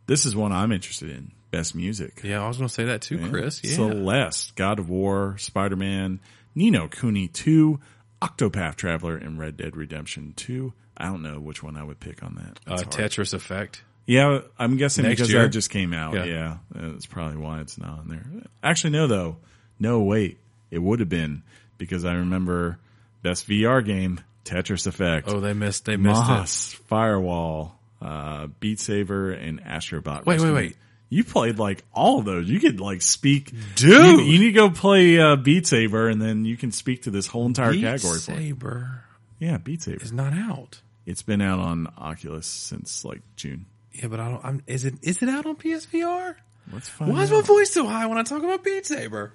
Speaker 1: This is one I'm interested in. Best music:
Speaker 2: yeah, I was going to say that too, Chris. Yeah.
Speaker 1: Celeste, God of War, Spider-Man, Nino Cooney Two, Octopath Traveler, and Red Dead Redemption Two. I don't know which one I would pick on that.
Speaker 2: uh,
Speaker 1: That's hard.
Speaker 2: Tetris Effect.
Speaker 1: Yeah, I'm guessing
Speaker 2: Next
Speaker 1: because
Speaker 2: year?
Speaker 1: that just came out.
Speaker 2: Yeah.
Speaker 1: Yeah. that's probably why it's not on there. Actually, no, though. No, wait, it would have been because I remember best VR game Tetris Effect,
Speaker 2: Oh, they missed. They missed it.
Speaker 1: Moss, Firewall, uh, Beat Saber, and Astrobot.
Speaker 2: Wait,
Speaker 1: Rescue.
Speaker 2: wait, wait.
Speaker 1: You played like all of those. You could like speak,
Speaker 2: Dude!
Speaker 1: You, you need to go play uh, Beat Saber, and then you can speak to this whole entire
Speaker 2: Beat
Speaker 1: category. for it.
Speaker 2: Saber
Speaker 1: Yeah, Beat Saber.
Speaker 2: is not out.
Speaker 1: It's been out on Oculus since like June.
Speaker 2: Yeah, but I don't. I'm, is it is it out on PSVR?
Speaker 1: Let's find
Speaker 2: Why is
Speaker 1: out.
Speaker 2: my voice so high when I talk about Beat Saber?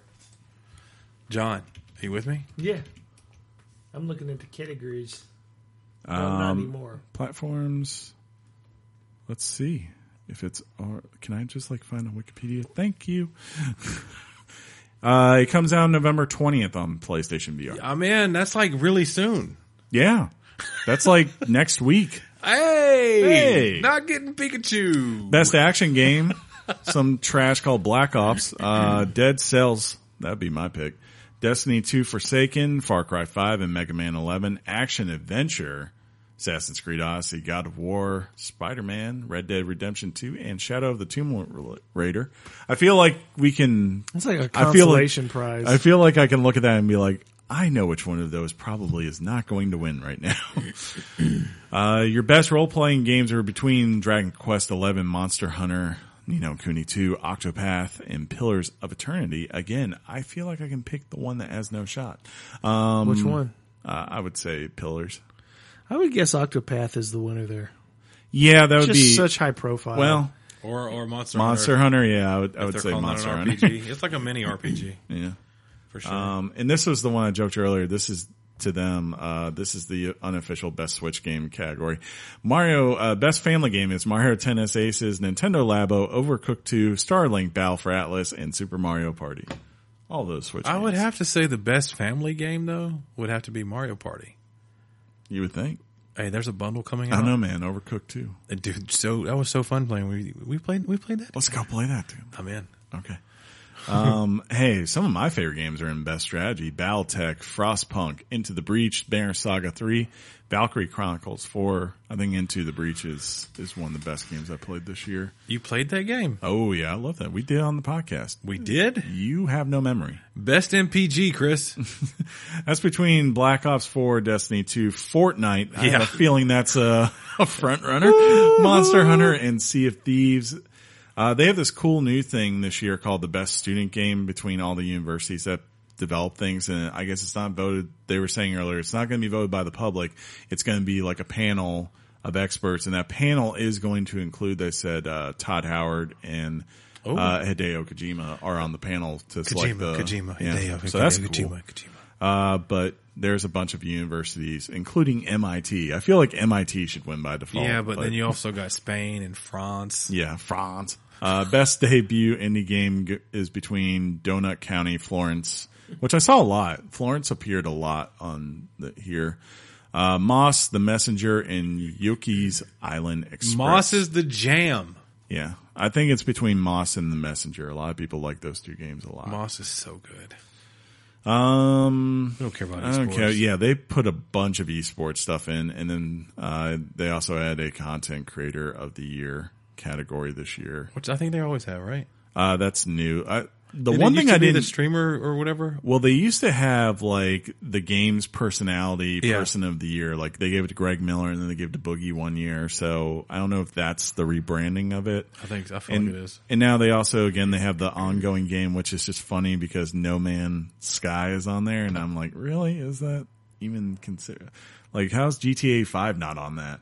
Speaker 2: John, are you with me?
Speaker 6: Yeah. I'm looking at the categories. No,
Speaker 1: Um,
Speaker 6: not anymore.
Speaker 1: platforms. Let's see if it's. Or can I just like find a Wikipedia? Thank you. uh, it comes out November twentieth on PlayStation VR. Yeah,
Speaker 2: I'm in. That's like really soon.
Speaker 1: that's like next week.
Speaker 2: Hey,
Speaker 1: Hey!
Speaker 2: not getting Pikachu.
Speaker 1: Best action game. Some trash called Black Ops. Uh, Dead Cells. That'd be my pick. Destiny 2 Forsaken, Far Cry 5, and Mega Man 11. Action Adventure. Assassin's Creed Odyssey, God of War, Spider Man, Red Dead Redemption 2, and Shadow of the Tomb Raider. I feel like we can.
Speaker 3: It's like a
Speaker 1: I feel like-
Speaker 3: consolation prize.
Speaker 1: I feel like I can look at that and be like, I know which one of those probably is not going to win right now. uh, your best role playing games are between Dragon Quest XI, Monster Hunter, Nino Kuni 2, Octopath, and Pillars of Eternity. Again, I feel like I can pick the one that has no shot. Um,
Speaker 3: Which one?
Speaker 1: Uh, I would say Pillars.
Speaker 3: I would guess Octopath is the winner there.
Speaker 1: Yeah, that would
Speaker 3: Just
Speaker 1: be
Speaker 3: such high profile.
Speaker 1: well
Speaker 2: or or Monster
Speaker 1: Monster
Speaker 2: Hunter.
Speaker 1: Hunter. Yeah, I would, I would
Speaker 2: They're
Speaker 1: say
Speaker 2: calling it
Speaker 1: Monster
Speaker 2: an
Speaker 1: Hunter.
Speaker 2: RPG. It's like a mini RPG
Speaker 1: yeah.
Speaker 2: for sure.
Speaker 1: Um, and this was the one I joked earlier. This is to them. Uh, this is the unofficial best Switch game category. Mario, uh, best family game is Mario Tennis Aces, Nintendo Labo, Overcooked 2, Starlink, Battle for Atlas, and Super Mario Party. All those Switch
Speaker 2: I would
Speaker 1: games.
Speaker 2: have to say the best family game though would have to be Mario Party.
Speaker 1: You would think.
Speaker 2: Hey, there's a bundle coming
Speaker 1: I
Speaker 2: out.
Speaker 1: don't know, man. Overcooked 2.
Speaker 2: Uh, Dude, so that was so fun playing. We we played we played that. Oh,
Speaker 1: Let's go play that, dude.
Speaker 2: I'm in.
Speaker 1: Okay. Um, hey, some of my favorite games are in Best Strategy. Battletech, Frostpunk, Into the Breach, Banner Saga 3, Valkyrie Chronicles 4. I think Into the Breach is, is one of the best games I played this year.
Speaker 2: You played that game.
Speaker 1: Oh yeah, I love that. We did it on the podcast.
Speaker 2: We did.
Speaker 1: You have no memory.
Speaker 2: Best MPG, Chris.
Speaker 1: That's between Black Ops 4, Destiny 2, Fortnite. I have
Speaker 2: Yeah.
Speaker 1: a feeling that's a, a front runner. Monster Hunter and Sea of Thieves. Uh, they have this cool new thing this year called the best student game between all the universities that develop things. And I guess it's not voted. They were saying earlier, it's not going to be voted by the public. It's going to be like a panel of experts. And that panel is going to include, they said, uh, Todd Howard and
Speaker 2: Oh.
Speaker 1: uh, Hideo Kojima are on the panel to select the.
Speaker 2: Kojima, Kojima,
Speaker 1: yeah.
Speaker 2: Hideo,
Speaker 1: So that's
Speaker 2: Kojima,
Speaker 1: cool.
Speaker 2: Kojima, Kojima.
Speaker 1: Uh, but there's a bunch of universities, including MIT. I feel like MIT should win by default.
Speaker 2: Yeah, but then you also got Spain and France.
Speaker 1: Oh, yeah, France. Uh, best debut indie game g- is between Donut County, Florence, which I saw a lot. Florence appeared a lot on the, here. Uh, Moss, The Messenger, and Yuki's Island Express.
Speaker 2: Moss is the jam.
Speaker 1: yeah. I think it's between Moss and The Messenger. A lot of people like those two games a lot.
Speaker 2: Moss is so good.
Speaker 1: Um,
Speaker 2: I don't care about
Speaker 1: I don't
Speaker 2: esports.
Speaker 1: care. Yeah, they put a bunch of esports stuff in, and then uh, they also had a content creator of the year category this year.
Speaker 2: Which I think they always have, right?
Speaker 1: Uh, that's new. I, the
Speaker 2: Didn't it
Speaker 1: one
Speaker 2: used
Speaker 1: thing
Speaker 2: to
Speaker 1: I
Speaker 2: be
Speaker 1: didn't.
Speaker 2: the streamer or whatever.
Speaker 1: well, they used to have like the game's personality
Speaker 2: Yeah.
Speaker 1: person of the year. Like they gave it to Greg Miller, and then they gave it to Boogie one year. So I don't know if that's the rebranding of it.
Speaker 2: I think I feel
Speaker 1: And,
Speaker 2: like it is.
Speaker 1: and now they also again they have the ongoing game, which is just funny because No Man Sky is on there, and I'm like, really? Is that even consider? Like, how's GTA Five not on that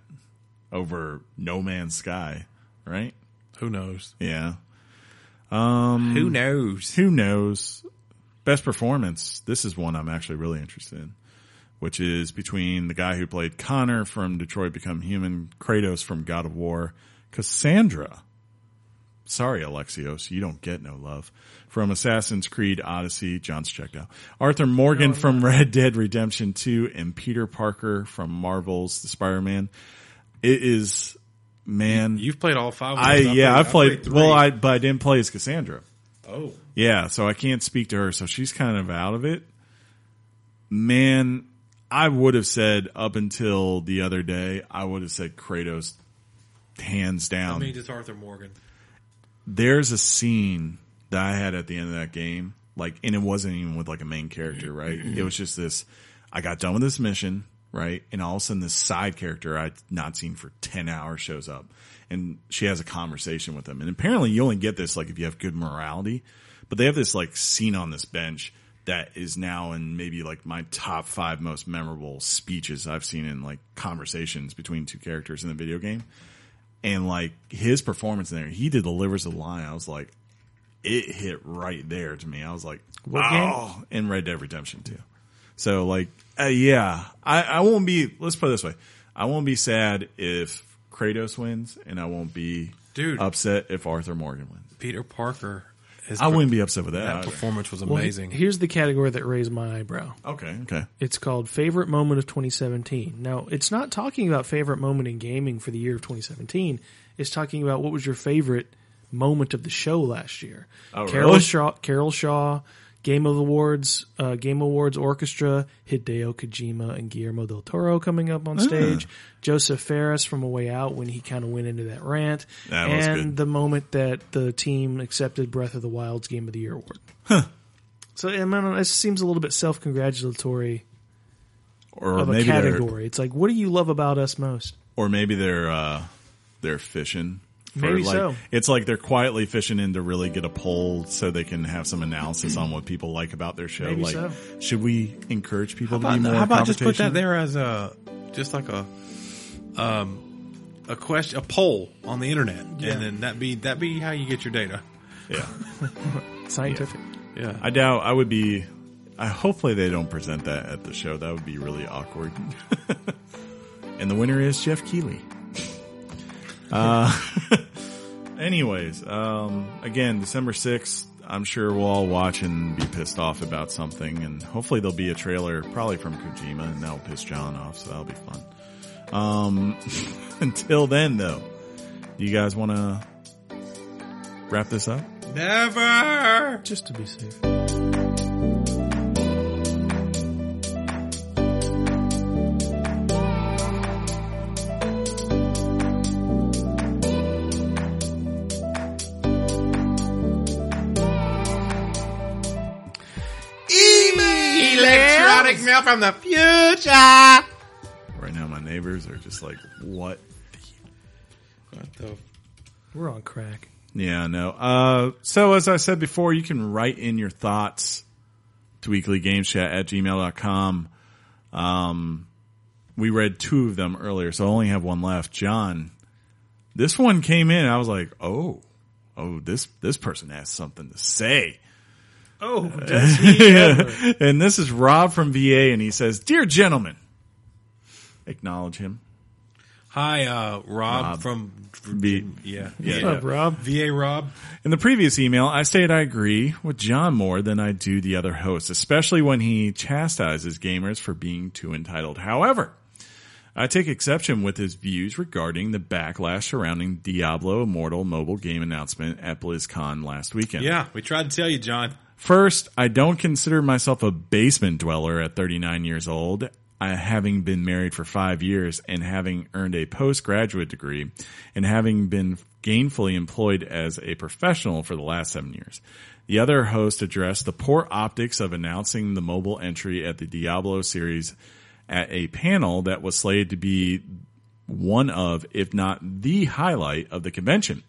Speaker 1: over No Man's Sky? Right?
Speaker 2: Who knows?
Speaker 1: Yeah. Mm.
Speaker 2: Who knows?
Speaker 1: Who knows? Best performance. This is one I'm actually really interested in, which is between the guy who played Connor from Detroit Become Human, Kratos from God of War, Cassandra. Sorry, Alexios, you don't get no love. From Assassin's Creed Odyssey, John's checked out. Arthur Morgan from Red Dead Redemption 2 and Peter Parker from Marvel's The Spider-Man. It is, man.
Speaker 2: You've played all five. Of
Speaker 1: I,
Speaker 2: those.
Speaker 1: yeah, I played,
Speaker 2: three.
Speaker 1: well, I, but I didn't play as Cassandra.
Speaker 2: oh,
Speaker 1: Yeah, so I can't speak to her, so she's kind of out of it. Man, I would have said up until the other day, I would have said Kratos hands
Speaker 2: I
Speaker 1: down.
Speaker 2: mean, just Arthur Morgan.
Speaker 1: There's a scene that I had at the end of that game, like, and it wasn't even with like a main character, right? it was just this, I got done with this mission, right? And all of a sudden this side character I'd not seen for 10 hours shows up and she has a conversation with him. And apparently you only get this like if you have good morality, but they have this like scene on this bench that is now in maybe like my top five most memorable speeches I've seen in like conversations between two characters in the video game. And like his performance in there, he did delivers a line. I was like, it hit right there to me. I was like, wow. In Red Dead Redemption too. So like, uh, yeah, I, I won't be, let's put it this way. I won't be sad if Kratos wins and I won't be
Speaker 2: Dude.
Speaker 1: upset if Arthur Morgan wins.
Speaker 2: Peter Parker. His
Speaker 1: I wouldn't be upset with that.
Speaker 2: That
Speaker 1: either.
Speaker 2: performance was
Speaker 3: Well, he-
Speaker 2: amazing.
Speaker 3: here's the category that raised my eyebrow.
Speaker 1: Okay. Okay.
Speaker 3: It's called Favorite Moment of 2017. Now, it's not talking about favorite moment in gaming for the year of 2017. It's talking about what was your favorite moment of the show last year.
Speaker 1: Oh,
Speaker 3: Carol
Speaker 1: really?
Speaker 3: Shaw, Carol Shaw, Game of Awards, uh, Game Awards Orchestra, Hideo Kojima and Guillermo del Toro coming up
Speaker 1: Ah.
Speaker 3: on stage. Joseph Ferris from A Way Out when he kind of went into that rant,
Speaker 1: That was
Speaker 3: and
Speaker 1: good.
Speaker 3: the moment that the team accepted Breath of the Wild's Game of the Year award. So I mean, this seems a little bit self-congratulatory
Speaker 1: Or
Speaker 3: of a
Speaker 1: maybe they're,
Speaker 3: category. It's like, what do you love about us most?
Speaker 1: or maybe they're, uh, they're fishing. for,
Speaker 3: Maybe
Speaker 1: like,
Speaker 3: so.
Speaker 1: It's like they're quietly fishing in to really get a poll so they can have some analysis on what people like about their show.
Speaker 3: Maybe
Speaker 1: like,
Speaker 3: so.
Speaker 1: should we encourage people
Speaker 2: How
Speaker 1: to be
Speaker 2: about,
Speaker 1: more
Speaker 2: how about just put that
Speaker 1: confrontational?
Speaker 2: there as a just like a um a question a poll on the internet and then that be that be how you get your data.
Speaker 1: Yeah.
Speaker 3: Scientific.
Speaker 2: Yeah.
Speaker 1: I doubt I would be. I hopefully they don't present that at the show. That would be really awkward. and the winner is Jeff Keeley. Uh, anyways, um, again, December sixth. I'm sure we'll all watch and be pissed off about something, and hopefully there'll be a trailer, probably from Kojima, and that'll piss John off. So that'll be fun. Um, until then, though, you guys want to wrap this up?
Speaker 2: Never
Speaker 3: Just to be safe.
Speaker 2: electronic mail from the future.
Speaker 1: Right now, my neighbors are just like, "What
Speaker 2: What the
Speaker 3: We're on crack.
Speaker 1: Yeah, no. Uh, so as I said before, you can write in your thoughts to weeklygameschat at gmail.com. Um, we read two of them earlier, so I only have one left. John, this one came in. I was like, oh, oh, this, this person has something to say.
Speaker 6: Oh, does he ever?
Speaker 1: and this is Rob from VA, and he says, Dear gentlemen, acknowledge him.
Speaker 2: Hi, uh, Rob, from
Speaker 1: V-
Speaker 2: yeah,
Speaker 1: Yeah.
Speaker 3: Up, Rob.
Speaker 2: VA Rob.
Speaker 1: In the previous email, I stated I agree with John more than I do the other hosts, especially when he chastises gamers for being too entitled. However, I take exception with his views regarding the backlash surrounding Diablo Immortal mobile game announcement at BlizzCon last weekend.
Speaker 2: Yeah, we tried to tell you, John.
Speaker 1: First, I don't consider myself a basement dweller at 39 years old. I, having been married for five years and having earned a postgraduate degree and having been gainfully employed as a professional for the last seven years. The other host addressed the poor optics of announcing the mobile entry at the Diablo series at a panel that was slated to be one of, if not the highlight of the convention.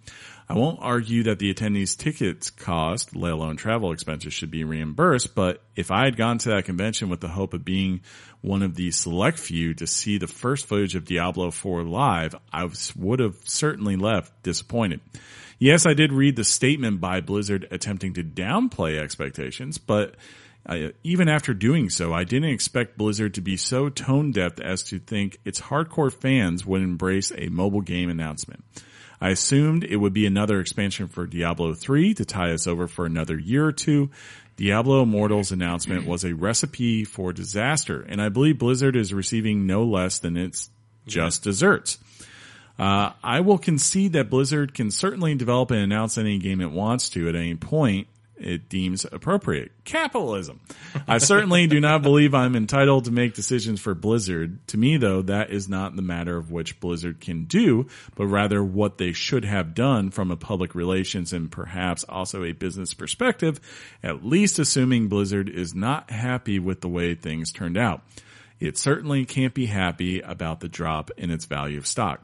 Speaker 1: I won't argue that the attendees' tickets cost, let alone travel expenses, should be reimbursed, but if I had gone to that convention with the hope of being one of the select few to see the first footage of Diablo 4 live, I was- would have certainly left disappointed. Yes, I did read the statement by Blizzard attempting to downplay expectations, but I, even after doing so, I didn't expect Blizzard to be so tone deaf as to think its hardcore fans would embrace a mobile game announcement. I assumed it would be another expansion for Diablo 3 to tie us over for another year or two. Diablo Immortal's announcement was a recipe for disaster, and I believe Blizzard is receiving no less than its just desserts. Uh, I will concede that Blizzard can certainly develop and announce any game it wants to at any point it deems appropriate. Capitalism. I certainly do not believe I'm entitled to make decisions for Blizzard. To me, though, that is not the matter of which Blizzard can do, but rather what they should have done from a public relations and perhaps also a business perspective, at least assuming Blizzard is not happy with the way things turned out. It certainly can't be happy about the drop in its value of stock.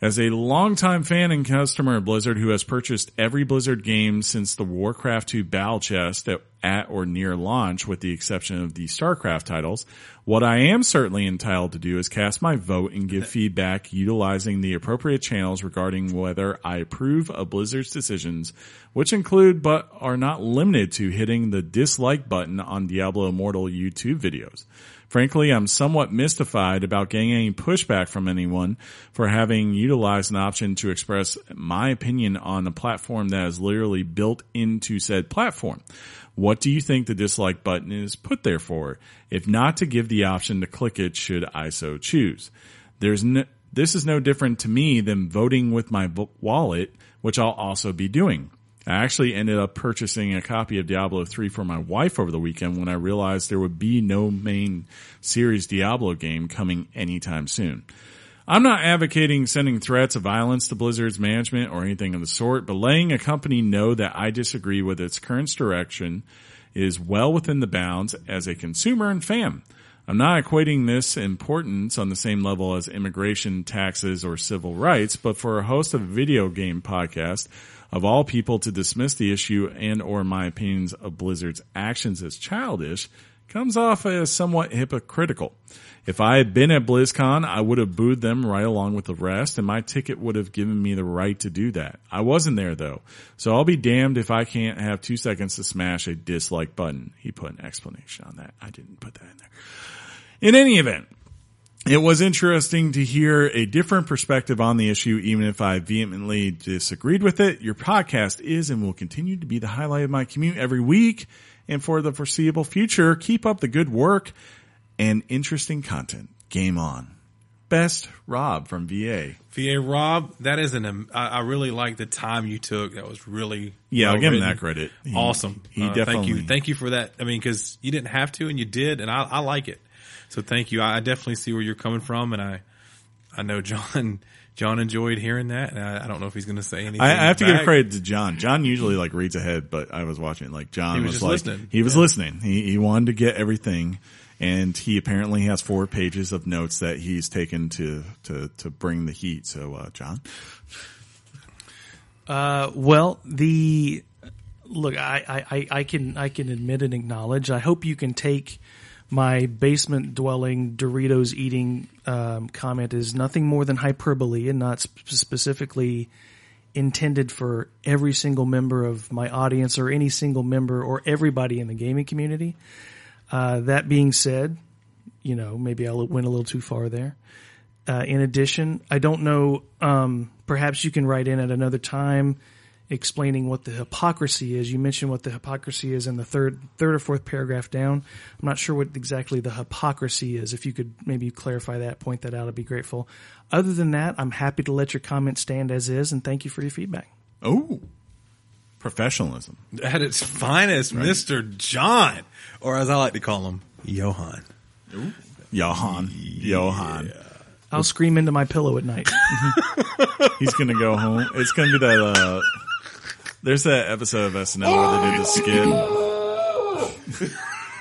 Speaker 1: As a longtime fan and customer of Blizzard who has purchased every Blizzard game since the Warcraft 2 Battle Chest at, at or near launch, with the exception of the StarCraft titles, what I am certainly entitled to do is cast my vote and give feedback utilizing the appropriate channels regarding whether I approve of Blizzard's decisions, which include but are not limited to hitting the dislike button on Diablo Immortal YouTube videos. Frankly, I'm somewhat mystified about getting any pushback from anyone for having utilized an option to express my opinion on a platform that is literally built into said platform. What do you think the dislike button is put there for? If not to give the option to click it should I so choose. There's no, this is no different to me than voting with my vo- wallet, which I'll also be doing. I actually ended up purchasing a copy of Diablo 3 for my wife over the weekend when I realized there would be no main series Diablo game coming anytime soon. I'm not advocating sending threats of violence to Blizzard's management or anything of the sort, but letting a company know that I disagree with its current direction is well within the bounds as a consumer and fan. I'm not equating this importance on the same level as immigration, taxes, or civil rights, but for a host of a video game podcast, of all people to dismiss the issue and or my opinions of Blizzard's actions as childish comes off as somewhat hypocritical. If I had been at BlizzCon, I would have booed them right along with the rest and my ticket would have given me the right to do that. I wasn't there though, so I'll be damned if I can't have two seconds to smash a dislike button. He put an explanation on that. I didn't put that in there. In any event, it was interesting to hear a different perspective on the issue, even if I vehemently disagreed with it. Your podcast is and will continue to be the highlight of my commute every week. And for the foreseeable future, keep up the good work and interesting content. Game on. Best Rob from VA.
Speaker 2: VA Rob, that is an. am- I, I really like the time you took. That was really
Speaker 1: Yeah, I'll give him
Speaker 2: well-written.
Speaker 1: that credit. He-
Speaker 2: awesome.
Speaker 1: he
Speaker 2: Uh, Thank
Speaker 1: definitely-
Speaker 2: you. Thank you for that. I mean, because you didn't have to, and you did, and I, I like it. So thank you. I, I definitely see where you're coming from, and I I know John John enjoyed hearing that, and I, I don't know if he's going to say anything.
Speaker 1: I, I have to give
Speaker 2: back.
Speaker 1: credit to John. John usually like reads ahead, but I was watching like John
Speaker 2: He was
Speaker 1: was,
Speaker 2: just
Speaker 1: like
Speaker 2: listening.
Speaker 1: he was listening. He he wanted to get everything, and he apparently has four pages of notes that he's taken to to to bring the heat. So uh, John,
Speaker 3: Uh, well, the look, I, I, I- I can I can admit and acknowledge. I hope you can take my basement dwelling Doritos eating um, comment is nothing more than hyperbole and not sp- specifically intended for every single member of my audience or any single member or everybody in the gaming community. Uh, that being said, you know maybe I went a little too far there. Uh, in addition, I don't know. Um, perhaps you can write in at another time explaining what the hypocrisy is. You mentioned what the hypocrisy is in the third, third or fourth paragraph down. I'm not sure what exactly the hypocrisy is. If you could maybe clarify that, point that out, I'd be grateful. Other than that, I'm happy to let your comment stand as is, and thank you for your feedback.
Speaker 1: Oh, professionalism.
Speaker 2: At its finest, Mr. John, or as I like to call him, Johan.
Speaker 1: Johan. Johan.
Speaker 3: I'll scream into my pillow at night.
Speaker 1: He's gonna go home. It's gonna be that. Uh, there's that episode of SNL where they did the skit.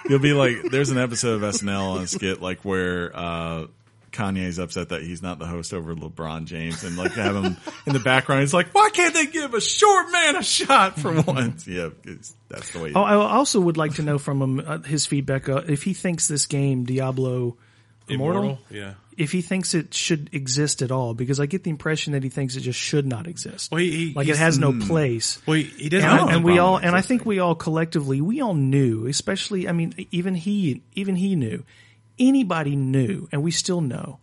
Speaker 1: You'll be like, there's an episode of SNL on a skit like where uh, Kanye's upset that he's not the host over LeBron James, and like have him in the background. He's like, why can't they give a short man a shot for once? Yeah, it's, that's the way.
Speaker 3: oh, I also would like to know from him uh, his feedback uh, if he thinks this game Diablo Immortal?
Speaker 2: Yeah.
Speaker 3: if he thinks it should exist at all, because I get the impression that he thinks it just should not exist.
Speaker 2: Well, he- he-
Speaker 3: like it
Speaker 2: he's- hmm.
Speaker 3: has no place.
Speaker 2: Well, he, he doesn't.
Speaker 3: and,
Speaker 1: have
Speaker 3: and
Speaker 1: a
Speaker 3: we
Speaker 1: problem
Speaker 3: all,
Speaker 1: with
Speaker 3: and I
Speaker 1: existing.
Speaker 3: think we all collectively, we all knew, especially, I mean, even he, even he knew, anybody knew, and we still know.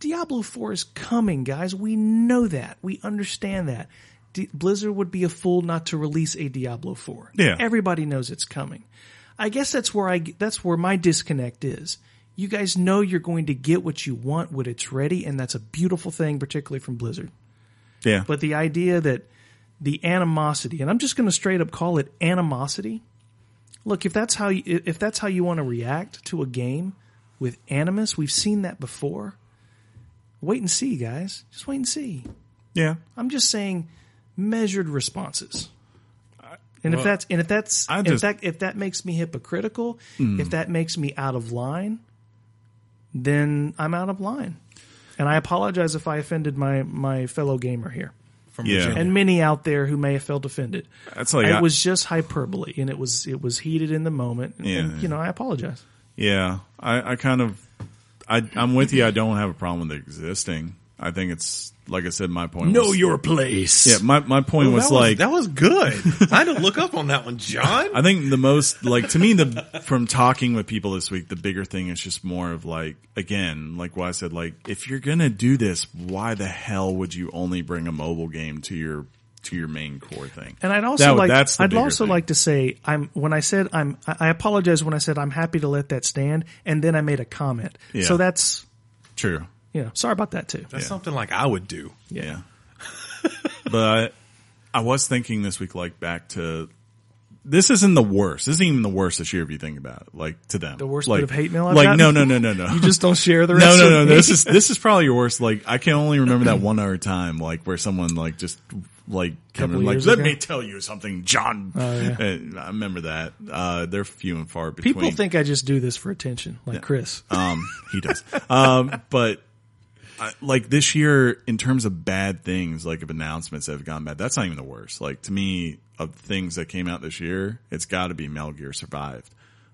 Speaker 3: Diablo 4 is coming, guys. We know that. We understand that. D- Blizzard would be a fool not to release a Diablo 4.
Speaker 1: Yeah.
Speaker 3: Everybody knows it's coming. I guess that's where I that's where my disconnect is. You guys know you're going to get what you want when it's ready and that's a beautiful thing particularly from Blizzard.
Speaker 1: yeah,
Speaker 3: But the idea that the animosity, and I'm just going to straight up call it animosity. Look, if that's how you, if that's how you want to react to a game with animus, we've seen that before. Wait and see, guys. Just wait and see.
Speaker 1: yeah.
Speaker 3: I'm just saying measured responses. And if that's and if that's
Speaker 1: I
Speaker 3: if
Speaker 1: just- Hmm.
Speaker 3: that if that makes me hypocritical, if that makes me out of line, then I'm out of line. And I apologize if I offended my my fellow gamer here
Speaker 2: From
Speaker 1: Yeah.
Speaker 2: Virginia.
Speaker 3: and many out there who may have felt offended.
Speaker 1: That's like I-
Speaker 3: it was just hyperbole, and it was it was heated in the moment. And,
Speaker 1: Yeah,
Speaker 3: and,
Speaker 1: yeah.
Speaker 3: you know, I apologize.
Speaker 1: Yeah, I, I kind of, I, I'm with you. I don't have a problem with it existing. I think it's like I said. My point. was,
Speaker 3: your place.
Speaker 1: Yeah, my my point
Speaker 2: Well,
Speaker 1: was,
Speaker 2: that
Speaker 1: like
Speaker 2: that was good. I had to look up on that one, John.
Speaker 1: I think the most like to me the from talking with people this week, the bigger thing is just more of like again, like what I said, like if you're gonna do this, why the hell would you only bring a mobile game to your to your main core thing?
Speaker 3: And I'd also
Speaker 1: That-
Speaker 3: like
Speaker 1: that's the
Speaker 3: I'd
Speaker 1: bigger
Speaker 3: also
Speaker 1: thing.
Speaker 3: like to say I'm when I said I'm I I apologize when I said I'm happy to let that stand, and then I made a comment.
Speaker 1: Yeah.
Speaker 3: So that's
Speaker 1: true.
Speaker 3: you know sorry about that too.
Speaker 2: That's something like I would do.
Speaker 1: Yeah. but I, I was thinking this week, like back to this isn't the worst. This isn't even the worst this year if you think about it. Like to them, the
Speaker 3: worst
Speaker 1: like,
Speaker 3: bit of hate mail I've
Speaker 1: like
Speaker 3: gotten?
Speaker 1: no, no, no, no, no.
Speaker 3: You just don't share the
Speaker 1: no,
Speaker 3: rest.
Speaker 1: no,
Speaker 3: with
Speaker 1: no.
Speaker 3: me.
Speaker 1: This is this is probably your worst. Like I can only remember that one other time, like where someone like just like came
Speaker 3: Couple
Speaker 1: in, like
Speaker 3: years
Speaker 1: let
Speaker 3: ago? Oh,
Speaker 1: me tell you something, John. And I remember that. Uh, they're few and far between.
Speaker 3: people think I just do this for attention, like Chris.
Speaker 1: Um, he does. um, but I, like this year, in terms of bad things, like of announcements that have gone bad, that's not even the worst. Like to me, of things that came out this year, it's got to be Metal Gear Survived,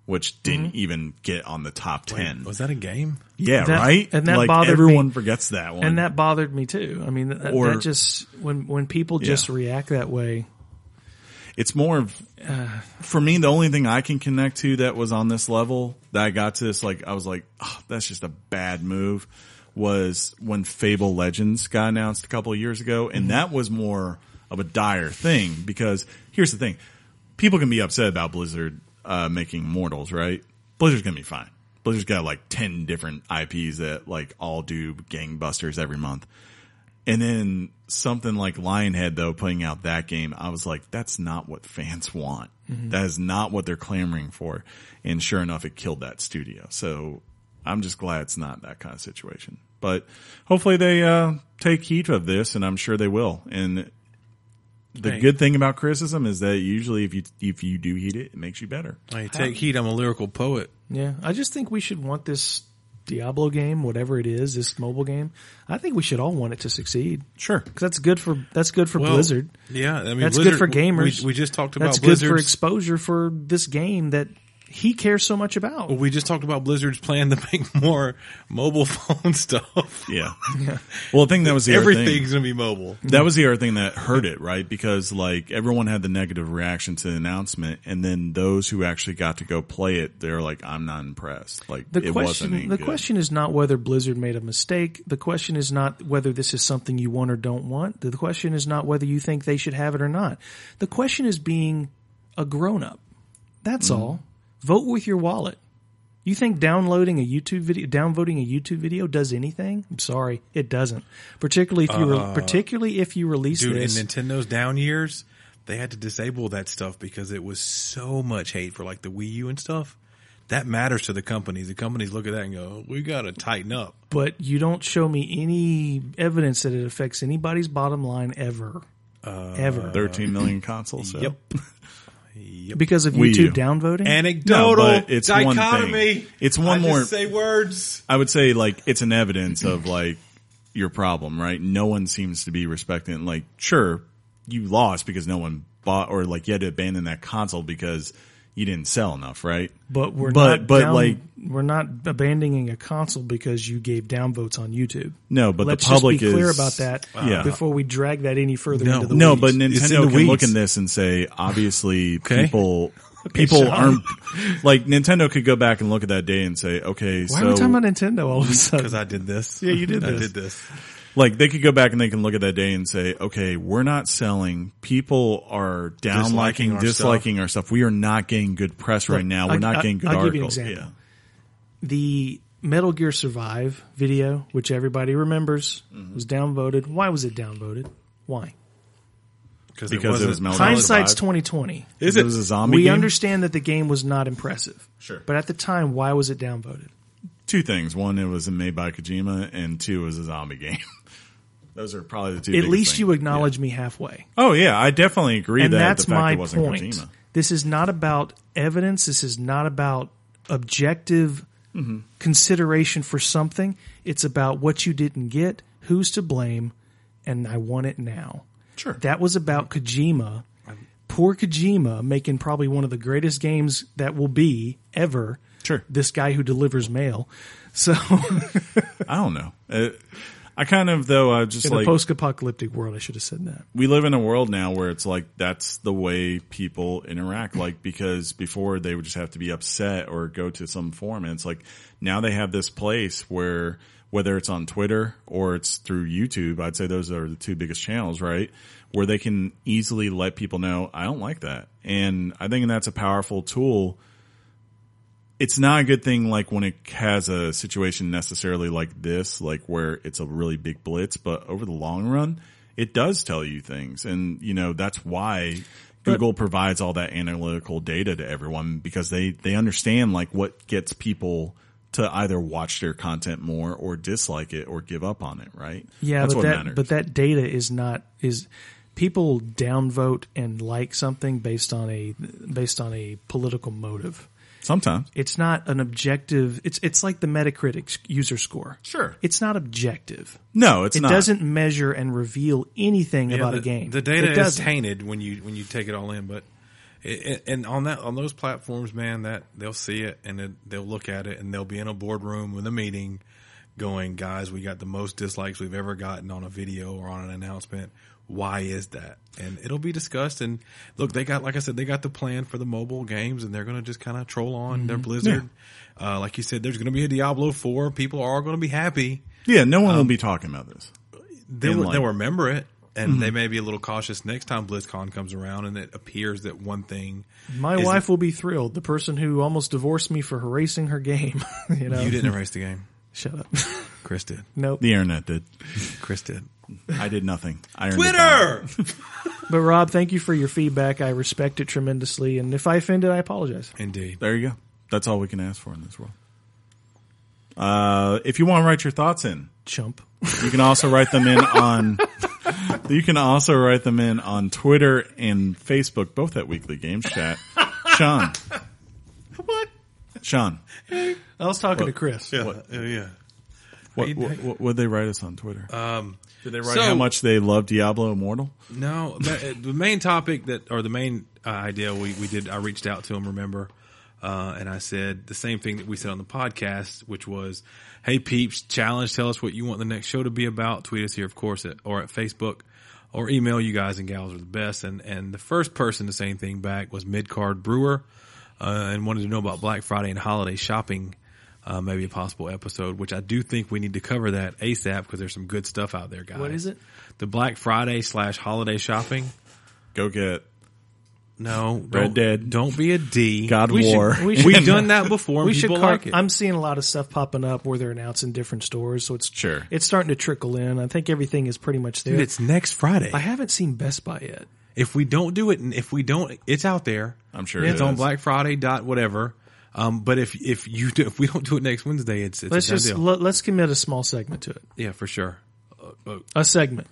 Speaker 1: which didn't even get on the top ten.
Speaker 2: Was that a game?
Speaker 1: yeah,
Speaker 3: That-
Speaker 1: right.
Speaker 3: Mm-hmm. and that
Speaker 1: like
Speaker 3: bothered
Speaker 1: everyone
Speaker 3: me.
Speaker 1: forgets that one.
Speaker 3: and that bothered me too. I mean, that,
Speaker 1: Or-
Speaker 3: that just when when people just react that way,
Speaker 1: it's more of for me the only thing i can connect to that was on this level that i got to this like i was like oh, that's just a bad move was when fable legends got announced a couple of years ago and that was more of a dire thing because here's the thing people can be upset about blizzard uh, making mortals right blizzard's gonna be fine blizzard's got like 10 different ips that like all do gangbusters every month and then something like Lionhead though putting out that game, I was like, that's not what fans want. That is not what they're clamoring for. And sure enough, it killed that studio. So I'm just glad it's not that kind of situation. But hopefully they uh, take heed of this, and I'm sure they will. And the
Speaker 2: Hey.
Speaker 1: good thing about criticism is that usually if you if you do heed it, it makes you better.
Speaker 2: Hey, take heed. I'm a lyrical poet.
Speaker 3: yeah. I just think we should want this Diablo game, whatever it is, this mobile game, I think we should all want it to succeed
Speaker 1: Sure.
Speaker 3: because that's good for that's good for
Speaker 2: Well,
Speaker 3: Blizzard.
Speaker 2: Yeah, I mean,
Speaker 3: That's
Speaker 2: Blizzard-
Speaker 3: good for
Speaker 2: we-
Speaker 3: gamers.
Speaker 2: We, we just talked about
Speaker 3: That's good for
Speaker 2: Blizzard's.
Speaker 3: exposure for this game that he cares so much about.
Speaker 2: we just talked about Blizzard's plan to make more mobile phone stuff.
Speaker 1: Yeah. Well, I think that was the other thing.
Speaker 2: Everything's gonna be mobile.
Speaker 1: That was the other thing that hurt it, right? Because like everyone had the negative reaction to the announcement, and then those who actually got to go play it, they're like, "I'm not impressed." Like
Speaker 3: The
Speaker 1: it wasn't. any
Speaker 3: question the
Speaker 1: good.
Speaker 3: question is not whether Blizzard made a mistake. The question is not whether this is something you want or don't want. The question is not whether you think they should have it or not. The question is being a grown up. That's
Speaker 1: Mm-hmm.
Speaker 3: all. Vote with your wallet. You think downloading a YouTube video, downvoting a YouTube video does anything? I'm sorry, it doesn't. Particularly if you,
Speaker 1: Uh,
Speaker 3: re- particularly if you release
Speaker 2: Dude,
Speaker 3: this,
Speaker 2: in Nintendo's down years, they had to disable that stuff because it was so much hate for like the Wii U and stuff. That matters to the companies. The companies look at that and go, "We got to tighten up."
Speaker 3: but you don't show me any evidence that it affects anybody's bottom line ever,
Speaker 1: Uh,
Speaker 3: ever.
Speaker 1: Thirteen million consoles. so.
Speaker 3: because of
Speaker 1: Wii U.
Speaker 3: YouTube downvoting.
Speaker 1: No,
Speaker 2: Anecdotal
Speaker 1: but it's one
Speaker 2: dichotomy.
Speaker 1: thing. It's one
Speaker 2: I
Speaker 1: more.
Speaker 2: Just say words.
Speaker 1: I would say like it's an evidence of like your problem, right? No one seems to be respecting. Like, sure, you lost because no one bought, or like you had to abandon that console because you didn't sell enough, right?
Speaker 3: But we're
Speaker 1: But-
Speaker 3: not
Speaker 1: but,
Speaker 3: down-
Speaker 1: like-
Speaker 3: we're not abandoning a console because you gave downvotes on YouTube.
Speaker 1: No, but
Speaker 3: Let's
Speaker 1: the public
Speaker 3: just be clear
Speaker 1: is
Speaker 3: about that
Speaker 1: Yeah.
Speaker 3: before we drag that any further
Speaker 2: No.
Speaker 3: into the
Speaker 1: No,
Speaker 3: weeds.
Speaker 1: but
Speaker 2: It's in
Speaker 1: Nintendo
Speaker 2: the
Speaker 1: can look
Speaker 2: weeds.
Speaker 1: in this and say, obviously,
Speaker 2: Okay.
Speaker 1: people people aren't like Nintendo could go back and look at that day and say, okay,
Speaker 3: why
Speaker 1: so
Speaker 3: are we talking about
Speaker 1: Mm-hmm.
Speaker 3: Nintendo all of a
Speaker 2: Because
Speaker 3: sudden?
Speaker 2: I did this.
Speaker 3: Yeah, you did
Speaker 2: I
Speaker 3: this.
Speaker 2: did this.
Speaker 1: like they could go back and they can look at that day and say, okay, we're not selling. People are down
Speaker 2: Disliking
Speaker 1: liking,
Speaker 2: our
Speaker 1: disliking our stuff. We are not getting good press right now. We're
Speaker 3: I-
Speaker 1: not
Speaker 3: I-
Speaker 1: getting good
Speaker 3: I'll give you an
Speaker 1: articles.
Speaker 3: example. The Metal Gear Survive video, which everybody remembers,
Speaker 1: Mm-hmm.
Speaker 3: was downvoted. Why was it downvoted? Why?
Speaker 2: Because
Speaker 1: Because it was Metal Gear
Speaker 3: Hindsight's
Speaker 1: Survive.
Speaker 3: twenty twenty.
Speaker 1: Is it, was a zombie
Speaker 3: We
Speaker 1: game?
Speaker 3: understand that the game was not impressive,
Speaker 1: Sure.
Speaker 3: but at the time, why was it downvoted?
Speaker 1: two things. One, it was made by Kojima, and two, it was a zombie game. Those are probably the two.
Speaker 3: At
Speaker 1: biggest
Speaker 3: least
Speaker 1: things.
Speaker 3: you acknowledge me halfway.
Speaker 1: Oh yeah, I definitely agree
Speaker 3: and
Speaker 1: that
Speaker 3: that's
Speaker 1: the fact
Speaker 3: my
Speaker 1: it wasn't
Speaker 3: point.
Speaker 1: Kojima.
Speaker 3: This is not about evidence. This is not about objective consideration for something. It's about what you didn't get, who's to blame, and I want it now.
Speaker 1: Sure.
Speaker 3: That was about Kojima. Poor Kojima making probably one of the greatest games that will be ever.
Speaker 1: Sure.
Speaker 3: This guy who delivers mail. So
Speaker 1: I don't know. Uh, I kind of though I just
Speaker 3: in
Speaker 1: like
Speaker 3: a post-apocalyptic world, I should have said that.
Speaker 1: we live in a world now where it's like that's the way people interact. Like because before they would just have to be upset or go to some forum, and it's like now they have this place where whether it's on Twitter or it's through YouTube, I'd say those are the two biggest channels, right? Where they can easily let people know I don't like that, and I think that's a powerful tool. it's not a good thing like when it has a situation necessarily like this, like where it's a really big blitz, but over the long run, it does tell you things. And you know, that's why Google provides all that analytical data to everyone because they, they understand like what gets people to either watch their content more or dislike it or give up on it. Right.
Speaker 3: Yeah,
Speaker 1: That's
Speaker 3: but
Speaker 1: what
Speaker 3: that
Speaker 1: matters.
Speaker 3: but that data is not is people downvote and like something based on a based on a political motive.
Speaker 1: sometimes.
Speaker 3: It's not an objective. It's it's like the Metacritic user score.
Speaker 1: Sure.
Speaker 3: It's not objective.
Speaker 1: No, it's
Speaker 3: it
Speaker 1: not.
Speaker 3: doesn't measure and reveal anything about
Speaker 2: the,
Speaker 3: a game.
Speaker 2: The
Speaker 3: it
Speaker 2: data is
Speaker 3: doesn't.
Speaker 2: tainted when you when you take it all in, but it, and on that on those platforms, man, that they'll see it and then they'll look at it and they'll be in a boardroom with a meeting, going, guys, we got the most dislikes we've ever gotten on a video or on an announcement. Why is that? And it'll be discussed. And look, they got like I said, they got the plan for the mobile games, and they're going to just kind of troll on
Speaker 3: Mm-hmm.
Speaker 2: their Blizzard. Uh, like you said, there's going to be a Diablo Four. People are going to be happy
Speaker 1: yeah. No one will
Speaker 3: Um,
Speaker 1: be talking about this.
Speaker 2: they
Speaker 1: and,
Speaker 2: will,
Speaker 1: like- Mm-hmm.
Speaker 2: they'll remember it, and they may be a little cautious next time BlizzCon comes around, and it appears that one thing
Speaker 3: My
Speaker 2: is
Speaker 3: wife will be thrilled. The person who almost divorced me for harassing her game. you know,
Speaker 2: you didn't erase the game.
Speaker 3: shut up.
Speaker 2: Chris did.
Speaker 3: nope.
Speaker 1: The internet did.
Speaker 2: Chris did.
Speaker 1: I did nothing. I earned it back.
Speaker 2: Twitter.
Speaker 3: But Rob, thank you for your feedback. I respect it tremendously, and if I offended, I apologize.
Speaker 2: Indeed.
Speaker 1: There you go. That's all we can ask for in this world. Uh, if you want to write your thoughts in,
Speaker 3: Chump.
Speaker 1: you can also write them in on. You can also write them in on Twitter and Facebook, both at Weekly Games Chat. Sean, what? Sean,
Speaker 3: I was talking to Chris.
Speaker 2: Yeah, uh, yeah.
Speaker 1: what,
Speaker 2: you-
Speaker 1: what, what would they write us on Twitter?
Speaker 2: Um,
Speaker 1: Did they write
Speaker 2: so-
Speaker 1: how much they love Diablo Immortal?
Speaker 2: No, but, uh, the main topic that, or the main uh, idea we, we did, I reached out to him, remember? Uh, and I said the same thing that we said on the podcast, which was, Hey peeps, challenge, tell us what you want the next show to be about. Tweet us here, of course, at, or at Facebook or email you guys and gals are the best. And, and the first person to say anything back was Midcard Brewer, uh, and wanted to know about Black Friday and holiday shopping. Uh, maybe a possible episode, which I do think we need to cover that ASAP because there's some good stuff out there, guys
Speaker 3: What is it?
Speaker 2: the Black Friday slash holiday shopping.
Speaker 1: Go get
Speaker 2: No, Red
Speaker 1: Dead.
Speaker 2: Don't be a D.
Speaker 1: God
Speaker 2: we
Speaker 1: War.
Speaker 2: Should,
Speaker 3: We
Speaker 2: we
Speaker 3: should-
Speaker 2: have done that before. And
Speaker 3: We should.
Speaker 2: people
Speaker 3: Car-
Speaker 2: like it.
Speaker 3: I'm seeing a lot of stuff popping up where they're announcing different stores, so it's
Speaker 1: Sure.
Speaker 3: It's starting to trickle in. I think everything is pretty much there.
Speaker 2: Dude, it's next Friday.
Speaker 3: I haven't seen Best Buy yet.
Speaker 2: If we don't do it, and if we don't, it's out there.
Speaker 1: I'm sure it
Speaker 2: it's on
Speaker 1: is.
Speaker 2: Black Friday dot whatever. Um, but if if you do, if we don't do it next Wednesday, it's it's
Speaker 3: Let's
Speaker 2: a done
Speaker 3: just
Speaker 2: deal.
Speaker 3: let, let's commit a small segment to it.
Speaker 2: yeah for sure. Uh, uh,
Speaker 3: A segment.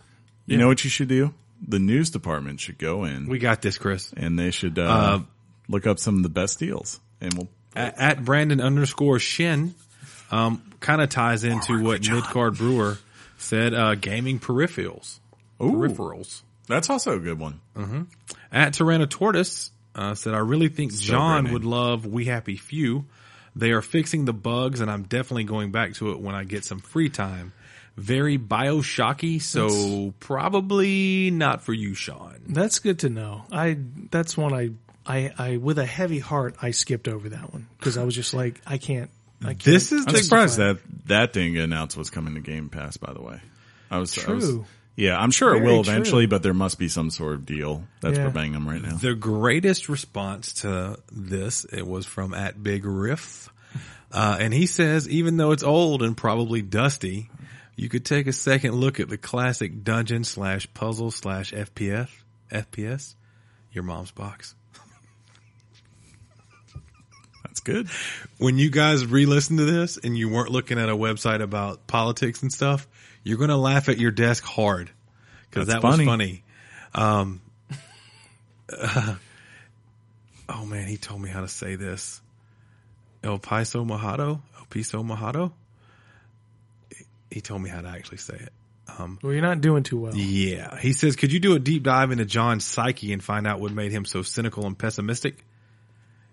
Speaker 1: You know what you should do? The news department should go in
Speaker 2: we got this, Chris.
Speaker 1: and they should uh,
Speaker 2: Uh,
Speaker 1: look up some of the best deals. And we'll
Speaker 2: at, at Brandon underscore Shin um, kind of ties into what Midcard Brewer said. Uh, gaming peripherals, peripherals.
Speaker 1: that's also a good one.
Speaker 2: At Tyrannotortoise uh, said, I really think John would love We Happy Few. They are fixing the bugs, and I'm definitely going back to it when I get some free time. Very Bioshocky, so probably not for you, Sean.
Speaker 3: That's good to know. I that's one I I, I with a heavy heart I skipped over that one because I was just like I can't. I can't.
Speaker 2: This is
Speaker 1: I'm
Speaker 2: the
Speaker 1: surprised that that didn't get announced was coming to Game Pass. By the way, I was I was-
Speaker 3: True.
Speaker 1: yeah, I'm sure it
Speaker 3: Very
Speaker 1: will
Speaker 3: true.
Speaker 1: eventually, but there must be some sort of deal that's
Speaker 3: Yeah.
Speaker 1: preventing them right now.
Speaker 2: The greatest response to this it was from at Big Riff, uh, and he says even though it's old and probably dusty, you could take a second look at the classic dungeon slash puzzle slash FPS FPS, your mom's box.
Speaker 1: That's good.
Speaker 2: When you guys re-listen to this and you weren't looking at a website about politics and stuff, you're gonna laugh at your desk hard because that
Speaker 1: That's
Speaker 2: was
Speaker 1: funny.
Speaker 2: funny. Um, oh man, he told me how to say this. El Piso Mojado? El Piso Mojado? He told me how to actually say it.
Speaker 3: Well, you're not doing too well.
Speaker 2: Yeah. He says, could you do a deep dive into John's psyche and find out what made him so cynical and pessimistic?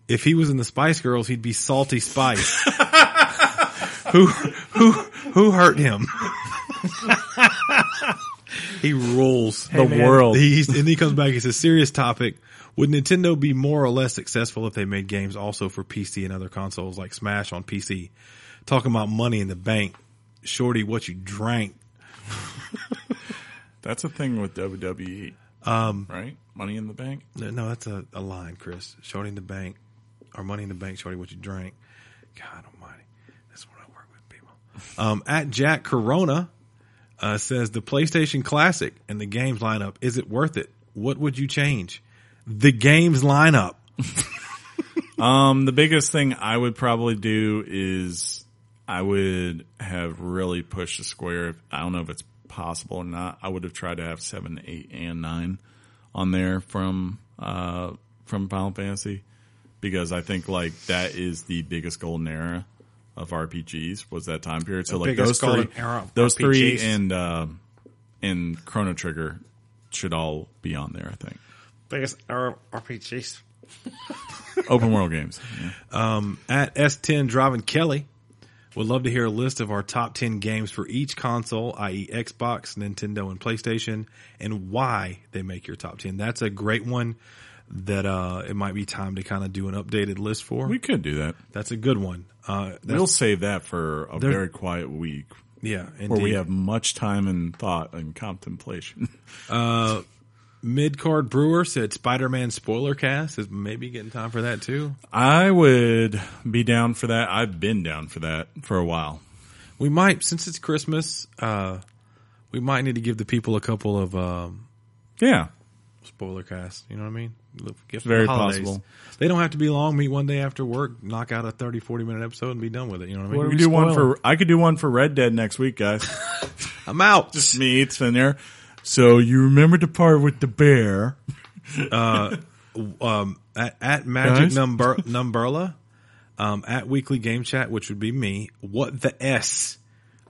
Speaker 2: If he was in the Spice Girls, he'd be salty spice. who, who, who hurt him? he rules
Speaker 1: the
Speaker 3: man.
Speaker 1: world.
Speaker 2: he, he's, and he comes back. It's a serious topic. Would Nintendo be more or less successful if they made games also for PC and other consoles like Smash on PC? Talking about money in the bank, shorty, what you drank.
Speaker 1: That's a thing with WWE. Um, right? Money in the bank.
Speaker 2: No, no, that's a, a line, Chris. Shorty in the bank, or money in the bank, shorty, what you drank. God almighty. That's what I work with, people. Um, at Jack Corona uh, says the PlayStation Classic and the games lineup, is it worth it? What would you change? The games lineup.
Speaker 1: Um, the biggest thing I would probably do is I would have really pushed the square. I don't know if it's possible or not. I would have tried to have seven, eight, and nine on there from uh from Final Fantasy because I think like that is the biggest golden era of RPGs was that time period. So like those
Speaker 2: biggest
Speaker 1: three,
Speaker 2: golden era of
Speaker 1: those three
Speaker 2: RPGs.
Speaker 1: and uh, and Chrono Trigger should all be on there. I think
Speaker 2: Biggest RPGs.
Speaker 1: open world games. Yeah.
Speaker 2: At S10 Driving Kelly would love to hear a list of our top 10 games for each console, i.e. Xbox, Nintendo, and PlayStation, and why they make your top 10. That's a great one that uh, it might be time to kind of do an updated list for.
Speaker 1: We could do that.
Speaker 2: That's a good one. Uh, that's-
Speaker 1: We'll save that for a very quiet week
Speaker 2: yeah,
Speaker 1: where
Speaker 2: indeed.
Speaker 1: we have much time and thought and contemplation.
Speaker 2: Midcard Brewer said Spider-Man spoiler cast is maybe getting time for that too.
Speaker 1: I would be down for that. I've been down for that for a while.
Speaker 2: We might, since it's Christmas, uh, we might need to give the people a couple of um,
Speaker 1: Yeah.
Speaker 2: spoiler cast. You know what I mean? Look, Gift for
Speaker 1: Very
Speaker 2: the holidays.
Speaker 1: possible.
Speaker 2: They don't have to be long. Meet one day after work, knock out a 30, 40 minute episode and be done with it. You know what I mean?
Speaker 3: What
Speaker 1: We
Speaker 3: are
Speaker 1: could do one for I could do one for Red Dead next week, guys.
Speaker 2: I'm out.
Speaker 1: Just me, it's in there. So you remember the part with the bear.
Speaker 2: um, at, at Magic
Speaker 1: Guys?
Speaker 2: Number Numberla um, at Weekly Game Chat, which would be me. What the S?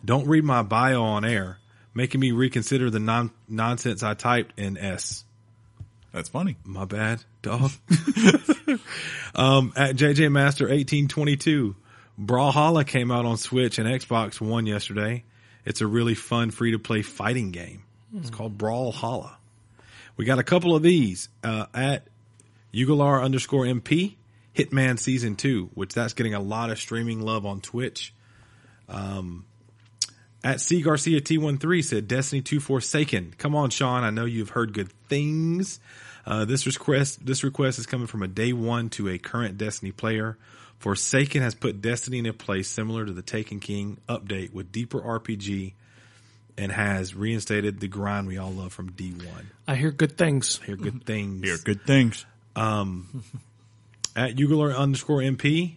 Speaker 2: Don't read my bio on air, making me reconsider the non- nonsense I typed in S.
Speaker 1: That's funny.
Speaker 2: My bad, dog. um, at JJ Master eighteen twenty two, Brawlhalla came out on Switch and Xbox One yesterday. It's a really fun free to play fighting game. It's called Brawlhalla. We got a couple of these uh, at Ugalar underscore MP Hitman Season Two, which that's getting a lot of streaming love on Twitch. Um, at C Garcia T13 said Destiny 2 Forsaken. Come on, Sean. I know you've heard good things. Uh, this request this request is coming from a day one to a current Destiny player. Forsaken has put Destiny in a place similar to the Taken King update with deeper RPG and has reinstated the grind we all love from D1.
Speaker 3: I hear good things.
Speaker 2: Hear good things.
Speaker 1: Here, good things.
Speaker 2: at Ugular underscore MP.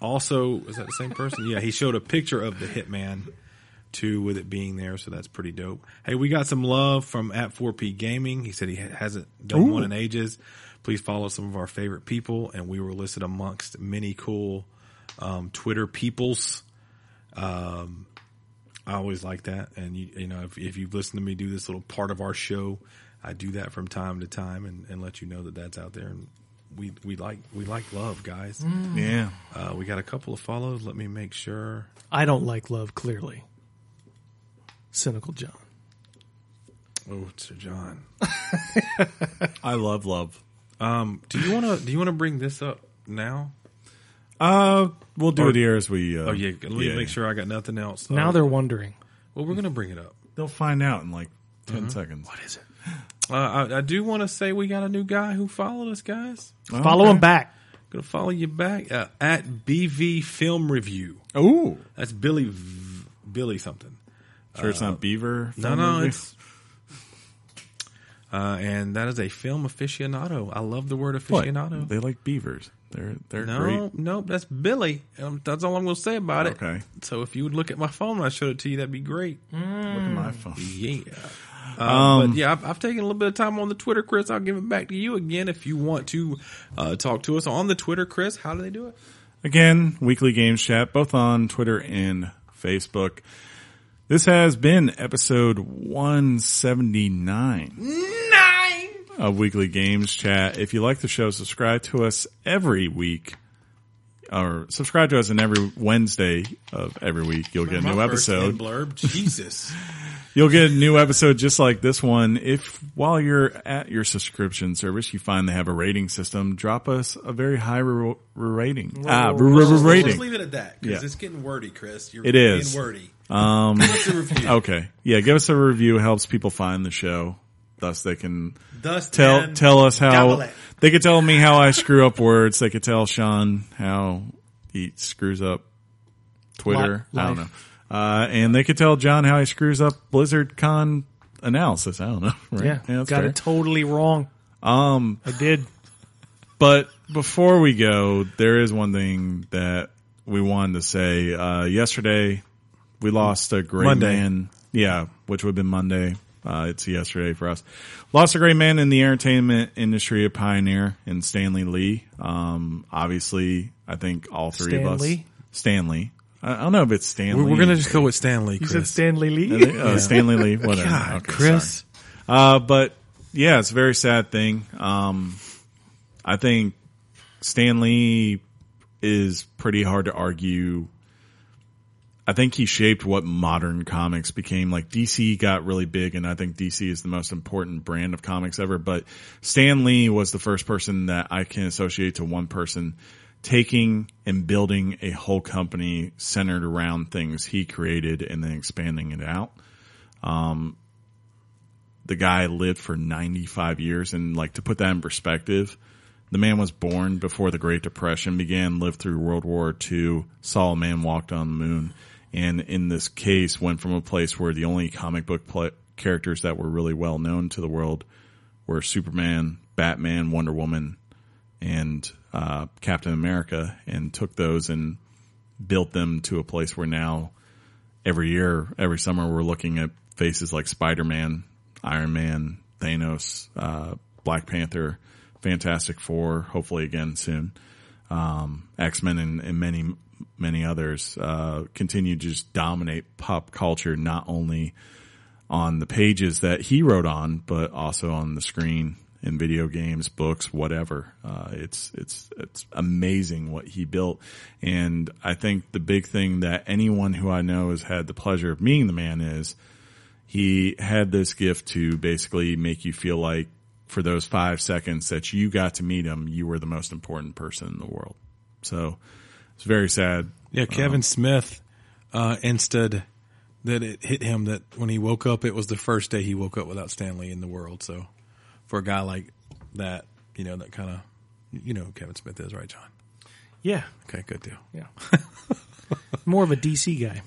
Speaker 2: Also, is that the same person? Yeah, he showed a picture of the Hitman too, with it being there, so that's pretty dope. Hey, we got some love from at 4P Gaming. He said he ha- hasn't done one in ages. Please follow some of our favorite people, and we were listed amongst many cool um, Twitter peoples. Um, I always like that, and you, you know, if, if you've listened to me do this little part of our show, I do that from time to time, and, and let you know that that's out there. And we we like we like love, guys.
Speaker 3: Mm.
Speaker 1: Yeah.
Speaker 2: Uh, we got a couple of follows. Let me make sure.
Speaker 3: I don't like love, clearly. Cynical John.
Speaker 2: Oh, Sir John.
Speaker 1: I love love.
Speaker 2: Um, do you want to do you want to bring this up now?
Speaker 1: Uh, we'll do it here as we. Uh,
Speaker 2: Oh yeah, let me make sure I got nothing else.
Speaker 3: Now
Speaker 2: Uh,
Speaker 3: they're wondering.
Speaker 2: well, we're gonna bring it up.
Speaker 1: They'll find out in like 10
Speaker 2: Mm-hmm.
Speaker 1: seconds. What is it?
Speaker 2: Uh, I, I do want to say we got a new guy who followed us, guys.
Speaker 3: Follow him back.
Speaker 2: Gonna follow you back uh, at BV Film Review.
Speaker 1: Oh,
Speaker 2: That's Billy v- Billy something.
Speaker 1: sure it's not Beaver.
Speaker 2: No, no, it's. Uh, and that is a film aficionado. I love the word
Speaker 1: What?
Speaker 2: aficionado.
Speaker 1: They like beavers. They're they're
Speaker 2: No,
Speaker 1: great.
Speaker 2: nope, that's Billy. Um, That's all I'm going to say about it.
Speaker 1: Okay. Mm-hmm.
Speaker 2: So if you would look at my phone when I showed it to you, that'd be great. Mm.
Speaker 1: Look at my phone.
Speaker 2: Yeah. Um, but yeah, I've, I've taken a little bit of time on the Twitter, Chris. I'll give it back to you again if you want to uh, talk to us on the Twitter, Chris. How do they do it?
Speaker 1: Again, weekly games chat, both on Twitter and Facebook. This has been episode 179. Nine! Of weekly games chat. If you like the show, subscribe to us every week. Or subscribe to us on every Wednesday of every week. You'll get a new
Speaker 2: My first
Speaker 1: episode.
Speaker 2: blurb. Jesus.
Speaker 1: You'll get a new episode just like this one. If while you're at your subscription service, you find they have a rating system, drop us a very high re- rating. Ah, re-
Speaker 2: Let's- let's
Speaker 1: rating.
Speaker 2: leave it at that because
Speaker 1: Yeah.
Speaker 2: it's getting wordy, Chris. You're
Speaker 1: It
Speaker 2: being
Speaker 1: is. Oh,
Speaker 2: wordy. Um, review.
Speaker 1: Okay. Yeah. Give us a review. Helps people find the show. Thus they can
Speaker 2: Thus,
Speaker 1: tell,
Speaker 2: then,
Speaker 1: tell us
Speaker 2: double
Speaker 1: how
Speaker 2: it.
Speaker 1: they could tell me how I screw up words. They could tell Sean how he screws up Twitter.
Speaker 3: Li-
Speaker 1: I don't know.
Speaker 3: life.
Speaker 1: Uh, and they could tell John how he screws up Blizzard Con analysis. I don't know. Right?
Speaker 3: Yeah,
Speaker 1: that's
Speaker 3: got
Speaker 1: fair.
Speaker 3: it totally wrong. Um, I did.
Speaker 1: But before we go, there is one thing that we wanted to say. Uh, yesterday, we lost a great
Speaker 2: Monday.
Speaker 1: man. Yeah, which would have been Monday. Uh, it's yesterday for us. Lost a great man in the entertainment industry, a pioneer in Stanley Lee. Um, obviously, I think all three of us.
Speaker 3: Stanley?
Speaker 1: Stanley. I, I don't know if it's Stanley.
Speaker 2: We're, we're gonna just go with Stanley.
Speaker 3: You
Speaker 2: Chris.
Speaker 3: said Stanley Lee.
Speaker 1: Uh, Stanley Lee. Whatever.
Speaker 2: God,
Speaker 1: Okay,
Speaker 2: Chris.
Speaker 1: sorry. Uh, but yeah, it's a very sad thing. Um, I think Stanley is pretty hard to argue. I think he shaped what modern comics became. Like DC got really big and I think DC is the most important brand of comics ever, but Stan Lee was the first person that I can associate to one person taking and building a whole company centered around things he created and then expanding it out the guy lived for 95 years and like to put that in perspective the man was born before the great depression began lived through world war ii saw a man walked on the moon and in this case went from a place where the only comic book pla characters that were really well known to the world were superman batman wonder woman and uh, captain america and took those and built them to a place where now every year, every summer, we're looking at faces like Spider Man, Iron Man, Thanos, uh, Black Panther, Fantastic Four, hopefully again soon. um, X Men and, and many many others uh, continue to just dominate pop culture, not only on the pages that he wrote on, but also on the screen in video games, books, whatever. Uh, it's it's it's amazing what he built, and I think the big thing that anyone who I know has had the pleasure of meeting the man is he had this gift to basically make you feel like for those five seconds that you got to meet him, you were the most important person in the world. So it's very sad.
Speaker 2: Yeah, Kevin Smith uh, instead that it hit him that when he woke up, it was the first day he woke up without Stanley in the world. So for a guy like that, you know that kind of you know who Kevin Smith is, right, John?
Speaker 3: Yeah,
Speaker 2: Okay, good deal.
Speaker 3: yeah. More of a DC guy.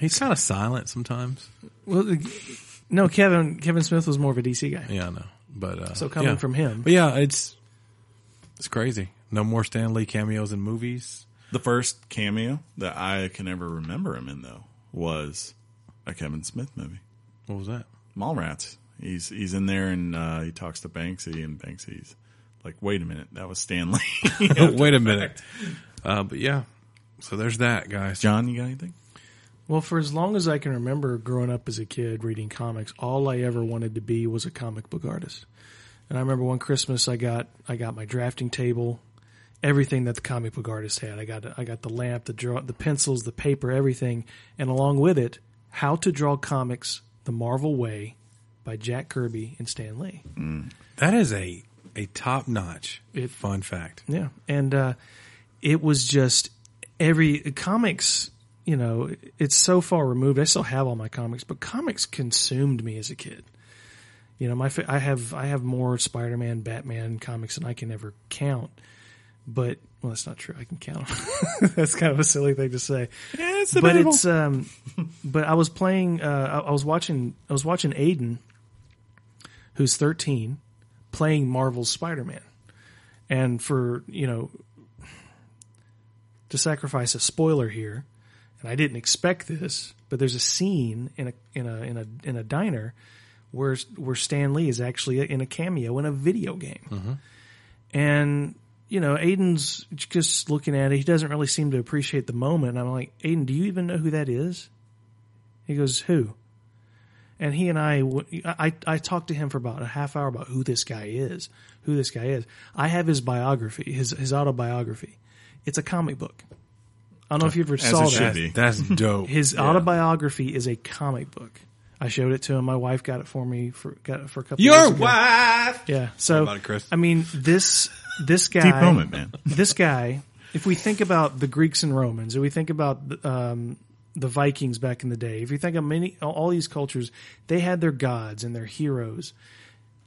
Speaker 2: He's kind of silent sometimes.
Speaker 3: Well, the- no, Kevin Kevin Smith was more of a DC guy.
Speaker 2: Yeah, I know. But uh,
Speaker 3: So coming
Speaker 2: yeah.
Speaker 3: from him,
Speaker 2: But yeah, it's it's crazy. No more Stan Lee cameos in movies.
Speaker 1: The first cameo that I can ever remember him in though was a Kevin Smith movie,
Speaker 2: What was that?
Speaker 1: Mallrats. He's he's in there and uh, he talks to Banksy and Banksy's like, wait a minute, that was Stanley.
Speaker 2: Oh, wait a minute. Uh, but yeah, so there's that, guys.
Speaker 1: John, you got anything?
Speaker 3: well, for as long as I can remember, growing up as a kid reading comics, all I ever wanted to be was a comic book artist. And I remember one Christmas, I got I got my drafting table, everything that the comic book artist had. I got I got the lamp, the draw, the pencils, the paper, everything, and along with it, How to Draw Comics the Marvel Way by Jack Kirby and Stan Lee.
Speaker 2: That is a a top notch
Speaker 3: It-
Speaker 2: fun fact.
Speaker 3: Yeah, and uh, it was just every comics. You know, it's so far removed. I still have all my comics, but comics consumed me as a kid. You know, my fa- I have I have more Spider Man, Batman comics than I can ever count. But well, that's not true. I can count. 'em. that's kind of a silly thing to say.
Speaker 1: Yeah, it's
Speaker 3: but it's um, but I was playing. Uh, I, I was watching. I was watching Aiden, who's thirteen, playing Marvel's Spider Man, and for you know, to sacrifice a spoiler here, and I didn't expect this, but there's a scene in a in a in a in a diner where where Stan Lee is actually in a cameo in a video game, and you know Aiden's just looking at it. He doesn't really seem to appreciate the moment. And I'm like, Aiden, do you even know who that is? He goes, who? And he and I, w- I, I talked to him for about a half hour about who this guy is, who this guy is. I have his biography, his his autobiography. It's a comic book. I don't know if you ever saw
Speaker 1: it
Speaker 3: that.
Speaker 1: should be.
Speaker 2: That's, that's dope.
Speaker 3: His autobiography is a comic book. I showed it to him. My wife got it for me for got it for a couple. years
Speaker 2: Your
Speaker 3: ago.
Speaker 2: wife.
Speaker 3: yeah. So
Speaker 2: about it, Chris?
Speaker 3: I mean this this guy
Speaker 1: Deep moment, man.
Speaker 3: this guy, if we think about the Greeks and Romans, if we think about um, the Vikings back in the day, if you think of many all these cultures, they had their gods and their heroes.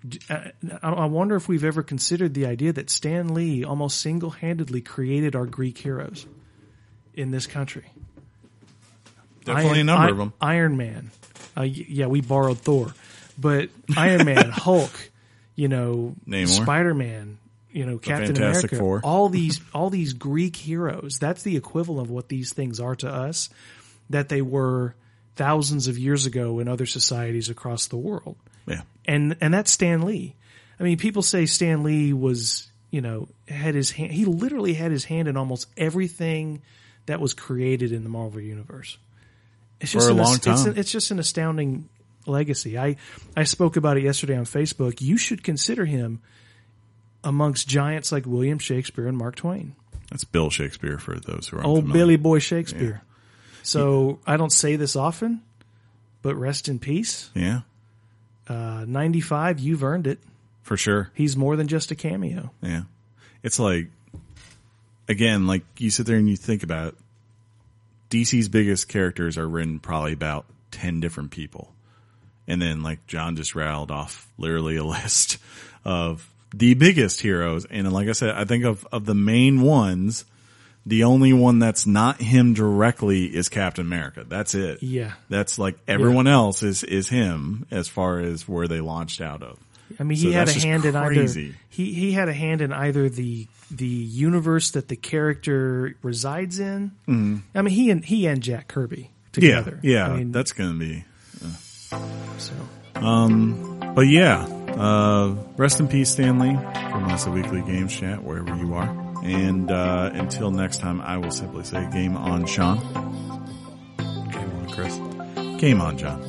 Speaker 3: D- I, I I wonder if we've ever considered the idea that Stan Lee almost single handedly created our Greek heroes in this country.
Speaker 1: Definitely a number of them.
Speaker 3: Iron Man. Uh, y- yeah, we borrowed Thor, but Iron Man, Hulk, you know,
Speaker 1: Namor.
Speaker 3: Spider Man, you know, Captain
Speaker 1: Fantastic Four.
Speaker 3: America, all these all these Greek heroes. That's the equivalent of what these things are to us that they were thousands of years ago in other societies across the world.
Speaker 1: Yeah.
Speaker 3: And and that's Stan Lee. I mean, people say Stan Lee was, you know, had his hand he literally had his hand in almost everything that was created in the Marvel universe. It's just
Speaker 1: For a
Speaker 3: an,
Speaker 1: long
Speaker 3: It's,
Speaker 1: time.
Speaker 3: an, it's just an astounding legacy. I I spoke about it yesterday on Facebook. You should consider him amongst giants like William Shakespeare and Mark Twain.
Speaker 1: That's Bill Shakespeare for those who are
Speaker 3: Old Oh, Billy Boy Shakespeare. So I don't say this often, but rest in peace.
Speaker 1: Yeah,
Speaker 3: Uh, 95, you've earned it.
Speaker 1: for sure.
Speaker 3: He's more than just a cameo.
Speaker 1: Yeah. It's like, again, like you sit there and you think about it. DC's biggest characters are written probably about 10 different people. And then like John just rattled off literally a list of the biggest heroes. And like I said, I think of, of the main ones, the only one that's not him directly is Captain America. That's it.
Speaker 3: Yeah.
Speaker 1: That's like everyone else is, is him as far as where they launched out of.
Speaker 3: I mean,
Speaker 1: So
Speaker 3: he had a
Speaker 1: that's just
Speaker 3: hand in
Speaker 1: crazy.
Speaker 3: either he he had a hand in either the the universe that the character resides in.
Speaker 1: Mm-hmm.
Speaker 3: Mm. I mean, he and he and Jack Kirby together.
Speaker 1: Yeah. Yeah.
Speaker 3: I mean,
Speaker 1: that's going to be.
Speaker 3: so.
Speaker 1: But yeah, Uh, rest in peace, Stanley, from us a weekly games chat, wherever you are. And uh, until next time, I will simply say game on, Sean.
Speaker 2: Game on, Chris.
Speaker 1: Game on, John.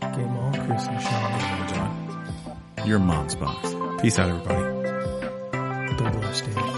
Speaker 3: Game on, Chris and Sean.
Speaker 1: Your mom's box.
Speaker 2: Peace out, everybody.
Speaker 3: Double F standard.